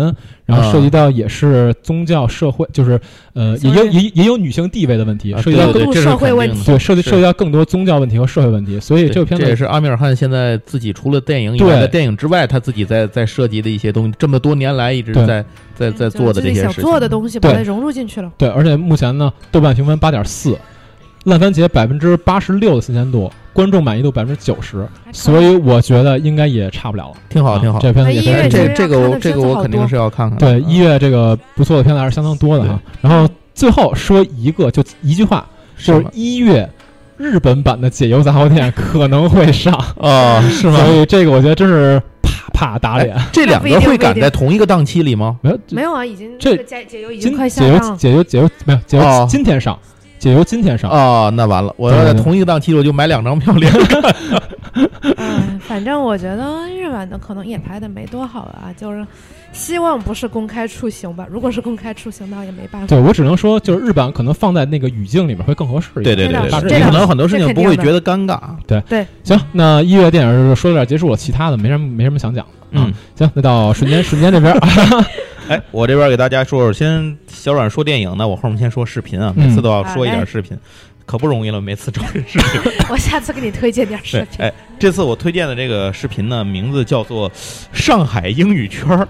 A: 然后
B: 啊
A: 涉及到也是宗教社会，就是
B: 嗯
A: 呃，也
C: 宗
A: 有
C: 教
A: 也也有女性地位的问题，
B: 啊
A: 涉及
B: 对
A: 到
C: 融
B: 对
A: 更
C: 入
B: 这是
C: 社会
B: 肯
C: 问
B: 定的
C: 题
A: 对涉及
B: 是
A: 涉及到更多宗教问题和社会问题，所以这个片
B: 这也
A: 子
B: 是阿米尔汗现在自己除了电影以外，
A: 对
B: 在电影之外，他自己在在涉及的一些东西，这么多年来一直
A: 对
B: 在在在
C: 嗯就
B: 做
C: 自
B: 的
C: 己
B: 这些
C: 想
B: 事
C: 做
B: 情。
C: 的东西把
A: 对
C: 它融入进去了。
A: 对，而且目前呢，豆瓣评分八点四，烂番茄百分之八十六的新鲜度，观众满意度百分之九十，
C: 还
A: 所以我觉得应该也差不了了。
B: 挺好，
A: 啊
B: 挺好。
A: 这片子
C: 那
A: 也
C: 音乐
A: 非
B: 这
A: 常
C: 剧
B: 这这个
C: 看
B: 我
C: 的
B: 这
C: 片
B: 个
C: 子
B: 我
C: 好
B: 肯定
C: 多
B: 是要看看的。
A: 对
B: 嗯
A: 一月这个不错的片子还是相当多的哈。然后最后说一个，就一句话，就
B: 什
A: 是
B: 么
A: 一月日本版的《解忧杂货店》可能会上，
B: 啊， <laughs> 是吗？哎
A: 所以这个我觉得真是啪啪打脸。
B: 这两
C: 那不
B: 个
C: 一定
B: 会
C: 不一
B: 赶
C: 定
B: 在同一个档期里吗？
A: 没有，
C: 没有啊，已经
A: 这
C: 个解解忧已经
A: 今
C: 快下
A: 解
C: 档
A: 忧
C: 了。
A: 解忧解忧没有解忧
B: 哦
A: 今天上，解忧今天上。
B: 啊，那完了，我要
A: 对
B: 在
A: 对对
B: 同一个档期我就买两张票连着看。
C: 嗯，反正我觉得日版的可能也拍的没多好啊，就是希望不是公开处刑吧。如果是公开处刑，那也没办法。
A: 对我只能说，就是日版可能放在那个语境里面会更合适一点。
C: 对对对
A: 大致
C: 这
B: 你
C: 样
B: 可能很多事情
C: 这肯
B: 不
C: 定
B: 会
C: 的
B: 觉得尴尬。啊
A: 行，那一月电影就说到这儿结束了，其他的没什么没什么想讲。
B: 嗯，
A: 行，那到瞬间瞬间
B: <laughs>
A: 这边啊，
B: 哎，我这边给大家说说，先小阮说电影呢，我后面先说视频啊，
A: 嗯
B: 每次都要说一
C: 好
B: 点
C: 嘞
B: 视频，可不容易了，每次找人视频。
C: 我下次给你推荐点视
B: 对，
C: 频。
B: 哎，这次我推荐的这个视频呢，名字叫做《上海英语圈儿》，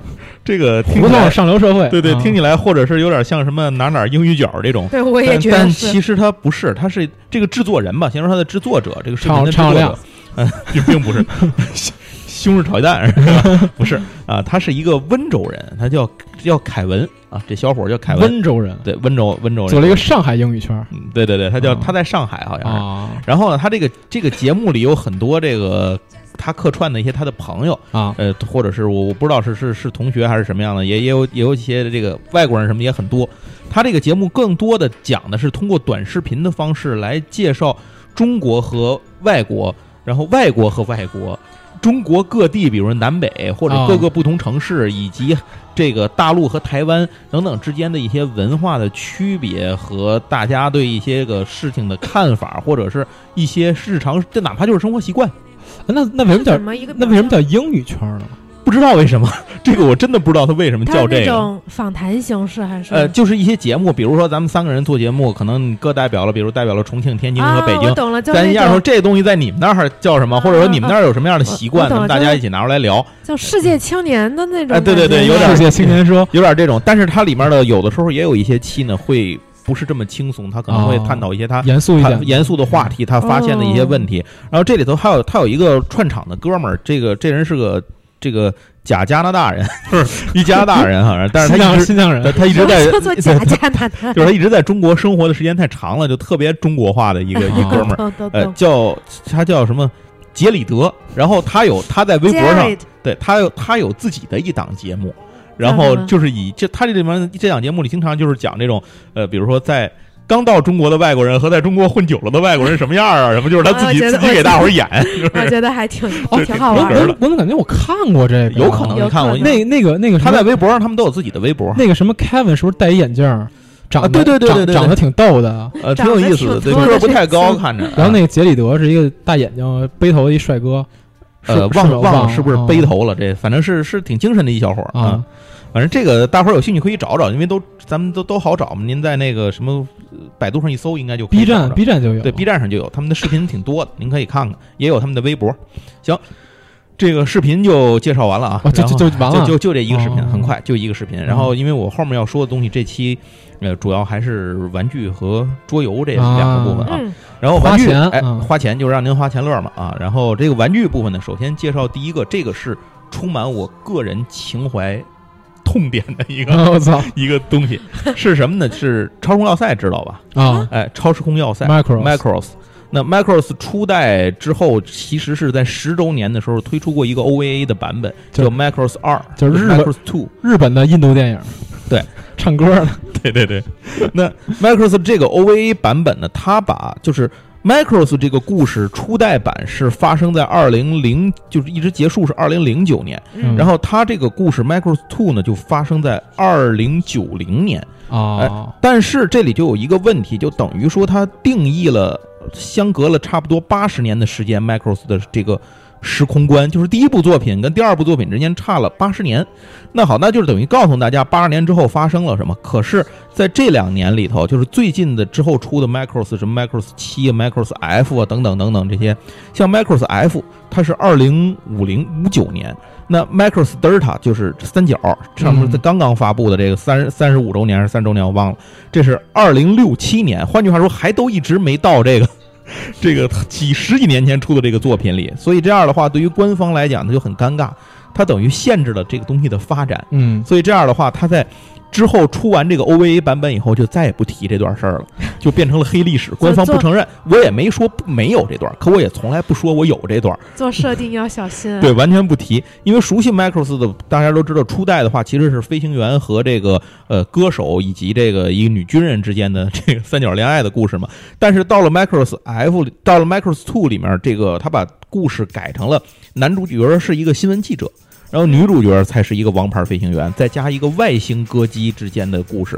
B: 这个听
A: 胡
B: 起
A: 同
B: 来，
A: 上流社会。
B: 对对，
A: 啊
B: 听起来或者是有点像什么哪哪英语角儿这种。
C: 对，我也
B: 但
C: 觉
B: 但
C: 得是。
B: 其实他不是，他是这个制作人吧，先说他的制作者，这个视频的制
A: 常常
B: 作者
A: 亮，
B: 嗯， <laughs> 并并不是 <laughs> 西西红柿炒鸡蛋是吧？不 <laughs> 是啊，他是一个温州人，他叫叫凯文啊，这小伙儿叫凯文，
A: 温州人
B: 对，温州温州人
A: 组了一个上海英语圈
B: 嗯，对对对，他叫、
A: 啊
B: 他在上海好像是。
A: 啊
B: 然后呢，他这个这个节目里有很多这个他客串的一些他的朋友，
A: 啊
B: 呃，或者是我我不知道是是是同学还是什么样的，也也有也有一些这个外国人什么也很多。他这个节目更多的讲的是通过短视频的方式来介绍中国和外国，然后外国和外国。中国各地，比如南北或者
A: 啊
B: 各个不同城市，以及这个大陆和台湾等等之间的一些文化的区别和大家对一些个事情的看法，或者是一些日常，这哪怕就是生活习惯，
A: 那那为什么叫
C: 怎么一个？
A: 那为什么叫？英语圈呢？
B: 不知道为什么， <laughs> 这个我真的不知道他为什么
C: 它
B: 叫
C: 是那
B: 这个。
C: 种访谈形式还是？
B: 呃，就是一些节目，比如说咱们三个人做节目，可能你各代表了，比如代表了重庆、天津和
C: 啊，
B: 北京
C: 我，懂了，就
B: 咱一
C: 那
B: 下说
C: 种
B: 这东西在你们那儿叫什么，
C: 啊
B: 或者说你们那儿有什么样的习
C: 啊
B: 惯，
C: 啊
B: 咱
C: 我
B: 们
C: 懂了
B: 大家一起拿出来聊，
C: 叫世界青年的那种
B: 哎
C: 感觉。
B: 对对对
C: <laughs>
B: 有点
A: 世界青年说
B: 有点这种。但是它里面的有的时候也有一些期呢，会不是这么轻松，它可能会
A: 哦
B: 探讨
C: 啊
B: 一些它
A: 严肃一
B: 他
A: 点，
B: 啊严肃的话题，他发现的一些问题。然后这里头还有他有一个串场的哥们儿，这个这人是个这个假加拿大人， <laughs> 就是一加拿大人好像，但是
A: 新
B: 他
A: 疆
B: 一直
A: 新疆
C: <laughs>
B: 他
A: 人
B: 他一直在
C: 我叫做
B: <laughs>
C: 假假男男。
B: 就是他一直在中国生活的时间太长了，就特别中国化的一个一哥们儿，
C: <laughs> 懂懂
B: 呃，
C: 懂。
B: 叫他叫什么？杰里德，然后他有他在微博上
C: Jared，
B: 对他有他有自己的一档节目，
C: 叫
B: 然后
C: 什么
B: 就是以这他这里面这档节目里经常就是讲这种呃，比如说在刚到中国的外国人和在中国混久了的外国人什么样啊，什么就是他自己
C: 啊我觉
B: 自
C: 得
B: 己给大伙
C: <laughs>
B: 儿演，
C: 我觉得还挺哦挺好
A: 我
C: 玩
B: 有点
C: 的。
A: 我我怎么感觉我看过这个？
B: 有可能
C: 有
B: 你看
C: 可
B: 我
C: 能
A: 那那个那个什
B: 他
A: 么
B: 在微博上他们都有自己的微博，
A: 那个什么 Kevin 是不是戴一眼镜儿？长得
B: 啊对对对
A: 长
B: 对对对
A: 长得挺逗的。
B: 呃，挺有意
C: 长
B: 思的，
C: 得
B: 对
C: 挺
B: 个
C: 多的
B: 儿不太高，
C: 是
B: 看着。
A: 然后那个杰里德是一个大眼睛背头的一帅哥，是
B: 呃，忘
A: 是
B: 了
A: 吧
B: 忘了是不是背
A: 啊
B: 头了？这反正是是挺精神的一小伙儿
A: 啊？
B: 反正这个大伙儿有兴趣可以找找，因为都咱们都都好找嘛。您在那个什么呃百度上一搜，应该就可以
A: b
B: 找
A: 站
B: 着
A: B 站就有
B: 啊对 B 站上就有他们的视频挺多的，您可以看看，也有他们的微博。行，这个视频就介绍完了啊，
A: 哦就
B: 然后
A: 就就完了 <laughs>
B: 就就这一个视频，
A: 哦
B: 很快就一个视频。然后因为我后面要说的东西，这期呃主要还是玩具和桌游这两个部分啊。
C: 嗯，
B: 然后玩具
A: 花钱
B: 哎，
A: 嗯
B: 花钱就让您花钱乐嘛啊。然后这个玩具部分呢，首先介绍第一个，这个是充满我个人情怀痛点的一个、
A: 啊我操
B: 一个东西，是什么呢？是超控要塞，知道吧？
A: 啊
B: 哎，超时空要塞
A: Micros
B: Micros。那 Micros 初代之后，其实是在十周年的时候推出过一个 OVA 的版本，
A: 就
B: 叫 Micros 二，
A: 就是日本
B: Micros Two。
A: 日本的印度电影，
B: 对，
A: <laughs> 唱歌的
B: <laughs> 对对对，那 Micros 这个 OVA 版本呢，它把就是 Micros 这个故事初代版是发生在二零零，就是一直结束是二零零九年，
A: 嗯
B: 然后它这个故事 Micros Two 呢就发生在二零九零年。哎
A: 啊，
B: 但是这里就有一个问题，就等于说它定义了相隔了差不多八十年的时间，Micros 的这个时空观，就是第一部作品跟第二部作品之间差了八十年。那好，那就是等于告诉大家八十年之后发生了什么。可是在这两年里头，就是最近的之后出的 Micros 什么 Micros 七、Micros F 啊等等等等这些，像 Micros F 它是二零五零五九年。那 Micros Delta 就是三角，上面是
A: 嗯
B: 刚刚发布的这个三三十五周年还是三周年，我忘了。这是二零六七年，换句话说，还都一直没到这个这个几十几年前出的这个作品里。所以这样的话，对于官方来讲，它就很尴尬，它等于限制了这个东西的发展。
A: 嗯
B: 所以这样的话，它在之后出完这个 OVA 版本以后，就再也不提这段事儿了，就变成了黑历史，官方不承认。我也没说不没有这段，可我也从来不说我有这段。
C: 做设定要小心、啊。
B: 对，完全不提，因为熟悉 Micros 的大家都知道，初代的话其实是飞行员和这个呃歌手以及这个一个女军人之间的这个三角恋爱的故事嘛。但是到了 Micros <laughs> F，里到了 Micros Two 里面，这个他把故事改成了男主角是一个新闻记者。然后女主角才是一个王牌飞行员，再加一个外星歌姬之间的故事。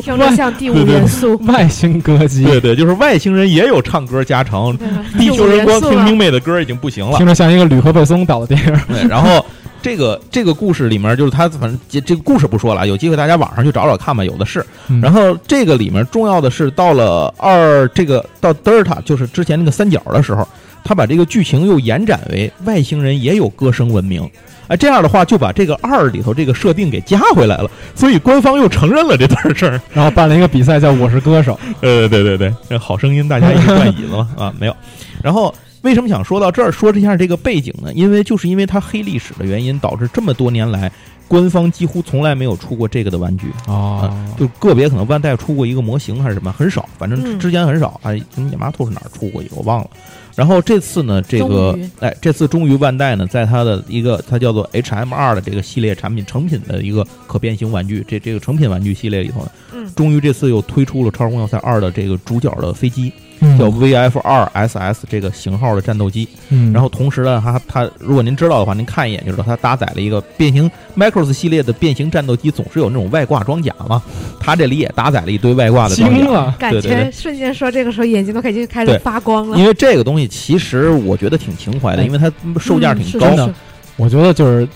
C: 听着像第五
B: 对对
C: 元素， <laughs>
A: 外星歌姬
B: 对对，就是外星人也有唱歌加成，
C: 对吧
B: <laughs> 地球人光
C: 第五元
B: 听
C: 素
B: 明
C: 啊
B: 媚的歌已经不行了。
A: 听着像一个吕克贝松导的电影，
B: 对，然后这个这个故事里面，就是他反正这这个故事不说了，有机会大家网上去找找看吧，有的是。
A: 嗯
B: 然后这个里面重要的是，到了二这个到德尔塔，就是之前那个三角的时候，他把这个剧情又延展为外星人也有歌声文明。哎，这样的话就把这个二里头这个设定给加回来了，所以官方又承认了这段事儿。
A: 然后办了一个比赛叫《我是歌手》，
B: 呃，对对对，这好声音大家一起转椅子嘛啊，没有。然后为什么想说到这儿，说一下这个背景呢？因为就是因为它黑历史的原因，导致这么多年来，官方几乎从来没有出过这个的玩具。
A: 哦，
B: 就个别可能万代出过一个模型还是什么，很少，反正
C: 嗯
B: 之前很少。哎，亚麻兔是哪儿出过一个我忘了。然后这次呢，这个
C: 终于
B: 哎，这次终于万代呢，在它的一个它叫做 HMR 的这个系列产品成品的一个可变形玩具，这这个成品玩具系列里头呢，
C: 嗯
B: 终于这次又推出了《超时空要塞二》的这个主角的飞机，
A: 嗯
B: 叫 VF 二 SS 这个型号的战斗机。
A: 嗯，
B: 然后同时呢，它它如果您知道的话，您看一眼就知道，它搭载了一个变形 Micros 系列的变形战斗机，总是有那种外挂装甲嘛。它这里也搭载了一堆外挂的装
A: 惊
B: 甲。
A: 了，
C: 感
B: 对对
C: 觉瞬间说这个时候眼睛都已经开
B: 对
C: 始发光了
B: 因，为这个东西其实我觉得挺情怀的，
A: 哎
B: 因为它售价
C: 嗯
B: 挺
C: 是
B: 高
C: 是
B: 的。
C: 是
A: 我觉得就是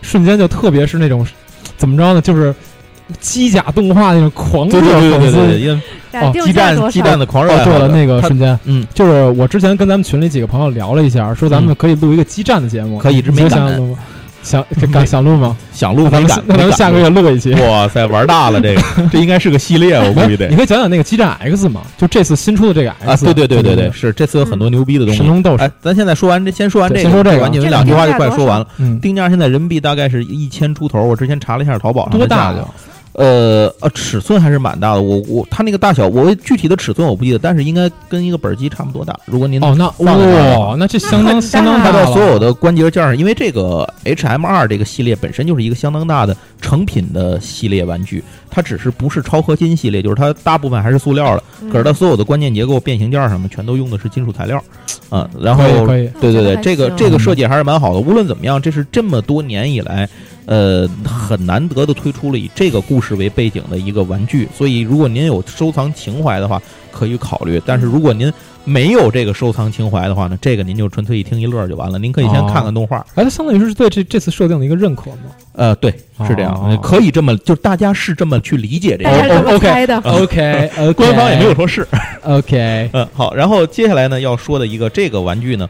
A: 瞬间就特别是那种怎么着呢，就是机甲动画那种狂热
B: 对对对
A: 粉
B: 对对，
A: 丝
B: 因为
C: 但定
B: 哦鸡
C: 价多
B: 蛋
C: 少
B: 鸡蛋的狂热
A: 爆
B: 爱好
A: 做的
B: 者
A: 那个
B: 它
A: 瞬间。
B: 嗯，
A: 就是我之前跟咱们群里几个朋友聊了一下，说咱们可以录一个激战的节目，
B: 可以一直没
A: 你
B: 敢
A: 想录吗？想敢想录吗？
B: 想录
A: 那咱
B: 没
A: 们
B: 敢，
A: 那咱
B: 没
A: 们
B: 敢
A: 下个
B: 录
A: 月录一期。
B: 哇塞，玩大
A: <laughs>
B: 了这个，这应该是个系列，我估计得
A: 哎你可以讲讲那个激战 X 嘛？就这次新出的这个 X，
B: 啊，对对对对
A: 对
B: 对，，是这次有很多牛逼的东
A: 嗯
B: 西
A: 神。龙斗士，
B: 哎，咱现在说完这，先说完这
A: 对
B: 个，
A: 先说这个
B: 完你们
C: 这
B: 两句
C: 个
B: 话就
C: 定价
B: 快
C: 多
B: 说
C: 少
B: 完了。
A: 嗯，
B: 定价现在人民币大概是一千出头，我之前查了一下淘宝上
A: 多大啊
B: 的
A: 呀？
B: 呃呃，尺寸还是蛮大的。我我它那个大小，我具体的尺寸我不记得，但是应该跟一个本儿机差不多大。如果您
A: 哦，那
B: 放在那儿
A: 哇、那这相
C: 那
A: 当
C: 很
A: 相当
C: 大
A: 大
B: 它
A: 了
B: 到所有的关节件上，因为这个 H M 二这个系列本身就是一个相当大的成品的系列玩具，它只是不是超合金系列，就是它大部分还是塑料的，
C: 嗯
B: 可是它所有的关键结构、变形件儿什么全都用的是金属材料，啊、然
A: 可以
B: 后
A: 可
C: 嗯
A: 以，
B: 对对对，这个这个
A: 是
B: 设计还是蛮好的。无论怎么样，这是这么多年以来，呃，很难得的推出了以这个故事为背景的一个玩具。所以，如果您有收藏情怀的话，可以考虑。但是，如果您没有这个收藏情怀的话呢，这个您就纯粹一听一乐儿就完了。您可以先
A: 哦
B: 看看动画。
A: 哎，它相当于是对这这次设定的一个认可嘛。
B: 呃，对，是这样，
A: 哦
B: 可以这么，就是大家是这么去理解这
C: 大
A: 哦
C: 家是
B: 个。
C: 怎
A: 哦
C: 么
A: ，OK
C: 猜的？
B: <laughs>
A: OK，, o
B: 啊官方也
A: 哦
B: 没有说是， <laughs>
A: OK，
B: 嗯，好，然后接下来呢要说的一个这个玩具呢，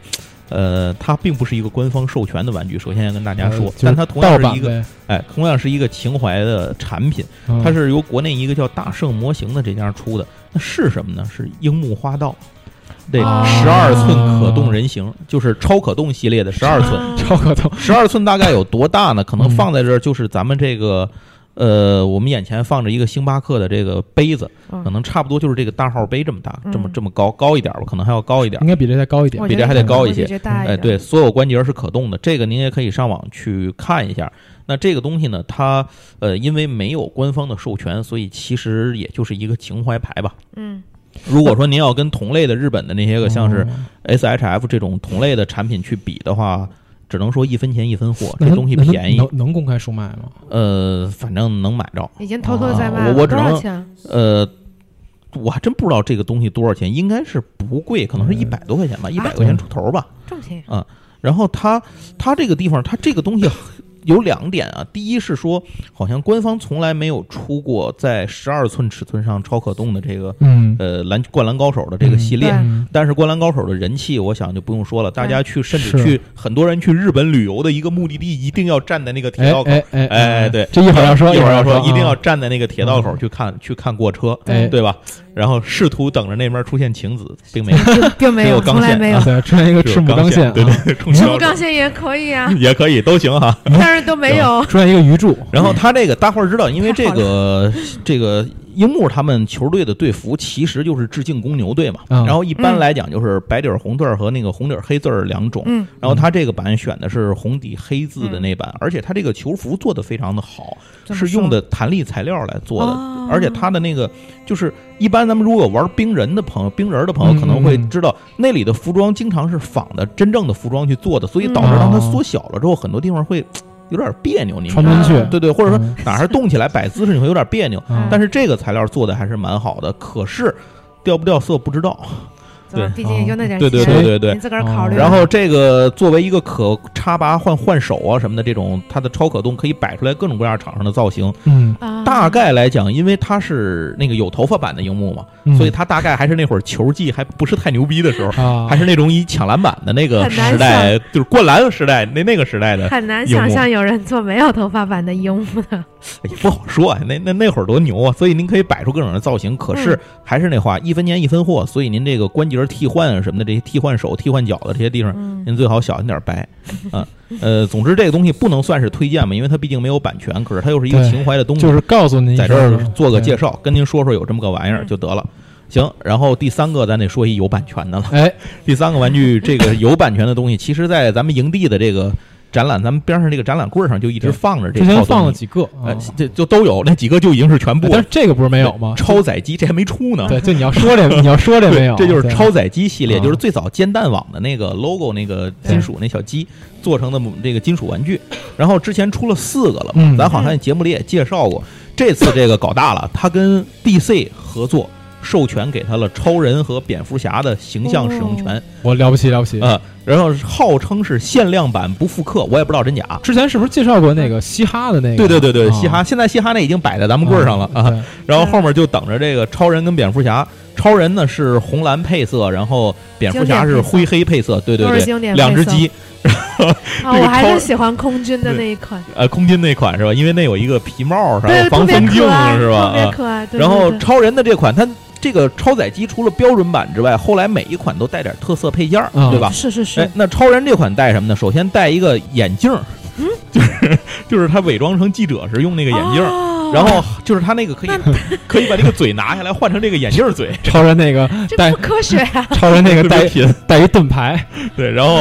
B: 呃，它并不是一个官方授权的玩具，首先要跟大家说，
A: 呃就是
B: 但它同
A: 盗
B: 样
A: 版
B: 是一个，
A: 呗
B: 哎，同样是一个情怀的产品，
A: 嗯
B: 它是由国内一个叫大圣模型的这家出的，那是什么呢？是樱木花道。对，
C: 啊
B: 十二寸可动人形，就是超可动系列的十二寸。
C: 啊
A: <laughs> 超可动，
B: 十二寸大概有多大呢？可能
A: 嗯
B: 放在这儿就是咱们这个，呃，我们眼前放着一个星巴克的这个杯子，
C: 嗯
B: 可能差不多就是这个大号杯这么大，这么
C: 嗯
B: 这么高，高一点儿吧，可能还要高一点儿
A: 应。该比这再高一点
C: 我。
B: 比
C: 觉
B: 这
C: 得
B: 还得高一
C: 我
B: 些
C: 觉得大一
B: 哎，
C: 点，
B: 对，所有关节是可动的，这个您也可以上网去看一下。那这个东西呢，它呃，因为没有官方的授权，所以其实也就是一个情怀牌吧。
C: 嗯，
B: 如果说您要跟同类的日本的那些个像是
A: 哦
B: SHF 这种同类的产品去比的话，只能说一分钱一分货，
A: 那
B: 这
A: 它
B: 东西
A: 那它
B: 便宜，
A: 能能公开售卖吗？
B: 呃，反正能买着。
C: 已经偷偷的在
B: 啊
C: 卖了，
B: 我我只
C: 多
B: 能
C: 少钱？
B: 呃，我还真不知道这个东西多少钱，应该是不贵，可能
A: 嗯
B: 是一百多块钱吧，一百块
A: 啊
B: 钱出头吧。
C: 这么便宜？
B: 然后它它这个地方，它这个东西有两点啊，第一是说，好像官方从来没有出过在十二寸尺寸上超可动的这个
A: 嗯，
B: 呃篮灌篮高手的这个系列。
C: 对
A: 嗯
B: 但是《灌篮高手》的人气，我想就不用说了。大家去，甚至
A: 是
B: 去很多人去日本旅游的一个目的地，一定要站在那个铁
A: 哎
B: 道口。
A: 哎哎
B: 哎对
A: 这一会儿要说，
B: 一会儿
A: 要
B: 要说，一定要
A: 啊
B: 站在那个铁道口去看去看过车，
A: 哎
B: 对吧？然后试图等着那边出现晴子，
A: <laughs>
B: 并没有，
C: 并并没
B: 只有 <laughs>
C: 有，
B: 钢
C: 从来
B: 线
C: 没
B: 啊
C: 有。
A: 对，穿一个
B: 只
A: 赤木
B: 钢
A: 线
B: 线，
A: 啊，
B: 对对，冲
C: 赤
B: 击
C: 木
B: 到
C: 钢线也可以
B: <laughs>
C: 啊，
B: 也可以，都行哈。
C: 但是都没有。
A: 穿一个鱼柱，
B: 然后他这个大伙儿知道，因为
C: 太
B: 这
C: 好
B: 个这个樱木他们球队的队服其实就是致敬公牛队嘛。
A: 嗯
B: 然后一般
C: 嗯
B: 来讲就是白底儿红字儿和那个红底儿黑字儿两种。
C: 嗯，
B: 然后他这个版选的是红底黑字的那版，而且他这个球服做的非常的好，
C: 怎么
B: 是
C: 说
B: 用的弹力材料来做的，
C: 哦
B: 而且它的那个就是一般咱们如果玩冰人的朋友，冰人的朋友可能会
A: 嗯嗯嗯
B: 知道那里的服装经常是仿的真正的服装去做的，所以导致
A: 嗯
B: 当它
A: 哦
B: 缩小了之后，很多地方会嘖有点别扭，你
A: 穿不进去，
B: 对对，或者说
A: 嗯
B: 哪儿动起来摆姿势你会有点别扭，
A: 啊
B: 但是这个材料做的还是蛮好的，可是掉不掉色不知道。
C: 怎么毕
B: 对
C: 竟也就那点
B: 对
C: 钱，
B: 对对对对
C: 您自个儿考虑。
A: 对
B: 然后这个作为一个可插拔换换手啊什么的这种，它的超可动可以摆出来各种各样场上的造型。
A: 嗯，
C: 啊
B: 大概来讲，因为它是那个有头发版的樱木嘛，
A: 嗯
B: 所以它大概还是那会儿球技还不是太牛逼的时候，
A: 啊
B: 还是那种以抢篮板的那个
C: 很难
B: 时代，就是灌篮时代那那个时代的，
C: 很难
B: 幽默
C: 想象有人做没有头发版的樱木的，
B: 也不好说啊。那那那会儿多牛啊！所以您可以摆出各种的造型，可是
C: 嗯
B: 还是那话，一分钱一分货。所以您这个关节替换啊什么的，这些替换手、替换脚的这些地方，
C: 嗯，
B: 您最好小心点儿掰，啊， <laughs> 呃，总之这个东西不能算是推荐嘛，因为它毕竟没有版权，可是它又是一个
A: 对
B: 情怀的东西，
A: 就是告诉您
B: 在这儿做个介
A: 绍，
B: 绍，跟您说说有这么个玩
C: 嗯
B: 意儿就得了。行，然后第三个咱得说一有版权的了。
A: 哎，
B: 第三个玩具，这个有版权的东西，其实，在咱们营地的这个展览，咱们边上这个展览柜上就一直
A: 对
B: 放着这
A: 之前
B: 套
A: 放了
B: 东西，
A: 几个，
B: 呃
A: 啊，
B: 这就都有，那几个就已经是全部
A: 但
B: 了
A: 是。这个不是没有吗？
B: 超载机这还没出呢，
A: 对，就你要说这，你要说这
B: 啊对，
A: 没有，
B: 这就是
A: 对
B: 超载机系列，
A: 啊
B: 就是最早煎蛋网的那个 logo 那个金属那小鸡做成的这个金属玩具。然后之前出了四个了嘛，
A: 嗯
B: 咱好像在节目里也介绍过。这次这个搞大了，他跟 DC 合作，授权给他了超人和蝙蝠侠的形象使用权啊、
A: 我了不起了不起。
B: 嗯然后号称是限量版不复刻，我也不知道真假。哦
A: 之前是不是介绍过那个嘻哈的那个？
B: 对对对对，
A: 啊
B: 嘻哈现在嘻哈那已经摆在咱们柜儿上了啊，
A: 对
B: 然后后面就等着这个超人跟蝙蝠侠。超人呢是红蓝配色，然后蝙蝠侠是灰黑配色，对对
C: 都是
B: 对，
C: 经典
B: 两只
C: 配色
B: 鸡，
C: 啊，
B: 这个
C: 我还
B: 超
C: 是喜欢空军的那一款，
B: 呃，空军那款是吧？因为那有一个皮帽，还
C: 对
B: 有，防
C: 特别
B: 风镜
C: 可爱，
B: 是吧？
C: 特别
B: 啊，
C: 可爱。对
B: 然后
C: 对对
B: 超人的这款，它这个超载机除了标准版之外，后来每一款都带点特色配件儿，
A: 嗯
B: 对吧？
C: 是是是
B: 哎，，那超人这款戴什么呢？首先戴一个眼镜，
C: 嗯，
B: <laughs> 就是就是他伪装成记者时用那个眼镜儿，
C: 哦
B: 然后就是他那个
C: <laughs>
B: 可以可以把这个嘴拿下来换成这个眼镜儿嘴，
A: 超人那个
C: 这
A: 带
C: 不科学啊，
A: 超人 <laughs>
B: <laughs>
A: 那个
B: 特别
A: 带
B: 贫。
A: 带一盾牌
B: 对，然后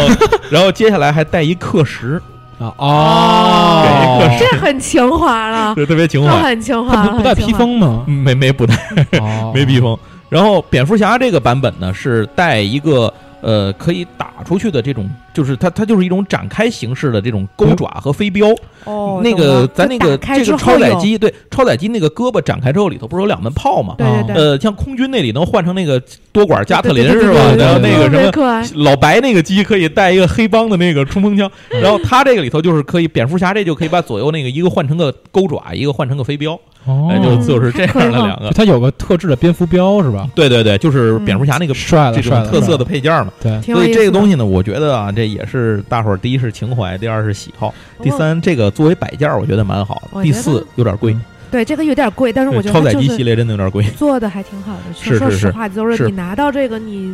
B: 然后接下来还带一课时，
A: 啊
B: 哦给一
A: 哦
B: 个，
C: 这很情怀了，
B: 对，特别情
C: 这
B: 怀，
C: 很情怀
A: 他
C: 了，
A: 不不带
C: 很情
A: 披
C: 怀，
A: 风吗？
B: 嗯没没不带
A: 哦
B: 没披风。然后蝙蝠侠这个版本呢是带一个呃可以打出去的这种，就是它它就是一种展开形式的这种钩爪和飞镖。
C: 哦，
B: 那
C: 懂
B: 个
C: 了
B: 咱那
C: 就
B: 个
C: 打开
B: 这
C: 之
B: 个
C: 后
B: 超载
C: 有，
B: 机，对超载机那个胳膊展开之后里头不是有两门炮吗？
C: 对对对，
B: 呃，像空军那里能换成那个多管加特林
C: 对对对
B: 是吧
C: 对？对对
B: 然后那
C: 对
B: 个
C: 特
B: 什么
C: 别可爱，
B: 老白那个鸡可以带一个黑帮的那个冲锋枪，
C: 嗯
B: 然后他这个里头就是可以蝙蝠侠这就可以把左右那个一个换成个钩爪，一个换成个飞镖，哎，
A: 哦，
B: 就
C: 嗯
B: 就是这样的两
A: 就
B: 个。
A: 他有个特制的蝙蝠镖是吧？
B: 对对对，就是
C: 嗯
B: 蝙蝠侠那个
A: 帅
B: 这
A: 了，帅
B: 种
A: 了，
B: 特色的
A: 的
B: 配件嘛。
A: 对，
C: 挺有
B: 所以这个东
C: 西，
B: 西呢，我觉得啊，这也是大伙儿第一是情怀，第二是喜好，
C: 不
B: 第
C: 过
B: 三这个作为摆件儿我觉得蛮好的，
C: 我
B: 第
C: 觉得嗯
B: 四有点贵，
C: 对这个有点贵，但是我
B: 对
C: 觉
B: 超
C: 得
B: 载
C: 就
B: 机系
C: 是
B: 列真的有点贵。
C: 做的还挺好的。说
B: 是
C: 说
B: 是
C: 实
B: 是
C: 话，就是
B: 是
C: 你拿到这个你，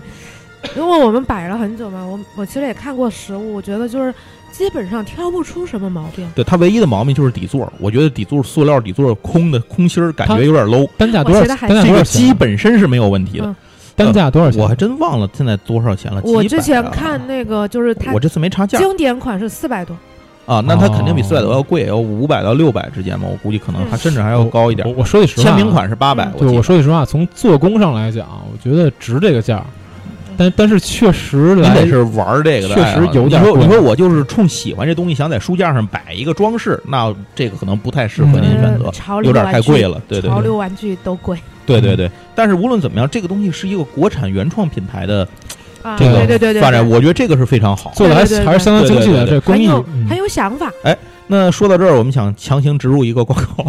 C: 因为我们摆了很久嘛，我我其实也看过实物，我觉得就是基本上挑不出什么毛病。
B: 对它唯一的毛病就是底座，我觉得底座塑料底座空的空心儿感
A: 它
B: 觉有点 low，
A: 单价
C: 我
A: 多少？
C: 觉得还
A: 单价
B: 这
A: 多
B: 个
A: 少
B: 鸡
A: 钱？啊
B: 本身是没有问题的
C: 嗯。
A: 单价多少钱？啊
B: 我还真忘了现在多少钱了。
C: 啊我
B: 几百
C: 之前
B: 啊
C: 看那个就是它
B: 我这次没查价，
C: 经典款是四百多，
B: 啊，那它肯定比
A: 哦
B: 四百多要贵，要五百到六百之间嘛，我估计可能
C: 嗯
B: 还甚至还要高一点
A: 我。我说句实话，啊
B: 签名。款是八百，
A: 对，
B: 记
A: 我
B: 得
A: 说句实话，从做工上来讲，我觉得值这个价儿，
C: 嗯
A: 但但是确实
B: 您
A: 来
B: 得是玩儿这个的
A: 确
B: 爱好，
A: 实有点
B: 你说
A: 贵
B: 你说我就是冲喜欢这东西，想在书架上摆一个装饰，那这个可能不太适合您
A: 嗯
B: 选择，
C: 呃潮流
B: 有点
C: 玩
B: 太
C: 具
B: 贵，了。对对
C: 潮
B: 对
C: 流玩具都贵
B: 对对对。但是无论怎么样，这个东西是一个国产原创品牌的
C: 啊！
B: 这个
C: 对对对对，
B: 发展，
C: 对
B: 我觉得这个是非常好。
A: 做的还
C: 对对对
A: 还是相当精细的，
B: 对对
A: 这
B: 对
A: 工
C: 很
A: 艺
C: 有
A: 嗯
C: 很有想法。
B: 那说到这儿，我们想强行植入一个广
C: <laughs>
B: 告，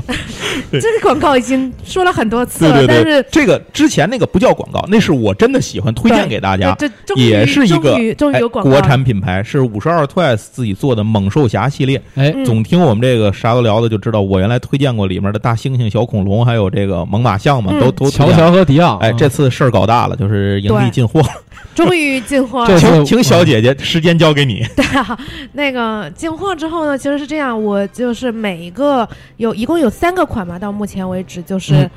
C: 这个广告已经说了很多次了，
B: 对对对
C: 但是
B: 这个之前那个不叫广告，那是我真的喜欢推荐给大家。
C: 这这终于
B: 也是一个
C: 终于终于
B: 哎，
C: 有广告
B: 国产 <laughs> 品牌是五十二 Twice 自己做的猛兽侠系列。
A: 哎，
C: 嗯
B: 总听我们这个啥都聊的，就知道我原来推荐过里面的大猩猩、小恐龙，还有这个猛犸象嘛，
C: 嗯
B: 都都推
A: 乔
B: 荐
A: 乔和迪奥，
B: 哎，这次事儿搞大了，就是盈利
C: 对
B: 进货，
C: <laughs> 终于进货
A: 这
C: 了。
A: 次
B: 请请小姐姐，时间交给你。
C: <laughs> 对啊，那个进货之后呢，其实是这样，我就是每一个有一共有三个款嘛，到目前为止就是
B: 嗯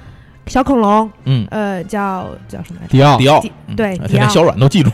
C: 小恐龙，
B: 嗯，
C: 呃，叫叫什么来着？
A: 迪奥
B: 迪奥
C: 哦迪，
B: 嗯
C: 对
B: 哎
C: 迪
B: 连
C: 奥
B: 小阮都记住。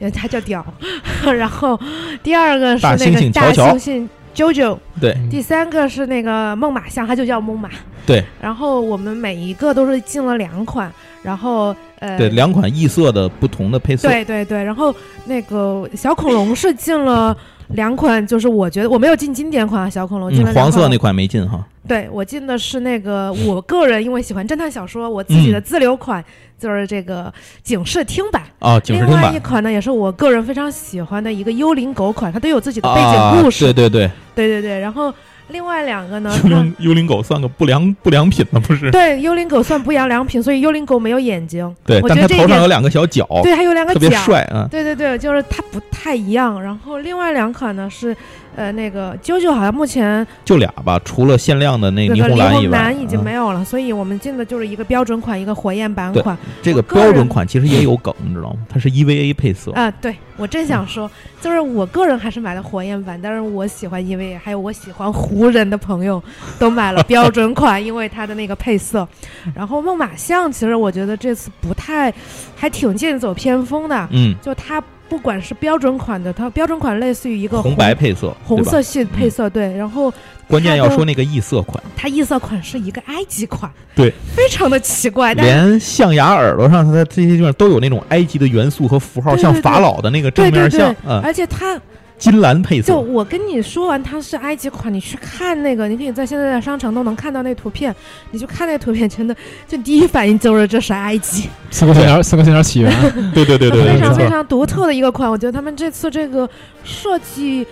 C: 呃它叫屌。 <laughs> 然后第二个是
B: 大
C: 那
B: 猩
C: 个
B: 猩
C: 大
B: 乔乔
C: 猩猩 JoJo，
B: 对，
A: 嗯
C: 第三个是那个猛犸象，它就叫猛犸。
B: 对。
C: 然后我们每一个都是进了两款，然后呃，
B: 对，两款异色的不同的配色。
C: 对对对，然后那个小恐龙是进了两款，就是我觉得我没有进经典款啊，小恐龙进了
B: 嗯，
C: 两款、
B: 黄色那款没进哈。
C: 对我进的是那个我个人因为喜欢侦探小说，我自己的
B: 嗯
C: 自留款、就是这个警示厅版。
B: 啊，警视
C: 另
B: 厅
C: 外
B: 版
C: 一款呢，也是我个人非常喜欢的一个幽灵狗款，它都有自己的背
B: 啊
C: 景故事。嗯
B: 对对对，
C: 对对对，然后另外两个呢，
B: 幽
C: 它
B: 灵幽灵狗算个不良不良品了，不是？
C: 对幽灵狗算不良良品，所以幽灵狗没有眼睛，
B: 对，
C: 我
B: 但
C: 觉得
B: 它
C: 这
B: 头
C: 一
B: 上
C: 点
B: 有两个小角，
C: 对，还有两个
B: 哦特别
C: 角。
B: 帅啊。
C: 对对对，就是它不太一样。然后另外两款呢是，呃，那个啾啾好像目前
B: 就俩吧，除了限量的那
C: 这
B: 个
C: 个
B: 虹
C: 霓
B: 蓝以
C: 虹
B: 外，
C: 蓝已经
B: 嗯
C: 没有了，所以我们进的就是一个标准款，一个火焰版
B: 对
C: 款。
B: 嗯这个
C: 我个人
B: 标准款其实也有梗，你知道吗？它是 EVA 配色，
C: 啊，对我正想说，就是我个人还是买了火焰版，但是我喜欢 EVA，还有我喜欢湖人的朋友都买了标准款，因为它的那个配色。然后孟马象，其实我觉得这次不太，还挺剑走偏锋的，
B: 嗯，
C: 就它不管是标准款的，它标准款类似于一个
B: 红白配色，
C: 红
B: 对吧嗯
C: 色系配色，对，然后
B: 关键要
C: 它
B: 说
C: 都
B: 那个异色款，
C: 它异色款是一个埃及款，
B: 对，
C: 非常的奇怪，但是
B: 连象牙耳朵上，它在这些地方都有那种埃及的元素和符号，
C: 对对
B: 像
C: 对
B: 法老的那个
C: 对
B: 正面
C: 对
B: 像
C: 对，
B: 嗯，
C: 而且它
B: 金蓝配
C: 就
B: 色，
C: 我跟你说完它是埃及款，你去看那个，你可以在现在的商城都能看到那图片，你去看那图片，真的就第一反应就是这是埃及，
A: 四个线条，四个线条起源，
C: <laughs>
B: 对对对对对，
C: 非
B: 没
C: 常
B: 错
C: 非常独特的一个款，我觉得他们这次这个设计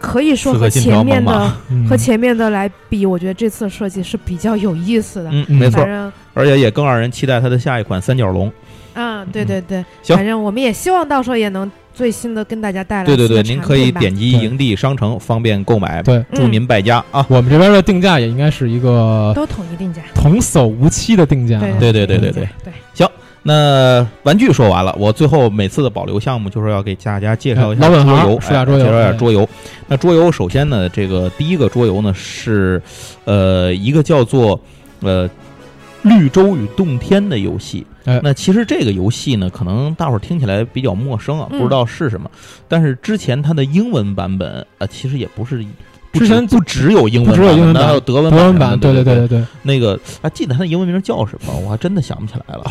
C: 可以说
B: 刺
C: 和
B: 客信条
C: 前面
B: 猛
C: 的
A: 嗯
C: 和前面的来比，我觉得这次设计是比较有意思的，
B: 嗯，没错
C: 反，正。
B: 而且也更让人期待它的下一款三角龙。
C: 嗯，对对对，
B: 行
C: 反正我们也希望到时候也能最新的跟大家带来
B: 对对
C: 新的
B: 对，您
C: 产
B: 可以
C: 品吧嗯
B: 点击
A: 对
B: 营地商城方便购买，
A: 对
B: 祝您败家啊！
A: 我们这边的定价也应该是一个
C: 都统一定价。
A: 童叟无欺的定价啊，
C: 对
B: 对对对对对
C: 对。对，
B: 那玩具说完了，我最后每次的保留项目就是要给大家介绍一下
A: 老本
B: 桌
A: 行
B: 游，
A: 暑假
B: 哎
A: 桌游嗯
B: 介绍一下
A: 对
B: 桌游。那桌游首先呢，这个第一个桌游呢是，呃，一个叫做呃。绿洲与洞天的游戏，
A: 哎
B: 那其实这个游戏呢，可能大伙儿听起来比较陌生啊，不
C: 嗯
B: 知道是什么。但是之前它的英文版本，呃，其实也不是，不
A: 之前
B: 只不只有英文
A: 不只
B: 版
A: 有
B: 本，
A: 英文版
B: 那还有德文
A: 德文
B: 版什
A: 版，
B: 么的，
A: 对
B: 对
A: 对对对，
B: 那个啊，记得它的英文名叫什么？我还真的想不起来了。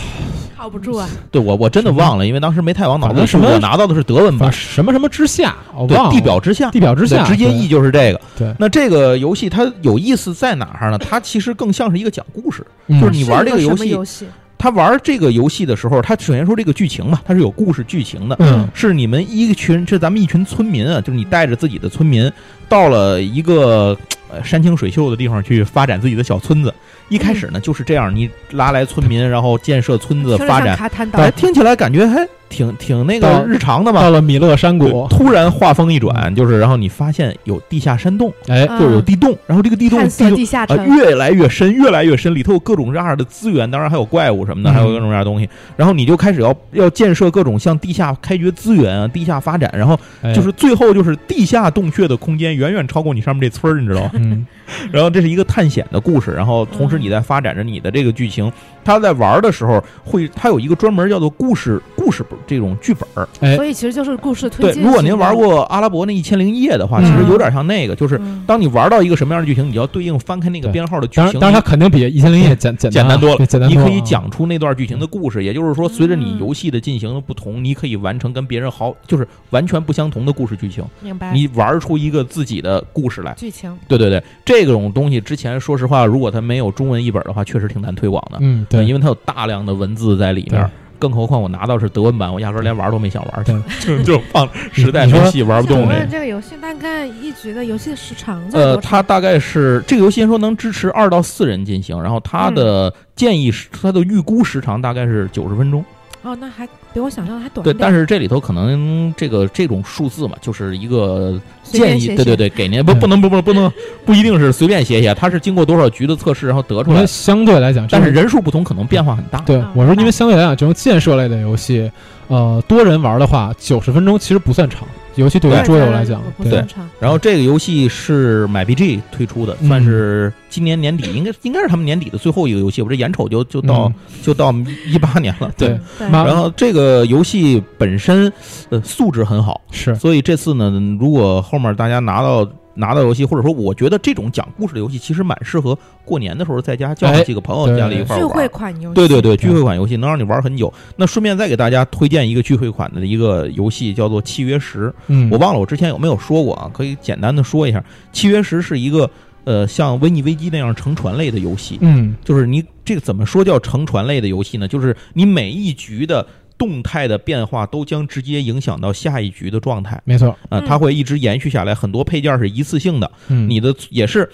C: 靠不住啊！
B: 对我我真的
A: 什么
B: 忘了，因为当时没太往脑子
A: 反正
B: 里去。
A: 什么
B: 我拿到的是德文
A: 啊
B: 版，
A: 什么什么之下，我
B: 对
A: 忘了
B: 地表之下，
A: 地表之下，
B: 对直接
A: 对
B: 译就是这个。
A: 对
B: 那这个游戏它有意思在哪儿呢？它其实更像是一个讲故事。
A: 嗯
B: 就是你玩这
C: 个
B: 个游
C: 什么
B: 戏
C: 游戏，
B: 他玩这个游戏的时候，他首先说这个剧情嘛，它是有故事剧情的。
A: 嗯
B: 是你们一群，这咱们一群村民啊，就是你带着自己的村民到了一个呃山清水秀的地方去发展自己的小村子。一开始
A: 嗯
B: 呢就是这样，你拉来村民，然后建设村子
C: 听着
B: 发
C: 像
B: 展，
C: 卡坦岛
B: 哎，听起来感觉还挺挺那个
A: 到
B: 日常的嘛。
A: 到了米勒山
B: 对
A: 谷，
B: 突然画风一转，就是然后你发现有地下山洞，
A: 哎，
C: 嗯
B: 就是有地洞，然后这个地洞
C: 探
B: 地
C: 索
B: 洞
C: 地下
B: 啊
C: 城，
B: 越来越深，越来越深，里头有各种各样的资源，当然还有怪物什么的，
A: 嗯
B: 还有各种各样的东西。然后你就开始要要建设各种像地下开掘资源啊、地下发展，然后
A: 哎
B: 就是最后就是地下洞穴的空间远远超过你上面这村儿，你知道
C: <laughs>
B: 吗？
A: 嗯，
B: 然后这是一个探险的故事，然后同时你在发展着你的这个剧情。他在玩的时候会，他有一个专门叫做故事故故事本这种剧本儿。
A: 哎
C: 所以其实就是故事推
B: 对，
C: 进型的。
B: 如果您玩过《阿拉伯那一千零一夜》的话，
A: 嗯
B: 其实有点像那个，就是
C: 嗯，
B: 当你玩到一个什么样的剧情，你就要对应翻开那个
A: 对
B: 编号的剧
A: 当然，
B: 情。
A: 当然它肯定比《一千零一夜》简简
B: 简单多了
A: 对简单
B: 你
A: 多
B: 可
A: 了
B: 以
A: 啊
B: 讲出那段剧情的故事，也就是说，随着你
C: 嗯
B: 游戏的进行的不同，你可以完成跟别人好就是完全不相同的故事剧情，
C: 明白
B: 你玩出一个自己的故事来。
C: 剧情，
B: 对对对，这种东西之前说实话，如果它没有中文译本的话，确实挺难推广的，
A: 嗯，对，
B: 因为它有大量的文字在里面
A: 对。
B: 更何况我拿到是德文版，我压根儿连玩都没想玩，
A: 对
B: 就 <laughs> 就放实在
A: 你说
B: 没戏玩不动
C: 想
B: 那
C: 问
B: 个。
C: 这个游戏大概一局的游戏时长在
B: 呃，
C: 多
B: 它
C: 长？
B: 大概是这个游戏先说能支持二到四人进行，然后它
C: 嗯
B: 的建议是它的预估时长大概是九十分钟。
C: 哦，那还比我想象的还短
B: 对，
C: 点。
B: 但是这里头可能这个这种数字嘛，就是一个
C: 随便
B: 建议，
C: 写
B: 对对
C: 写
B: 对，给您不
A: 嗯
B: 不能不不不能不一定是随便写一写，它是经过多少局的测试然后得出
A: 因
B: 来
A: 为
B: 的，
A: 相对来讲，
B: 但是
A: 这种
B: 人数不同可能变化很大。
A: 对
C: 啊
A: 我说，因为相对来讲，这种建设类的游戏，呃，多人玩的话，九十分钟其实不算长，尤其对于
C: 对
A: 桌游来讲，
C: 不
A: 对
C: 算长。
B: 然后这个游戏是买 BG 推出的，
A: 嗯
B: 算是今年年底，应该应该是他们年底的最后一个游戏。我这眼瞅就就到、
A: 嗯
B: 就到一八年了，
A: 对
C: 嗯对，
A: 妈
B: 然后这个游戏本身，呃，素质很好，
A: 是
B: 所以这次呢，如果后面大家拿到拿到游戏，或者说我觉得这种讲故事的游戏，其实蛮适合过年的时候在家叫
A: 哎
B: 上几个朋友家里一块
C: 聚
B: 儿
C: 会
B: 玩。
C: 款游戏，
B: 对对对，
A: 对
B: 聚会款游戏能让你玩很久。那顺便再给大家推荐一个聚会款的一个游戏，叫做《契约十》。
A: 嗯，
B: 我忘了我之前有没有说过啊，可以简单的说一下，《契约十》是一个呃像《瘟疫危机》那样乘船类的游戏，
A: 嗯
B: 就是你这个怎么说叫乘船类的游戏呢？就是你每一局的动态的变化都将直接影响到下一局的状态
A: 没错，
B: 啊、
C: 嗯
B: 它会一直延续下来。很多配件是一次性的，
A: 嗯
B: 你的也是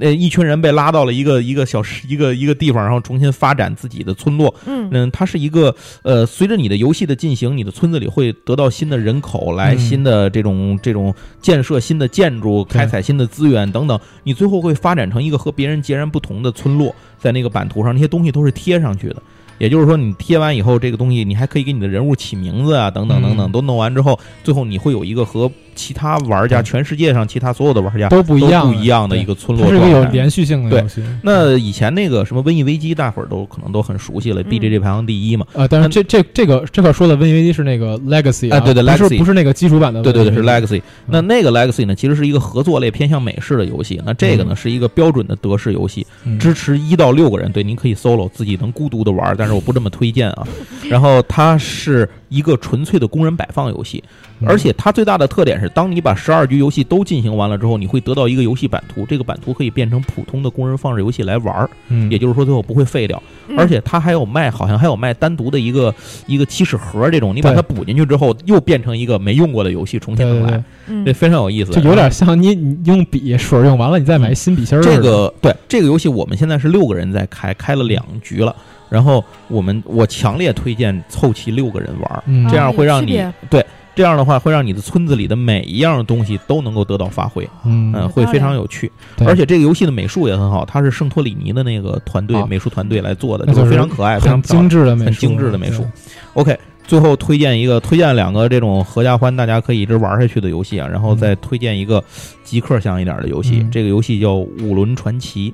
B: 呃一群人被拉到了一个一个小一个一个地方，然后重新发展自己的村落。
C: 嗯，
B: 嗯，它是一个呃，随着你的游戏的进行，你的村子里会得到新的人口来，
A: 嗯
B: 新的这种这种建设新的建筑，
A: 对
B: 开采新的资源等等，你最后会发展成一个和别人截然不同的村落，在那个版图上，那些东西都是贴上去的。也就是说，你贴完以后，这个东西你还可以给你的人物起名字啊，等等等等，
A: 嗯
B: 都弄完之后，最后你会有一个和其他玩家，
A: 对
B: 全世界上其他所有的玩家
A: 都不
B: 都
A: 一样，
B: 不一样的一个村
A: 对，
B: 落
A: 它是一
B: 状
A: 个有
B: 态。
A: 连续性的游戏。
B: 那以前那个什么《瘟疫危机》，大伙儿都可能都很熟悉了
C: 嗯
B: ，BJG 排行第一嘛。
A: 呃，但是这这这个这块说的《瘟疫危机》是那个 Legacy
B: 啊对对
A: 不是
B: Legacy
A: 不是那个基础版的，
B: 对对对，是 Legacy。那
A: 嗯
B: 那个 Legacy 呢，其实是一个合作类偏向美式的游戏。那这个呢，
A: 嗯
B: 是一个标准的德式游戏，
A: 嗯
B: 支持一到六个人。对，您可以 solo 自己能孤独的玩，但是我不这么推荐
A: <laughs>
B: 啊。然后它是一个纯粹的工人摆放游戏，
A: 嗯
B: 而且它最大的特点是，当你把十二局游戏都进行完了之后，你会得到一个游戏版图，这个版图可以变成普通的工人放置游戏来玩儿，
A: 嗯
B: 也就是说最后不会废掉。
C: 嗯
B: 而且它还有卖，好像还有卖单独的一个一个起始盒这种，你把它补进去之后，又变成一个没用过的游戏重新
A: 对对
B: 弄来
A: 对，，
C: 嗯
B: 这非常有意思。
A: 就有点像你你用笔水儿用完了，你再买一新笔芯儿似的。
B: 这个对这个游戏，我们现在是六个人在开，开了两局了。然后我们我强烈推荐凑齐六个人玩儿，
A: 嗯
B: 这样会
C: 哦
B: 让
C: 有区
B: 你
C: 别
B: 对这样的话会让你的村子里的每一样东西都能够得到发挥，
A: 嗯
B: 嗯，
C: 有
B: 会
C: 道
B: 非常
C: 理
B: 有趣。
A: 对
B: 而且这个游戏的美术也很好，它是圣托里尼的那个团队
A: 啊
B: 美术团队来做的，
A: 那
B: 就
A: 就是
B: 非常可爱，非常
A: 很
B: 漂亮
A: 精。致的美术，
B: 很精致的美术嗯
A: 对。
B: OK，最后推荐一个，推荐两个这种合家欢大家可以一直玩下去的游戏啊，然后再推荐一个极客像一点的游戏，
A: 嗯
B: 这个游戏叫《五轮传奇》。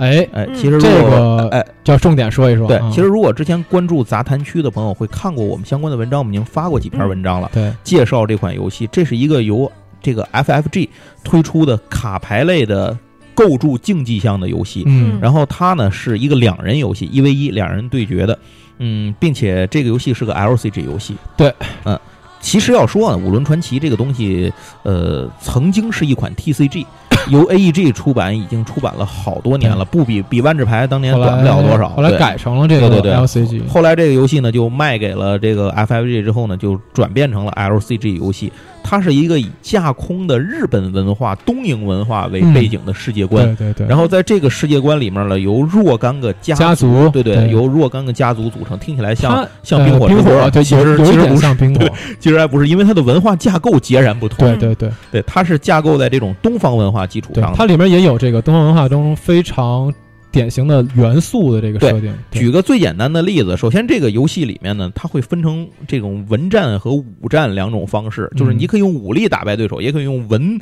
A: 哎，
B: 哎，
C: 嗯
B: 其实如
A: 这
B: 果、
A: 个
B: 哎，
A: 要重点说一说。
B: 对，
A: 啊
B: 其实如果之前关注杂谈区的朋友会看过我们相关的文章，我们已经发过几篇文章了，
A: 对，
B: 介绍这款游戏。这是一个由这个 FFG 推出的卡牌类的构筑竞技项的游戏。
A: 嗯，
B: 然后它呢是一个两人游戏，一 v 一两人对决的，嗯，并且这个游戏是个 LCG 游戏。
A: 对，
B: 嗯，其实要说啊，《五轮传奇》这个东西，呃，曾经是一款 TCG，由 AEG 出版，已经出版了好多年了，不比比万智牌当年
A: 后
B: 短
A: 来
B: 不了多少。
A: 后来
B: 对。
A: 改成了这个
B: 对对对
A: LCG。
B: 后来这个游戏呢，就卖给了这个 FFG 之后呢，就转变成了 LCG 游戏。它是一个以架空的日本文化、东瀛文化为
A: 嗯
B: 背景的世界观，
A: 对对对，
B: 然后在这个世界观里面呢，由若干个家
A: 家族
B: 对
A: 对
B: 对，由若干个家族组成，听起来像
A: 它
B: 像
A: 呃
B: 冰火之
A: 冰
B: 国
A: 火，对，
B: 其实
A: 有有
B: 其
A: 一
B: 实
A: 点
B: 不是，
A: 像冰火，
B: 其实还不是，因为它的文化架构截然不同。
A: 对对对
B: 对，它是架构在这种东方文化基础
A: 对
B: 上，的。
A: 它里面也有这个东方文化当中非常典型的元素的这个
B: 对
A: 设定。对
B: 举个最简单的例子，首先这个游戏里面呢，它会分成这种文战和武战两种方式，就是
A: 嗯
B: 你可以用武力打败对手，也可以用文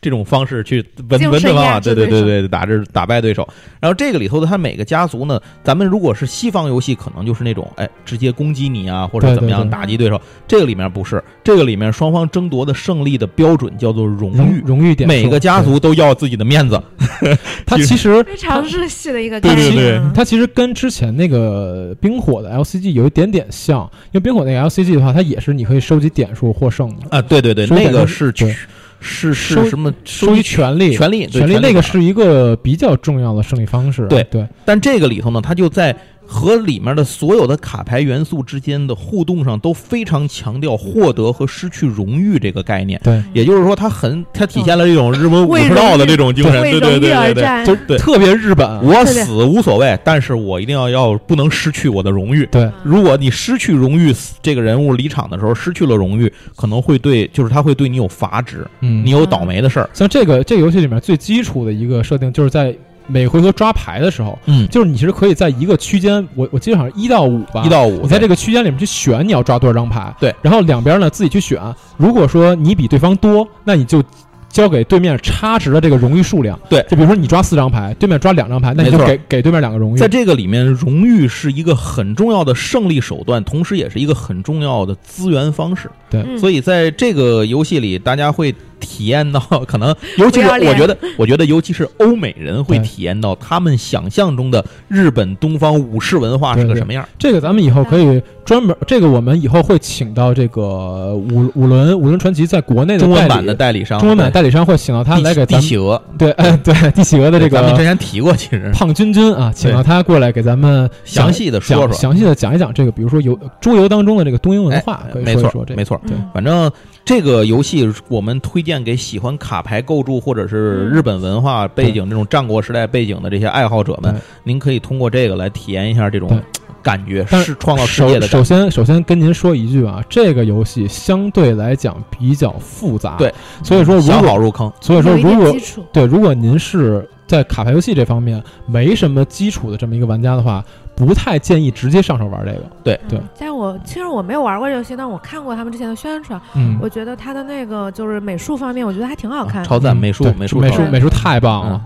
B: 这种方式去文
C: 进入
B: 文的
C: 深
B: 方
C: 渊
B: 法，
C: 制
B: 对对
C: 对
B: 对
C: 手
B: 对，打制打败对手。然后这个里头的它每个家族呢，咱们如果是西方游戏，可能就是那种哎直接攻击你啊，或者
A: 对
B: 怎么
A: 对
B: 样
A: 对
B: 打击对手。这个里面不是，这个里面双方争夺的胜利的标准叫做荣
A: 荣
B: 誉，
A: 荣誉点数，
B: 每个家族都要自己的面子。
A: 对它其实
C: 非常日系的一个
B: 对
C: 概
B: 对
C: 念。
B: 对
C: 嗯
A: 它其实跟之前那个冰火的 LCG 有一点点像，因为冰火那个 LCG 的话，它也是你可以收集点数获胜的，
B: 啊，对对对，
A: 收
B: 那
A: 点
B: 个
A: 就是对
B: 是
A: 收
B: 是什么
A: 收集权利。
B: 权利对
A: 权利那个
B: 卡
A: 是一个比较重要的胜利方式。啊
B: 对
A: 对，
B: 但这个里头呢，它就在和里面的所有的卡牌元素之间的互动上都非常强调获得和失去荣誉这个概念。
A: 对，
C: 嗯
B: 也就是说，它很它体现了这种日本武
C: 为
B: 士道
C: 荣
B: 的
C: 誉
B: 这种精神，
C: 嗯为
B: 对
C: 荣
B: 对
C: 誉而
B: 对对对。
C: 战，
B: 对
A: 特别日本啊，
B: 我
C: 对对
B: 死无所谓，但是我一定要要不能失去我的荣誉。
A: 对
B: 如果你失去荣誉，这个人物离场的时候失去了荣誉，可能会对，就是他会对你有阀值，
A: 嗯
B: 你有倒霉的事儿。
A: 像这个这个游戏里面最基础的一个设定，就是在每回合抓牌的时候，
B: 嗯，
A: 就是你其实可以在一个区间，我我记得好像一到五吧，
B: 一到五，
A: 你在这个区间里面去选你要抓多少张牌，
B: 对，
A: 然后两边呢自己去选。如果说你比对方多，那你就交给对面差值的这个荣誉数量，
B: 对
A: 就比如说你抓四张牌，对面抓两张牌，那你就
B: 没错
A: 给给对面两个荣誉
B: 在。这个里面，荣誉是一个很重要的胜利手段，同时也是一个很重要的资源方式。
C: 嗯
B: 所以在这个游戏里，大家会体验到，可能尤其是
C: 不要脸
B: 我觉得，我觉得尤其是欧美人会
A: 对
B: 体验到他们想象中的日本东方武士文化是个什么样。
A: 这个咱们以后可以专门，这个我们以后会请到这个五五轮五轮传奇在国内的
B: 中文
A: 代
B: 版
A: 理
B: 的代理商，
A: 中文版代理商会请到他
B: 地
A: 来给
B: 地
A: 咱们
B: 企鹅，
A: 对，哎对，地企鹅的这
B: 咱们之
A: 个
B: 前提过，其实
A: 胖君君啊，请到他过来给咱们讲
B: 详细的说
A: 讲
B: 说。
A: 详细的讲一讲这个，比如说游桌游当中的这个东英文化
B: 哎，
A: 可以
B: 没
A: 说一
B: 错
A: 说，这个
B: 没错，
A: 对
C: 嗯
B: 反正这个游戏我们推荐给喜欢卡牌构筑或者是日本文化背景、这种战国时代背景的这些爱好者们
A: 对，
B: 您可以通过这个来体验一下这种
A: 对
B: 感觉，
A: 但
B: 是创造世
A: 首
B: 界的感
A: 首
B: 觉。
A: 先，首先跟您说一句啊，这个游戏相对来讲比较复杂，
B: 对，嗯
A: 所以说如
B: 想好
A: 果
B: 入坑，
A: 所以说
C: 有一
A: 如
C: 点
A: 果
C: 基础，
A: 对如果您是在卡牌游戏这方面没什么基础的这么一个玩家的话，不太建议直接上手玩这个，对
C: 嗯但我其实我没有玩过这游戏，但我看过他们之前的宣传，
A: 嗯。
C: 我觉得它的那个就是美术方面，我觉得还挺好看。
B: 啊超赞美
A: 嗯
B: 术
A: 对
B: 美术
A: 美
B: 超
A: 术
B: 赞
A: 美术太棒了，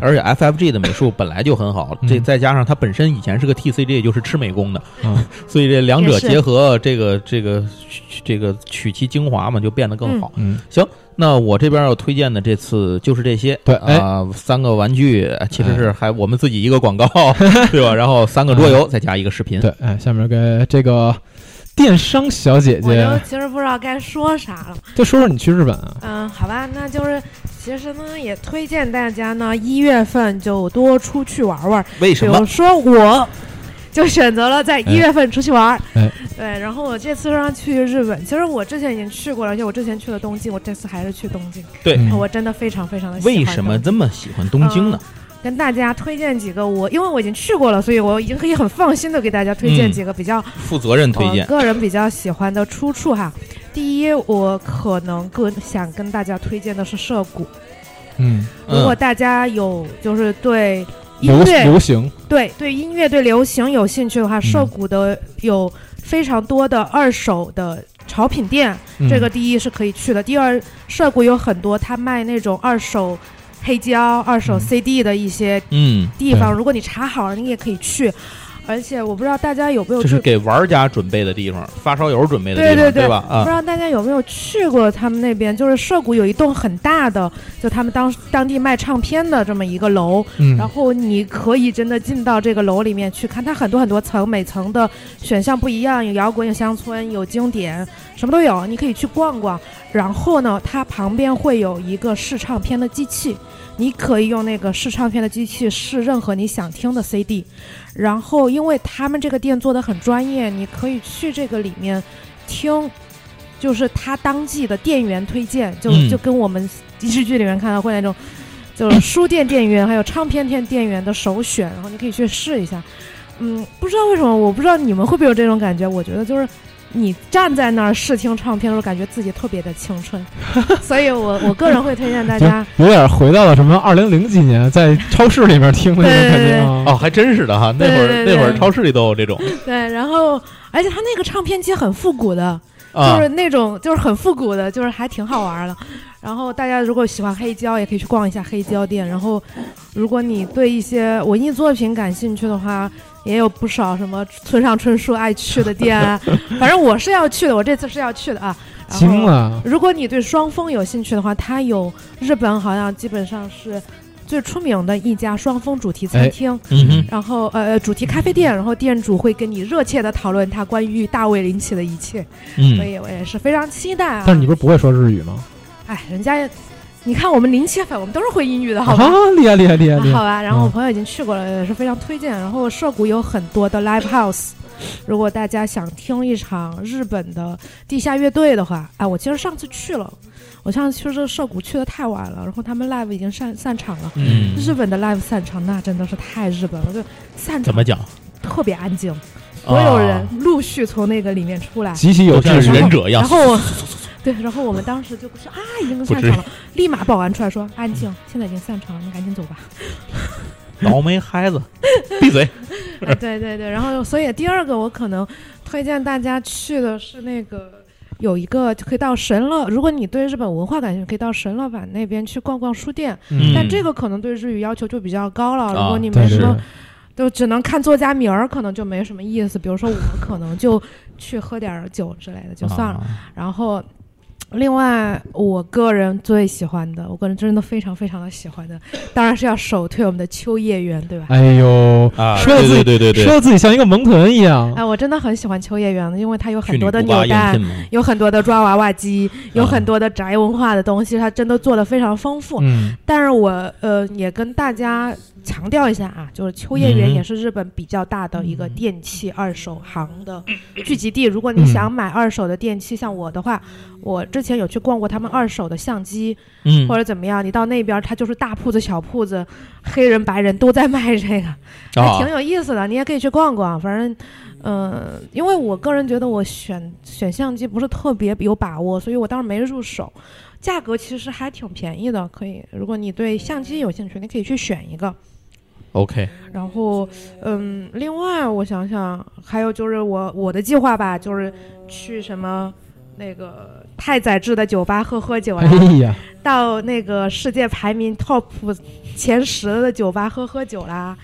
B: 而且 FFG 的美术本来就很好，
A: 嗯
B: 这再加上它本身以前是个 TCG，就是吃美工的，
A: 啊
B: 所以这两者
C: 也是
B: 结合，这个这个这个取其精华嘛，就变得更好。
A: 嗯，
B: 那我这边要推荐的这次就是这些，
A: 对哎
B: 啊、三个玩具呃其实是还我们自己一
A: <laughs>
B: 个广告，对吧？然后三个桌游，再加一个视频。
A: 嗯对，哎，下面给这个电商小姐
C: 我就
B: 啊
A: 姐，
C: 其实不知道该说啥了。
A: 就说说你去日本啊，
C: 嗯，好吧，那就是其实呢，也推荐大家呢，一月份就多出去玩玩。
B: 为
C: 比
B: 什么
C: 如？说我。就选择了在一月份出去玩儿，
A: 哎
C: 对，然后我这次让去日本，其实我之前已经去过了，而且我之前去了东京，我这次还是去东京，
B: 对
A: 嗯
C: 我真的非常非常的喜欢。嗯
B: 为什么这么喜欢东京呢？
C: 跟大家推荐几个我，因为我已经去过了，所以我已经可以很放心的给大家推荐
B: 嗯
C: 几个比较、
B: 负责任推
C: 我
B: 荐，
C: 个人比较喜欢的出处哈。第一，我可能跟想跟大家推荐的是涉谷，
A: 嗯，
C: 如果
B: 嗯，
C: 大家有就是对音
A: 流
C: 乐
A: 流行，
C: 对对音乐对流行有兴趣的
B: 嗯
C: 话，涉谷的有非常多的二手的潮品店，
A: 嗯
C: 这个第一是可以去的。第二，涉谷有很多他卖那种二手黑胶、二手
A: 嗯
C: CD 的一些
B: 嗯，
C: 地方，
A: 对
C: 如果你查好了，你也可以去。而且我不知道大家有没有
B: 这
C: 去
B: 嗯是给玩家准备的地方，发烧友准备的地
C: 对
B: 方，
C: 对对
B: 吧？
C: 不知
B: 啊，
C: 道大家有没有去过他们那边，就是涉谷有一栋很大的，就他们当当地卖唱片的这么一个楼，
A: 嗯，
C: 然后你可以真的进到这个楼里面去看，它很多很多层，每层的选项不一样，有摇滚，有乡村，有经典，什么都有，你可以去逛逛。然后呢，它旁边会有一个试唱片的机器，你可以用那个试唱片的机器试任何你想听的 CD。然后，因为他们这个店做的很专业，你可以去这个里面听。就是他当季的店员推荐，就、
B: 嗯
C: 就跟我们电视剧里面看到会那种，就是书店店员还有唱片店店员的首选，然后你可以去试一下。嗯，不知道为什么，我不知道你们会不会有这种感觉。我觉得就是你站在那儿试听唱片的时候，感觉自己特别的青春，所以我我个人会推荐大家。
A: 有点回到了什么二零零几年在超市里面听的那种感觉啊。
B: 哦，还真是的哈，那会儿
C: 对对
B: 那
C: 对
B: 会儿超市里都有这种
C: 对，然后而且它那个唱片机很复古的，
B: 啊
C: 就是，那种就是很复古的，就是还挺好玩儿的。然后大家如果喜欢黑胶，也可以去逛一下黑胶店。然后，如果你对一些文艺作品感兴趣的话，也有不少什么村上春树爱去的店啊。反正我是要去的，我这次是要去的啊。然后
A: 惊了，
C: 如果你对双峰有兴趣的话，它有日本好像基本上是最出名的一家双峰主题餐厅，
B: 嗯哼，
C: 然后呃呃主题咖啡店，然后店主会跟你热切的讨论他关于大卫林奇的一切，所
B: 嗯，
C: 以我也是非常期待啊。
A: 但是你不是不会说日语吗？
C: 哎，人家也，你看我们林奇粉，我们都是会英语的，好吧？
A: 啊，厉害厉害厉害厉害！
C: 好吧，然后
A: 嗯
C: 我朋友已经去过了，也是非常推荐。然后涉谷有很多的 live house，如果大家想听一场日本的地下乐队的话，哎，我其实上次去了，我上次去这涉谷去的太晚了，然后他们 live 已经散散场了。
B: 嗯
C: 日本的 live 散场那真的是太日本了，就散
B: 怎
C: 场
B: 么讲？
C: 特别安静，所有人陆续从那个里面出来，
A: 极其有
B: 有
A: 秩
B: 像
A: 序，
B: 忍者一样
C: 然，后我，对，然后我们当时就不是啊，已经散场了，立马保安出来说安静，现在已经散场了，你赶紧走吧。
B: 倒霉孩子，闭嘴。
C: 哎对对对，然后所以第二个我可能推荐大家去的是那个。有一个可以到神乐，如果你对日本文化感兴趣，可以到神乐坂那边去逛逛书店。
B: 嗯
C: 但这个可能对日语要求就比较高了。如
B: 啊
C: 果你
A: 对
C: 没
A: 对
C: 什么
A: 对，
C: 就只能看作家名儿，可能就没什么意思。比如说
B: <laughs>
C: 我可能就去喝点儿酒之类的就算了。
B: 啊
C: 然后，另外我个人最喜欢的，我个人真的非常非常的喜欢的，当然是要首推我们的秋叶原，对吧？
A: 哎呦，
B: 啊，
A: 说的自己
B: 对对对对
A: 说
B: 对，
A: 的自己像一个萌豚一样，
C: 哎，我真的很喜欢秋叶原的，因为它有
B: 去
C: 很
B: 你
C: 多的
B: 不
C: 扭
B: 爸应
C: 蛋
B: 聘。吗？
C: 有很多的抓娃娃机，有
B: 啊
C: 很多的宅文化的东西，它真的做的非常丰富。
A: 嗯，
C: 但是我呃也跟大家强调一下啊，就是秋叶原
B: 嗯
C: 也是日本比较大的一个电器二手行
B: <clears throat>
C: 的聚集地。如果你
A: 嗯
C: 想买二手的电器，像我的话，我之前有去逛过他们二手的相机
B: 嗯
C: 或者怎么样，你到那边它就是大铺子、小铺子，黑人白人都在卖这个，
B: 嗯啊
C: 还挺有意思的。你也可以去逛逛，反正。嗯，因为我个人觉得我选选相机不是特别有把握，所以我当时没入手。价格其实还挺便宜的，可以。如果你对相机有兴趣，你可以去选一个。
B: OK，
C: 然后，嗯，另外我想想，还有就是我我的计划吧，就是去什么那个太宰治的酒吧喝喝酒
A: <laughs> 哎
C: 啊，
A: 呀，
C: 到那个世界排名 top 前十的酒吧喝喝酒啦，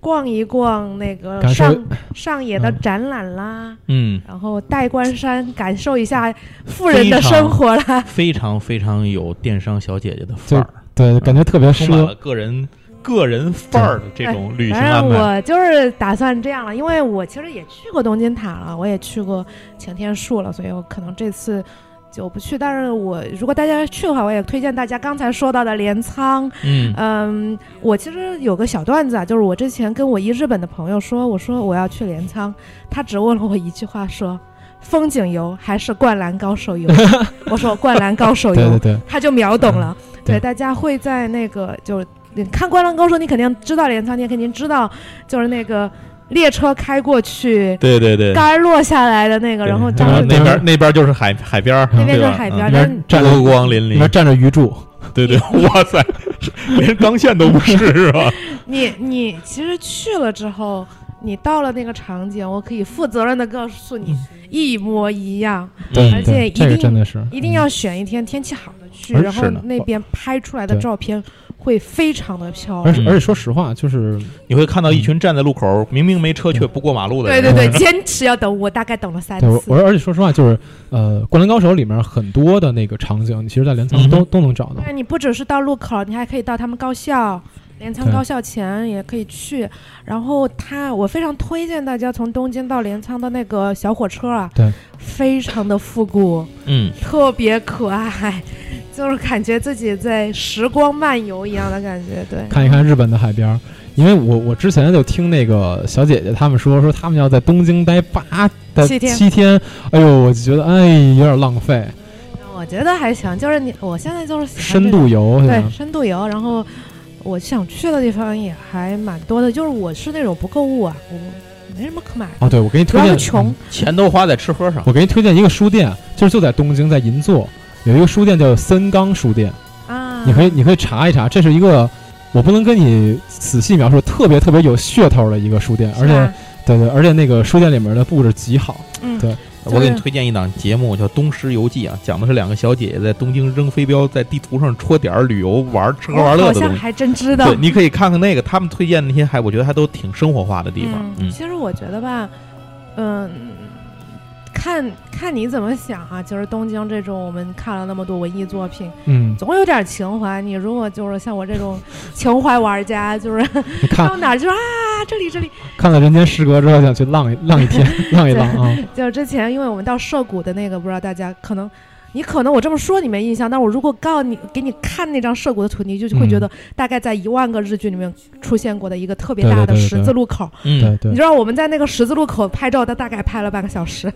C: 逛一逛那个
A: 感受
C: 上上野的
A: 嗯
C: 展览啦，
B: 嗯，
C: 然后代官山感受一下富人的
B: 非常
C: 生活啦。
B: 非常非常有电商小姐姐的范儿，
A: 对，感觉特别
B: 充满
A: 奢
B: 了，个人个人范儿的这种旅行
C: 反
B: 安
C: 正
B: 排。
C: 我就是打算这样了，因为我其实也去过东京塔了，我也去过擎天树了，所以我可能这次就不去。但是我如果大家去的话，我也推荐大家刚才说到的镰仓。
B: 嗯
C: 嗯，我其实有个小段子啊，就是我之前跟我一日本的朋友说，我说我要去镰仓，他只问了我一句话说。风景游还是灌篮高
A: <laughs>
C: 手游？我说灌篮高手
A: 对
C: 游，
A: 对对，
C: 他就秒懂了。
A: 对
C: 对，大家会在那个就是你看《灌篮高手》，你肯定知道镰仓，你也肯定知道就是那个列车开过去，
B: 对对对，
C: 杆儿落下来的那个，
B: 对
C: 然后
A: 对
C: 当
B: 然后
C: 时
A: 对
B: 那边那边就是海海边儿，
C: 那边
B: 对
C: 就是
B: 吧
C: 海
B: 嗯
C: 边儿
A: 里
C: 然
A: 面
C: 后
A: 站
B: 波
A: 着
B: 光粼
A: 里面
B: 粼，
A: 站着鱼柱，
B: 对对，哇塞，连钢线都不是是吧？
C: 你你其实去了之后，你到了那个场景，我可以负责任的告诉你，
A: 嗯
C: 一模一样，
B: 嗯
A: 对
C: 而且
A: 对，
C: 一
A: 这个
C: 定
A: 真的是
C: 一定要选一天天气好的去，
B: 而
C: 然后
B: 是呢
C: 那边拍出来的
A: 对
C: 照片会非常的漂
A: 嗯而
C: 亮。
A: 且
B: 嗯
A: 而且说实话，就是
B: 你会看到一群站在路口，明明没车却不过马路的
C: 对
B: 人。
C: 对对，坚持要等，我大概等了三
A: 对我
C: 次
A: 我。而且说实话，就是呃，《灌篮高手》里面很多的那个场景，你其实在镰仓都
B: 嗯哼
A: 都能找到
C: 对，啊你不只是到路口，你还可以到他们高校，镰仓
A: 对
C: 高校前也可以去。然后它，我非常推荐大家从东京到镰仓的那个小火车啊，
A: 对，
C: 非常的复古，
B: 嗯，
C: 特别可爱， <laughs> 就是感觉自己在时光漫游一样的感觉。对，
A: 看一看日本的海边儿。因为我我之前就听那个小姐姐她们说，说她们要在东京待八待
C: 七天
A: 哎呦，我就觉得哎有点浪费，
C: 我觉得还行，就是你，我现在就是喜欢
A: 深
C: 这种
A: 度游啊
C: 对
A: 吧？
C: 深度游，然后我想去的地方也还蛮多的，就是我是那种不购物啊，我没什么可买的，
A: 哦，对，我给你
C: 主
A: 推
C: 要
A: 荐
C: 是，穷。
B: 钱都花在吃喝上。
A: 我给你推荐一个书店，就是就在东京，在银座有一个书店叫森冈书店，
C: 啊，
A: 你可以你可以查一查，这是一个我不能跟你仔细描述，特别特别有噱头的一个书店，而
C: 是
A: 且
C: 吧
A: 对对，而且那个书店里面的布置极好，
C: 嗯，
A: 对
B: 我给你推荐一档节目叫《东石游记》啊，讲的是两个小姐姐在东京扔飞镖，在地图上戳点儿旅游玩吃喝玩乐
D: 好
B: 的
D: 像
B: 东西。
D: 还真知道
B: 对，。你可以看看那个，他们推荐那些还我觉得还都挺生活化的地方。嗯，
C: 其实我觉得吧，嗯，看看你怎么想哈、就是东京这种我们看了那么多文艺作品，
A: 嗯，
C: 总有点情怀。你如果就是像我这种 <laughs> 情怀玩家，
B: <laughs>
C: 就是
A: 嗯你看
C: 到哪儿就是啊，这里这里。
A: 看了《人间失格》之后，想去浪一浪一
C: <laughs>
A: 天，浪一浪啊。
C: 就是之前因为我们到涉谷的那个，不知道大家可能。你可能我这么说你没印象，但我如果告诉你给你看那张涉谷的图，你就会
B: 嗯
C: 觉得大概在一万个日剧里面出现过的一个特别大
A: 对对
C: 的
A: 对对
C: 十字路口。
A: 对
B: 嗯，
A: 对
C: 你知，道我们在那个十字路口拍照，他大概拍了半个小时。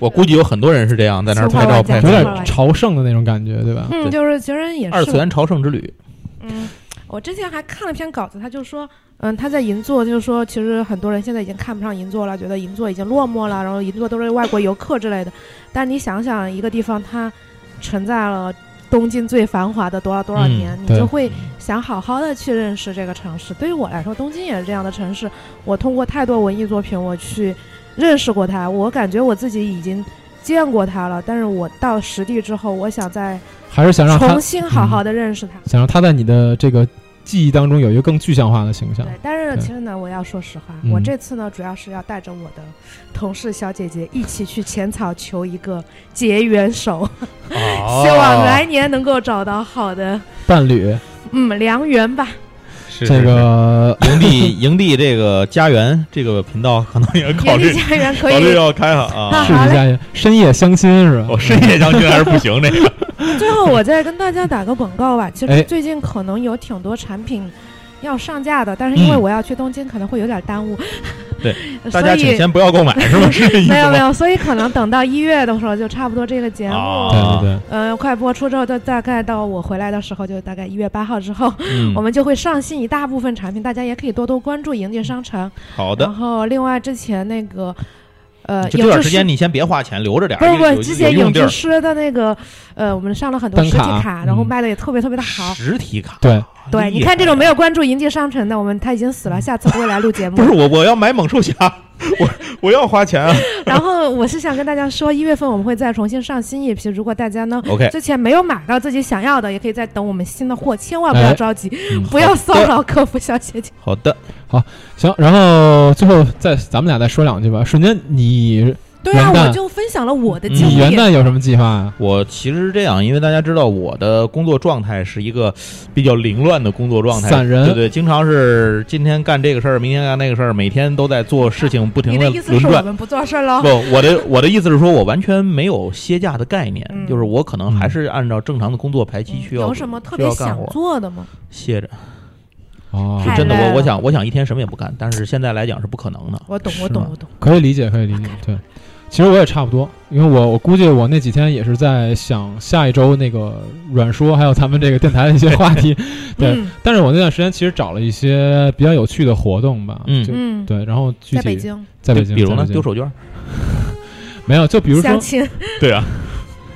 B: 我估计有很多人是这样在那儿拍照拍
A: 有
C: 情怀
A: 点
C: 玩家
B: 照。
A: 朝圣的那种感觉，对吧？
C: 嗯，
B: 对
C: 就是觉得也是
B: 二次元朝圣之旅，
C: 嗯，我之前还看了篇稿子，他就说，嗯，他在银座，就是说，其实很多人现在已经看不上银座了，觉得银座已经落寞了，然后银座都是外国游客之类的。但你想想，一个地方它承载了东京最繁华的多少多少
B: 嗯
C: 年，你
A: 对
C: 就会想好好的去认识这个城市。对于我来说，东京也是这样的城市。我通过太多文艺作品，我去认识过它，我感觉我自己已经。见过它了，但是我到实地之后，我想再
A: 还是想让嗯他
C: 重新好好的认识它。
A: 想让他在你的这个记忆当中有一个更具象化的形象
B: 啊
C: 对，，但是
B: 嗯
A: 对
C: 其实呢，我要说实话，
A: 嗯
C: 我这次呢，主要是要带着我的同事小姐姐一起去浅草求一个结缘手， <laughs> 希
A: 哦
B: 希
C: 望来年能够找到好的
A: 伴侣
C: 嗯良缘吧。
A: 这个
B: 营地 <laughs> 营地这个家园这个频道可能也考
C: 原 <laughs>
B: 虑
C: 地家园可
B: 考虑
C: 以，
B: 要开了啊
C: 那。
A: 试一下深夜相亲是吧？
B: 我深夜相亲哦还是不行，这个
C: 最后我再跟大家打个广告吧。其
A: 哎
C: 实最近可能有挺多产品。要上架的，但是因为
B: 嗯
C: 我要去东京，可能会有点耽误。 <laughs>
B: 对，
C: 所
B: 大家请
C: 以
B: 先不要购买，是不是这意思吗？
C: <laughs> 没有没有，所以可能等到一月的时候，就差不多这个节目
B: 啊
A: 对对对，
C: 呃，快播出之后，就大概到我回来的时候，就大概一月八号之后，
B: 嗯
C: 我们就会上新一大部分产品，大家也可以多多关注营地商城。
B: 好的
C: 然，后，另外之前那个，呃，
B: 就
C: 影
B: 这段
C: 制
B: 时
C: 师
B: 间你先别花钱，留着点儿。
C: 不是不
B: 有
C: 是，之前
B: 有用
C: 影
B: 地儿
C: 制师的那个，呃，我们上了很多
A: 单
C: 实体
A: 卡
C: 然后
A: 嗯
C: 卖的也特别特别的好。
B: 实体卡。
A: 对
C: 对，你看这种没有关注营地商城的，我们他已经死了，下次不会来录节目
B: 不。是 <laughs> 我，我要买猛兽侠，我我要花
C: <laughs>
B: 钱啊。
C: 然后我是想跟大家说，一月份我们会再重新上新一批，如果大家呢
B: OK，
C: 之前没有买到自己想要的，也可以再等我们新的货，千万不
A: 哎
C: 要着急，
A: 嗯
C: <laughs> 不要骚扰客服小姐姐。
B: 好的，
A: 行，然后最后再咱们俩再说两句吧。瞬间你
C: <laughs> 对啊，
A: 元旦
C: 我就分享了我的
B: 嗯
C: 经
A: 你元
C: 历。
A: 旦有什么计划啊？
B: 我其实是这样，因为大家知道我的工作状态是一个比较凌乱的工作状态，
A: 散人
B: 对对，经常是今天干这个事儿，明天干那个事儿，每天都在做事情，不停
C: 你
B: 的
C: 的意思
B: 轮
C: 是
B: 转
C: 我。们不做事儿喽
B: 不？，我的我的意思是说，我完全没有歇假的概念，
C: 嗯
B: 就是我可能还是按照正常的工作排期去要、
C: 有什么特别
B: 需要干
C: 想
B: 活
C: 做的吗？
B: 歇着。
A: 哦
B: 就
C: 太
B: 真的，
C: 累
B: 我我
C: 了
B: 想我想一天什么也不干，但是现在来讲是不可能的。
C: 我懂，
A: 是
C: 我懂
A: 吗，
C: 我懂。
A: 可以理解，可以理解。对，其实我也差不多，因为我我估计我那几天也是在想下一周那个软说，还有咱们这个电台的一些话
C: <laughs>
A: 题。对，
C: 嗯
A: 但是我那段时间其实找了一些比较有趣的活动吧，
B: 嗯
A: 就
C: 嗯，
A: 对，然后具
C: 在北
A: 体
C: 京
A: 在北京，
B: 比如
A: 在
B: 呢，
A: 北京
B: 丢手绢儿。
A: 没有，就比如说
C: 相，亲，
B: <laughs> 对 <laughs> 啊，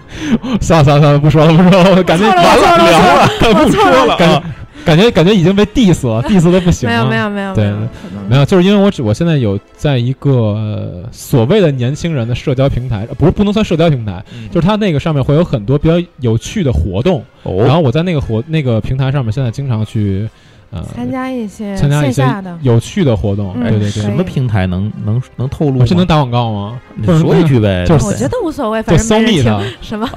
A: <laughs> 算了算了算了，不说了不说了，感觉
C: 错了
A: <laughs>
B: 完
C: <laughs> 我错了
B: 聊了，
C: 我
B: 不
C: 错了
B: 说了
A: 感
B: 啊。
A: 觉感觉感觉已经被 diss 了，diss 的不行
C: 没
A: 了。
C: 有没有没有
A: 对
C: 没有
A: 对，
C: 可能
A: 没有，就是因为我只我现在有在一个、呃所谓的年轻人的社交平台，呃不是不能算社交平台，
B: 嗯
A: 就是它那个上面会有很多比较有趣的活动，然
B: 哦，
A: 后我在那个活那个平台上面现在经常去呃
C: 参加一些
A: 参加一
C: 线
A: 些
C: 下的，
A: 有趣的活动，
C: 嗯
B: 哎
A: 对对
B: 什
A: 对。
B: 么平台能能能透露
A: 我
B: 吗？
A: 这能打广告吗？
B: 你说一句呗，
A: 啊就是
C: 我觉得无所谓，
A: <laughs> 就
C: 反正
A: so
C: 没
A: meet
C: 人听
A: 的
C: 什么 <laughs>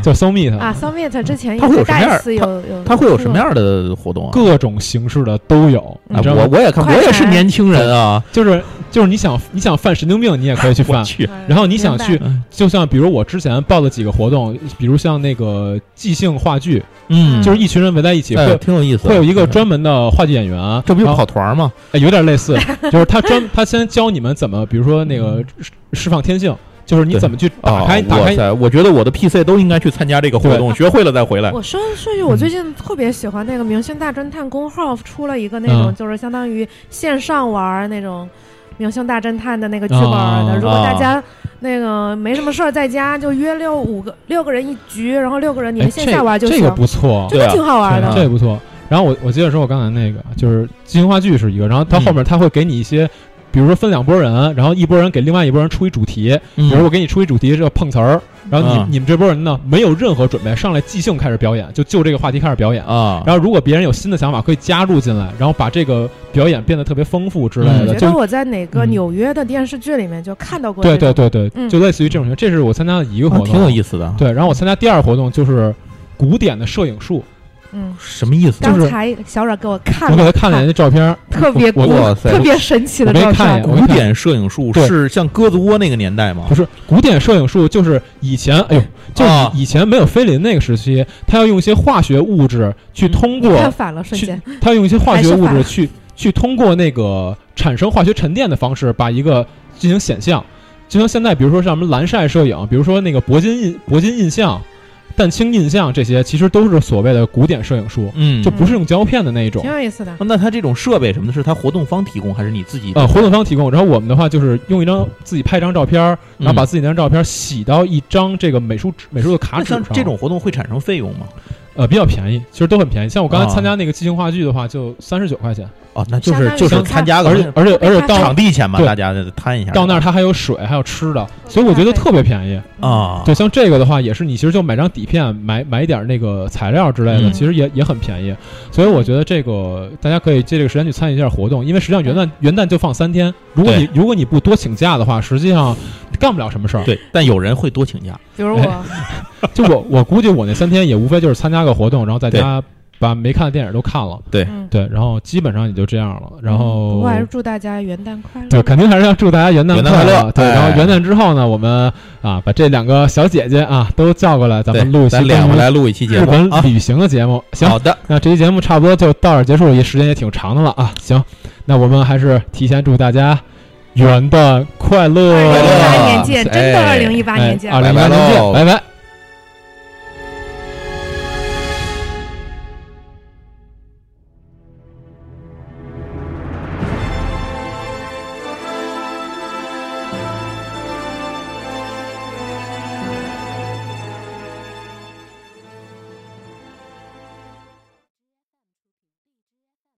A: <laughs> 就 so meet
C: 啊
A: 的，
C: ，Summit 之前
B: 它会有什么样
C: 代
B: 儿
C: 词有有，
B: 它会有什么？样的活动啊？
A: 各种形式的都有，
C: 嗯
A: 你
B: 哎
A: 知道
B: 我
A: 吗？
B: 我也看，我
C: 快
B: 也是
C: 闪
B: 年轻人啊，
A: 就是就是你想你想犯神经病，你也可以去犯
B: 我。去，
C: 嗯
A: 然后你想
C: 明白
A: 去，就像比如我之前报的几个活动，比如像那个即兴话剧，
B: 嗯，
A: 就是一群人围在一起，
B: 哎
A: 会
B: 挺有意思的，
A: 会有一个专门的话剧演员，啊
B: 这不就
A: 然后
B: 跑团吗？
A: 哎有点类似，就是他专他先教你们怎么，比如说那个释释放天性，就是你
B: 对
A: 怎么去
B: 啊
A: 打开打
B: 哇
A: 开，哎
B: 塞！我觉得我的 PC 都应该去参加这个活动，学会了再回
A: 哎
B: 来。
C: 我说说句，我最近特别喜欢那个《明星大侦探》公号出了一个那种，
A: 嗯
C: 就是相当于线上玩儿那种《明星大侦探》的那个剧
A: 哦
C: 本儿的。如果大
B: 哦
C: 家那个没什么事儿，在家就约六五个六个人一局，然后六个人你们
A: 哎
C: 线下玩
A: 这
C: 就行
A: 这，个不错，
C: 真
B: 对
C: 的
B: 啊
C: 挺好玩儿
B: 对啊
A: 这
C: 的。
A: 也不
B: 嗯
A: 错。然后我我接着说，我刚才那个就是即兴话剧是一个，然后它后面它会给你一些比如说分两拨人，然后一拨人给另外一拨人出一主题，比
B: 比
A: 如我给你出一主题是碰瓷儿，然后你、
B: 啊
A: 你们这拨人呢没有任何准备，上来即兴开始表演，就就这个话题开始表演。
B: 啊，
A: 然后如果别人有新的想法，可以加入进来，然后把这个表演变得特别丰富之类
B: 嗯
A: 的。
C: 我觉
A: 就
C: 得我在哪个
A: 嗯
C: 纽约的电视剧里面就看到过这
A: 对
C: 种。
A: 对对对，
C: 嗯
A: 就类似于这种情况。这是我参加的一个活
B: 啊
A: 动，
B: 挺有意思的。，
A: 对，然后我参加第二活动就是古典的摄影术，
C: 嗯，
B: 什么意思？
A: 就是
C: 刚才小阮给我看
A: 我给
C: 了，
A: 他看了一眼那照片儿，
C: 啊特别
A: 我
C: 古
B: 哇塞
C: 特别神奇的
A: 哎我没
C: 照
A: 看
C: 片
A: 呀。
B: 古典摄影术
A: 对
B: 是像鸽子窝那个年代吗
A: 不？是古典摄影术，就是以前，哎呦，就是
B: 啊
A: 以前没有菲林那个时期，他要用一些化学物质去
B: 嗯
A: 通
C: 你
A: 过，
C: <laughs> 看反了，瞬间。
A: 他用一些化学物
C: 还是
A: 质去去通过那个产生化学沉淀的方式，把一个进行显像。就像现在，比如说像什么蓝晒摄影，比如说那个铂金印铂金印象、蛋清印象这些，其实都是所谓的古典摄影术，
B: 嗯
A: 就不是用胶片的那一种
C: 挺。有意思的。
B: 那它这种设备什么的，是它活动方提供还是你自己？
A: 呃，活动方提供，然后我们的话就是用一张自己拍一张照片儿，然后把
B: 嗯
A: 自己那张照片儿洗到一张这个美术纸美术的卡
B: 那
A: 纸上
B: 像。这种活动会产生费用吗？
A: 呃比较便宜，其实都很便宜。像我刚才
B: 啊
A: 参加那个即兴话剧的话，就三十九块钱，
B: 哦，啊那就
C: 相
B: 是
C: 当于
B: 就是
C: 像
B: 参加个
A: 而且而且而且到
B: 场地钱吧，
A: 对
B: 大家得摊一下。
A: 到那儿它还有水还有吃的，
B: 嗯
A: 所以我觉得特别便宜。
C: 嗯
B: 啊，
A: 对，像这个的话，也是你其实就买张底片，买买点那个材料之类的，
B: 嗯
A: 其实也也很便宜。所以我觉得这个大家可以借这个时间去参与一下活动，因为实际上元旦元旦就放三天，如果你如果你不多请假的话，实际上干不了什么事儿。
B: 对，但有人会多请假。
C: 比如我，
A: 哎就我我估计我那三天也无非就是参加个活动，然后在家把没看的电影都看了，
C: 嗯，
A: 对，然后基本上也就这样了。
B: 嗯
A: 然
C: 不
A: 后
C: 过还是祝大家元旦快乐。
A: 对，肯定还是要祝大家元旦
B: 元旦快乐
A: 乐。对，然后
B: 哎
A: 元旦之后呢，我们啊把这两个小姐姐啊都叫过来，咱
B: 对
A: 们录一期
B: 咱俩
A: 关
B: 回
A: 于
B: 来录一期节
A: 日
B: 目
A: 本
B: 啊。
A: 旅行的节目。行，
B: 好的，
A: 那这期节目差不多就到这儿结束，也时间也挺长的了啊。行，那我们还是提前祝大家元旦快乐，哎
C: 二零一八年见，
B: 快乐
C: 真的二
B: 哎
C: 零一八年见。
A: 二零
B: 拜
A: 一八
B: 拜
A: 年见，
B: 喽
A: 拜拜。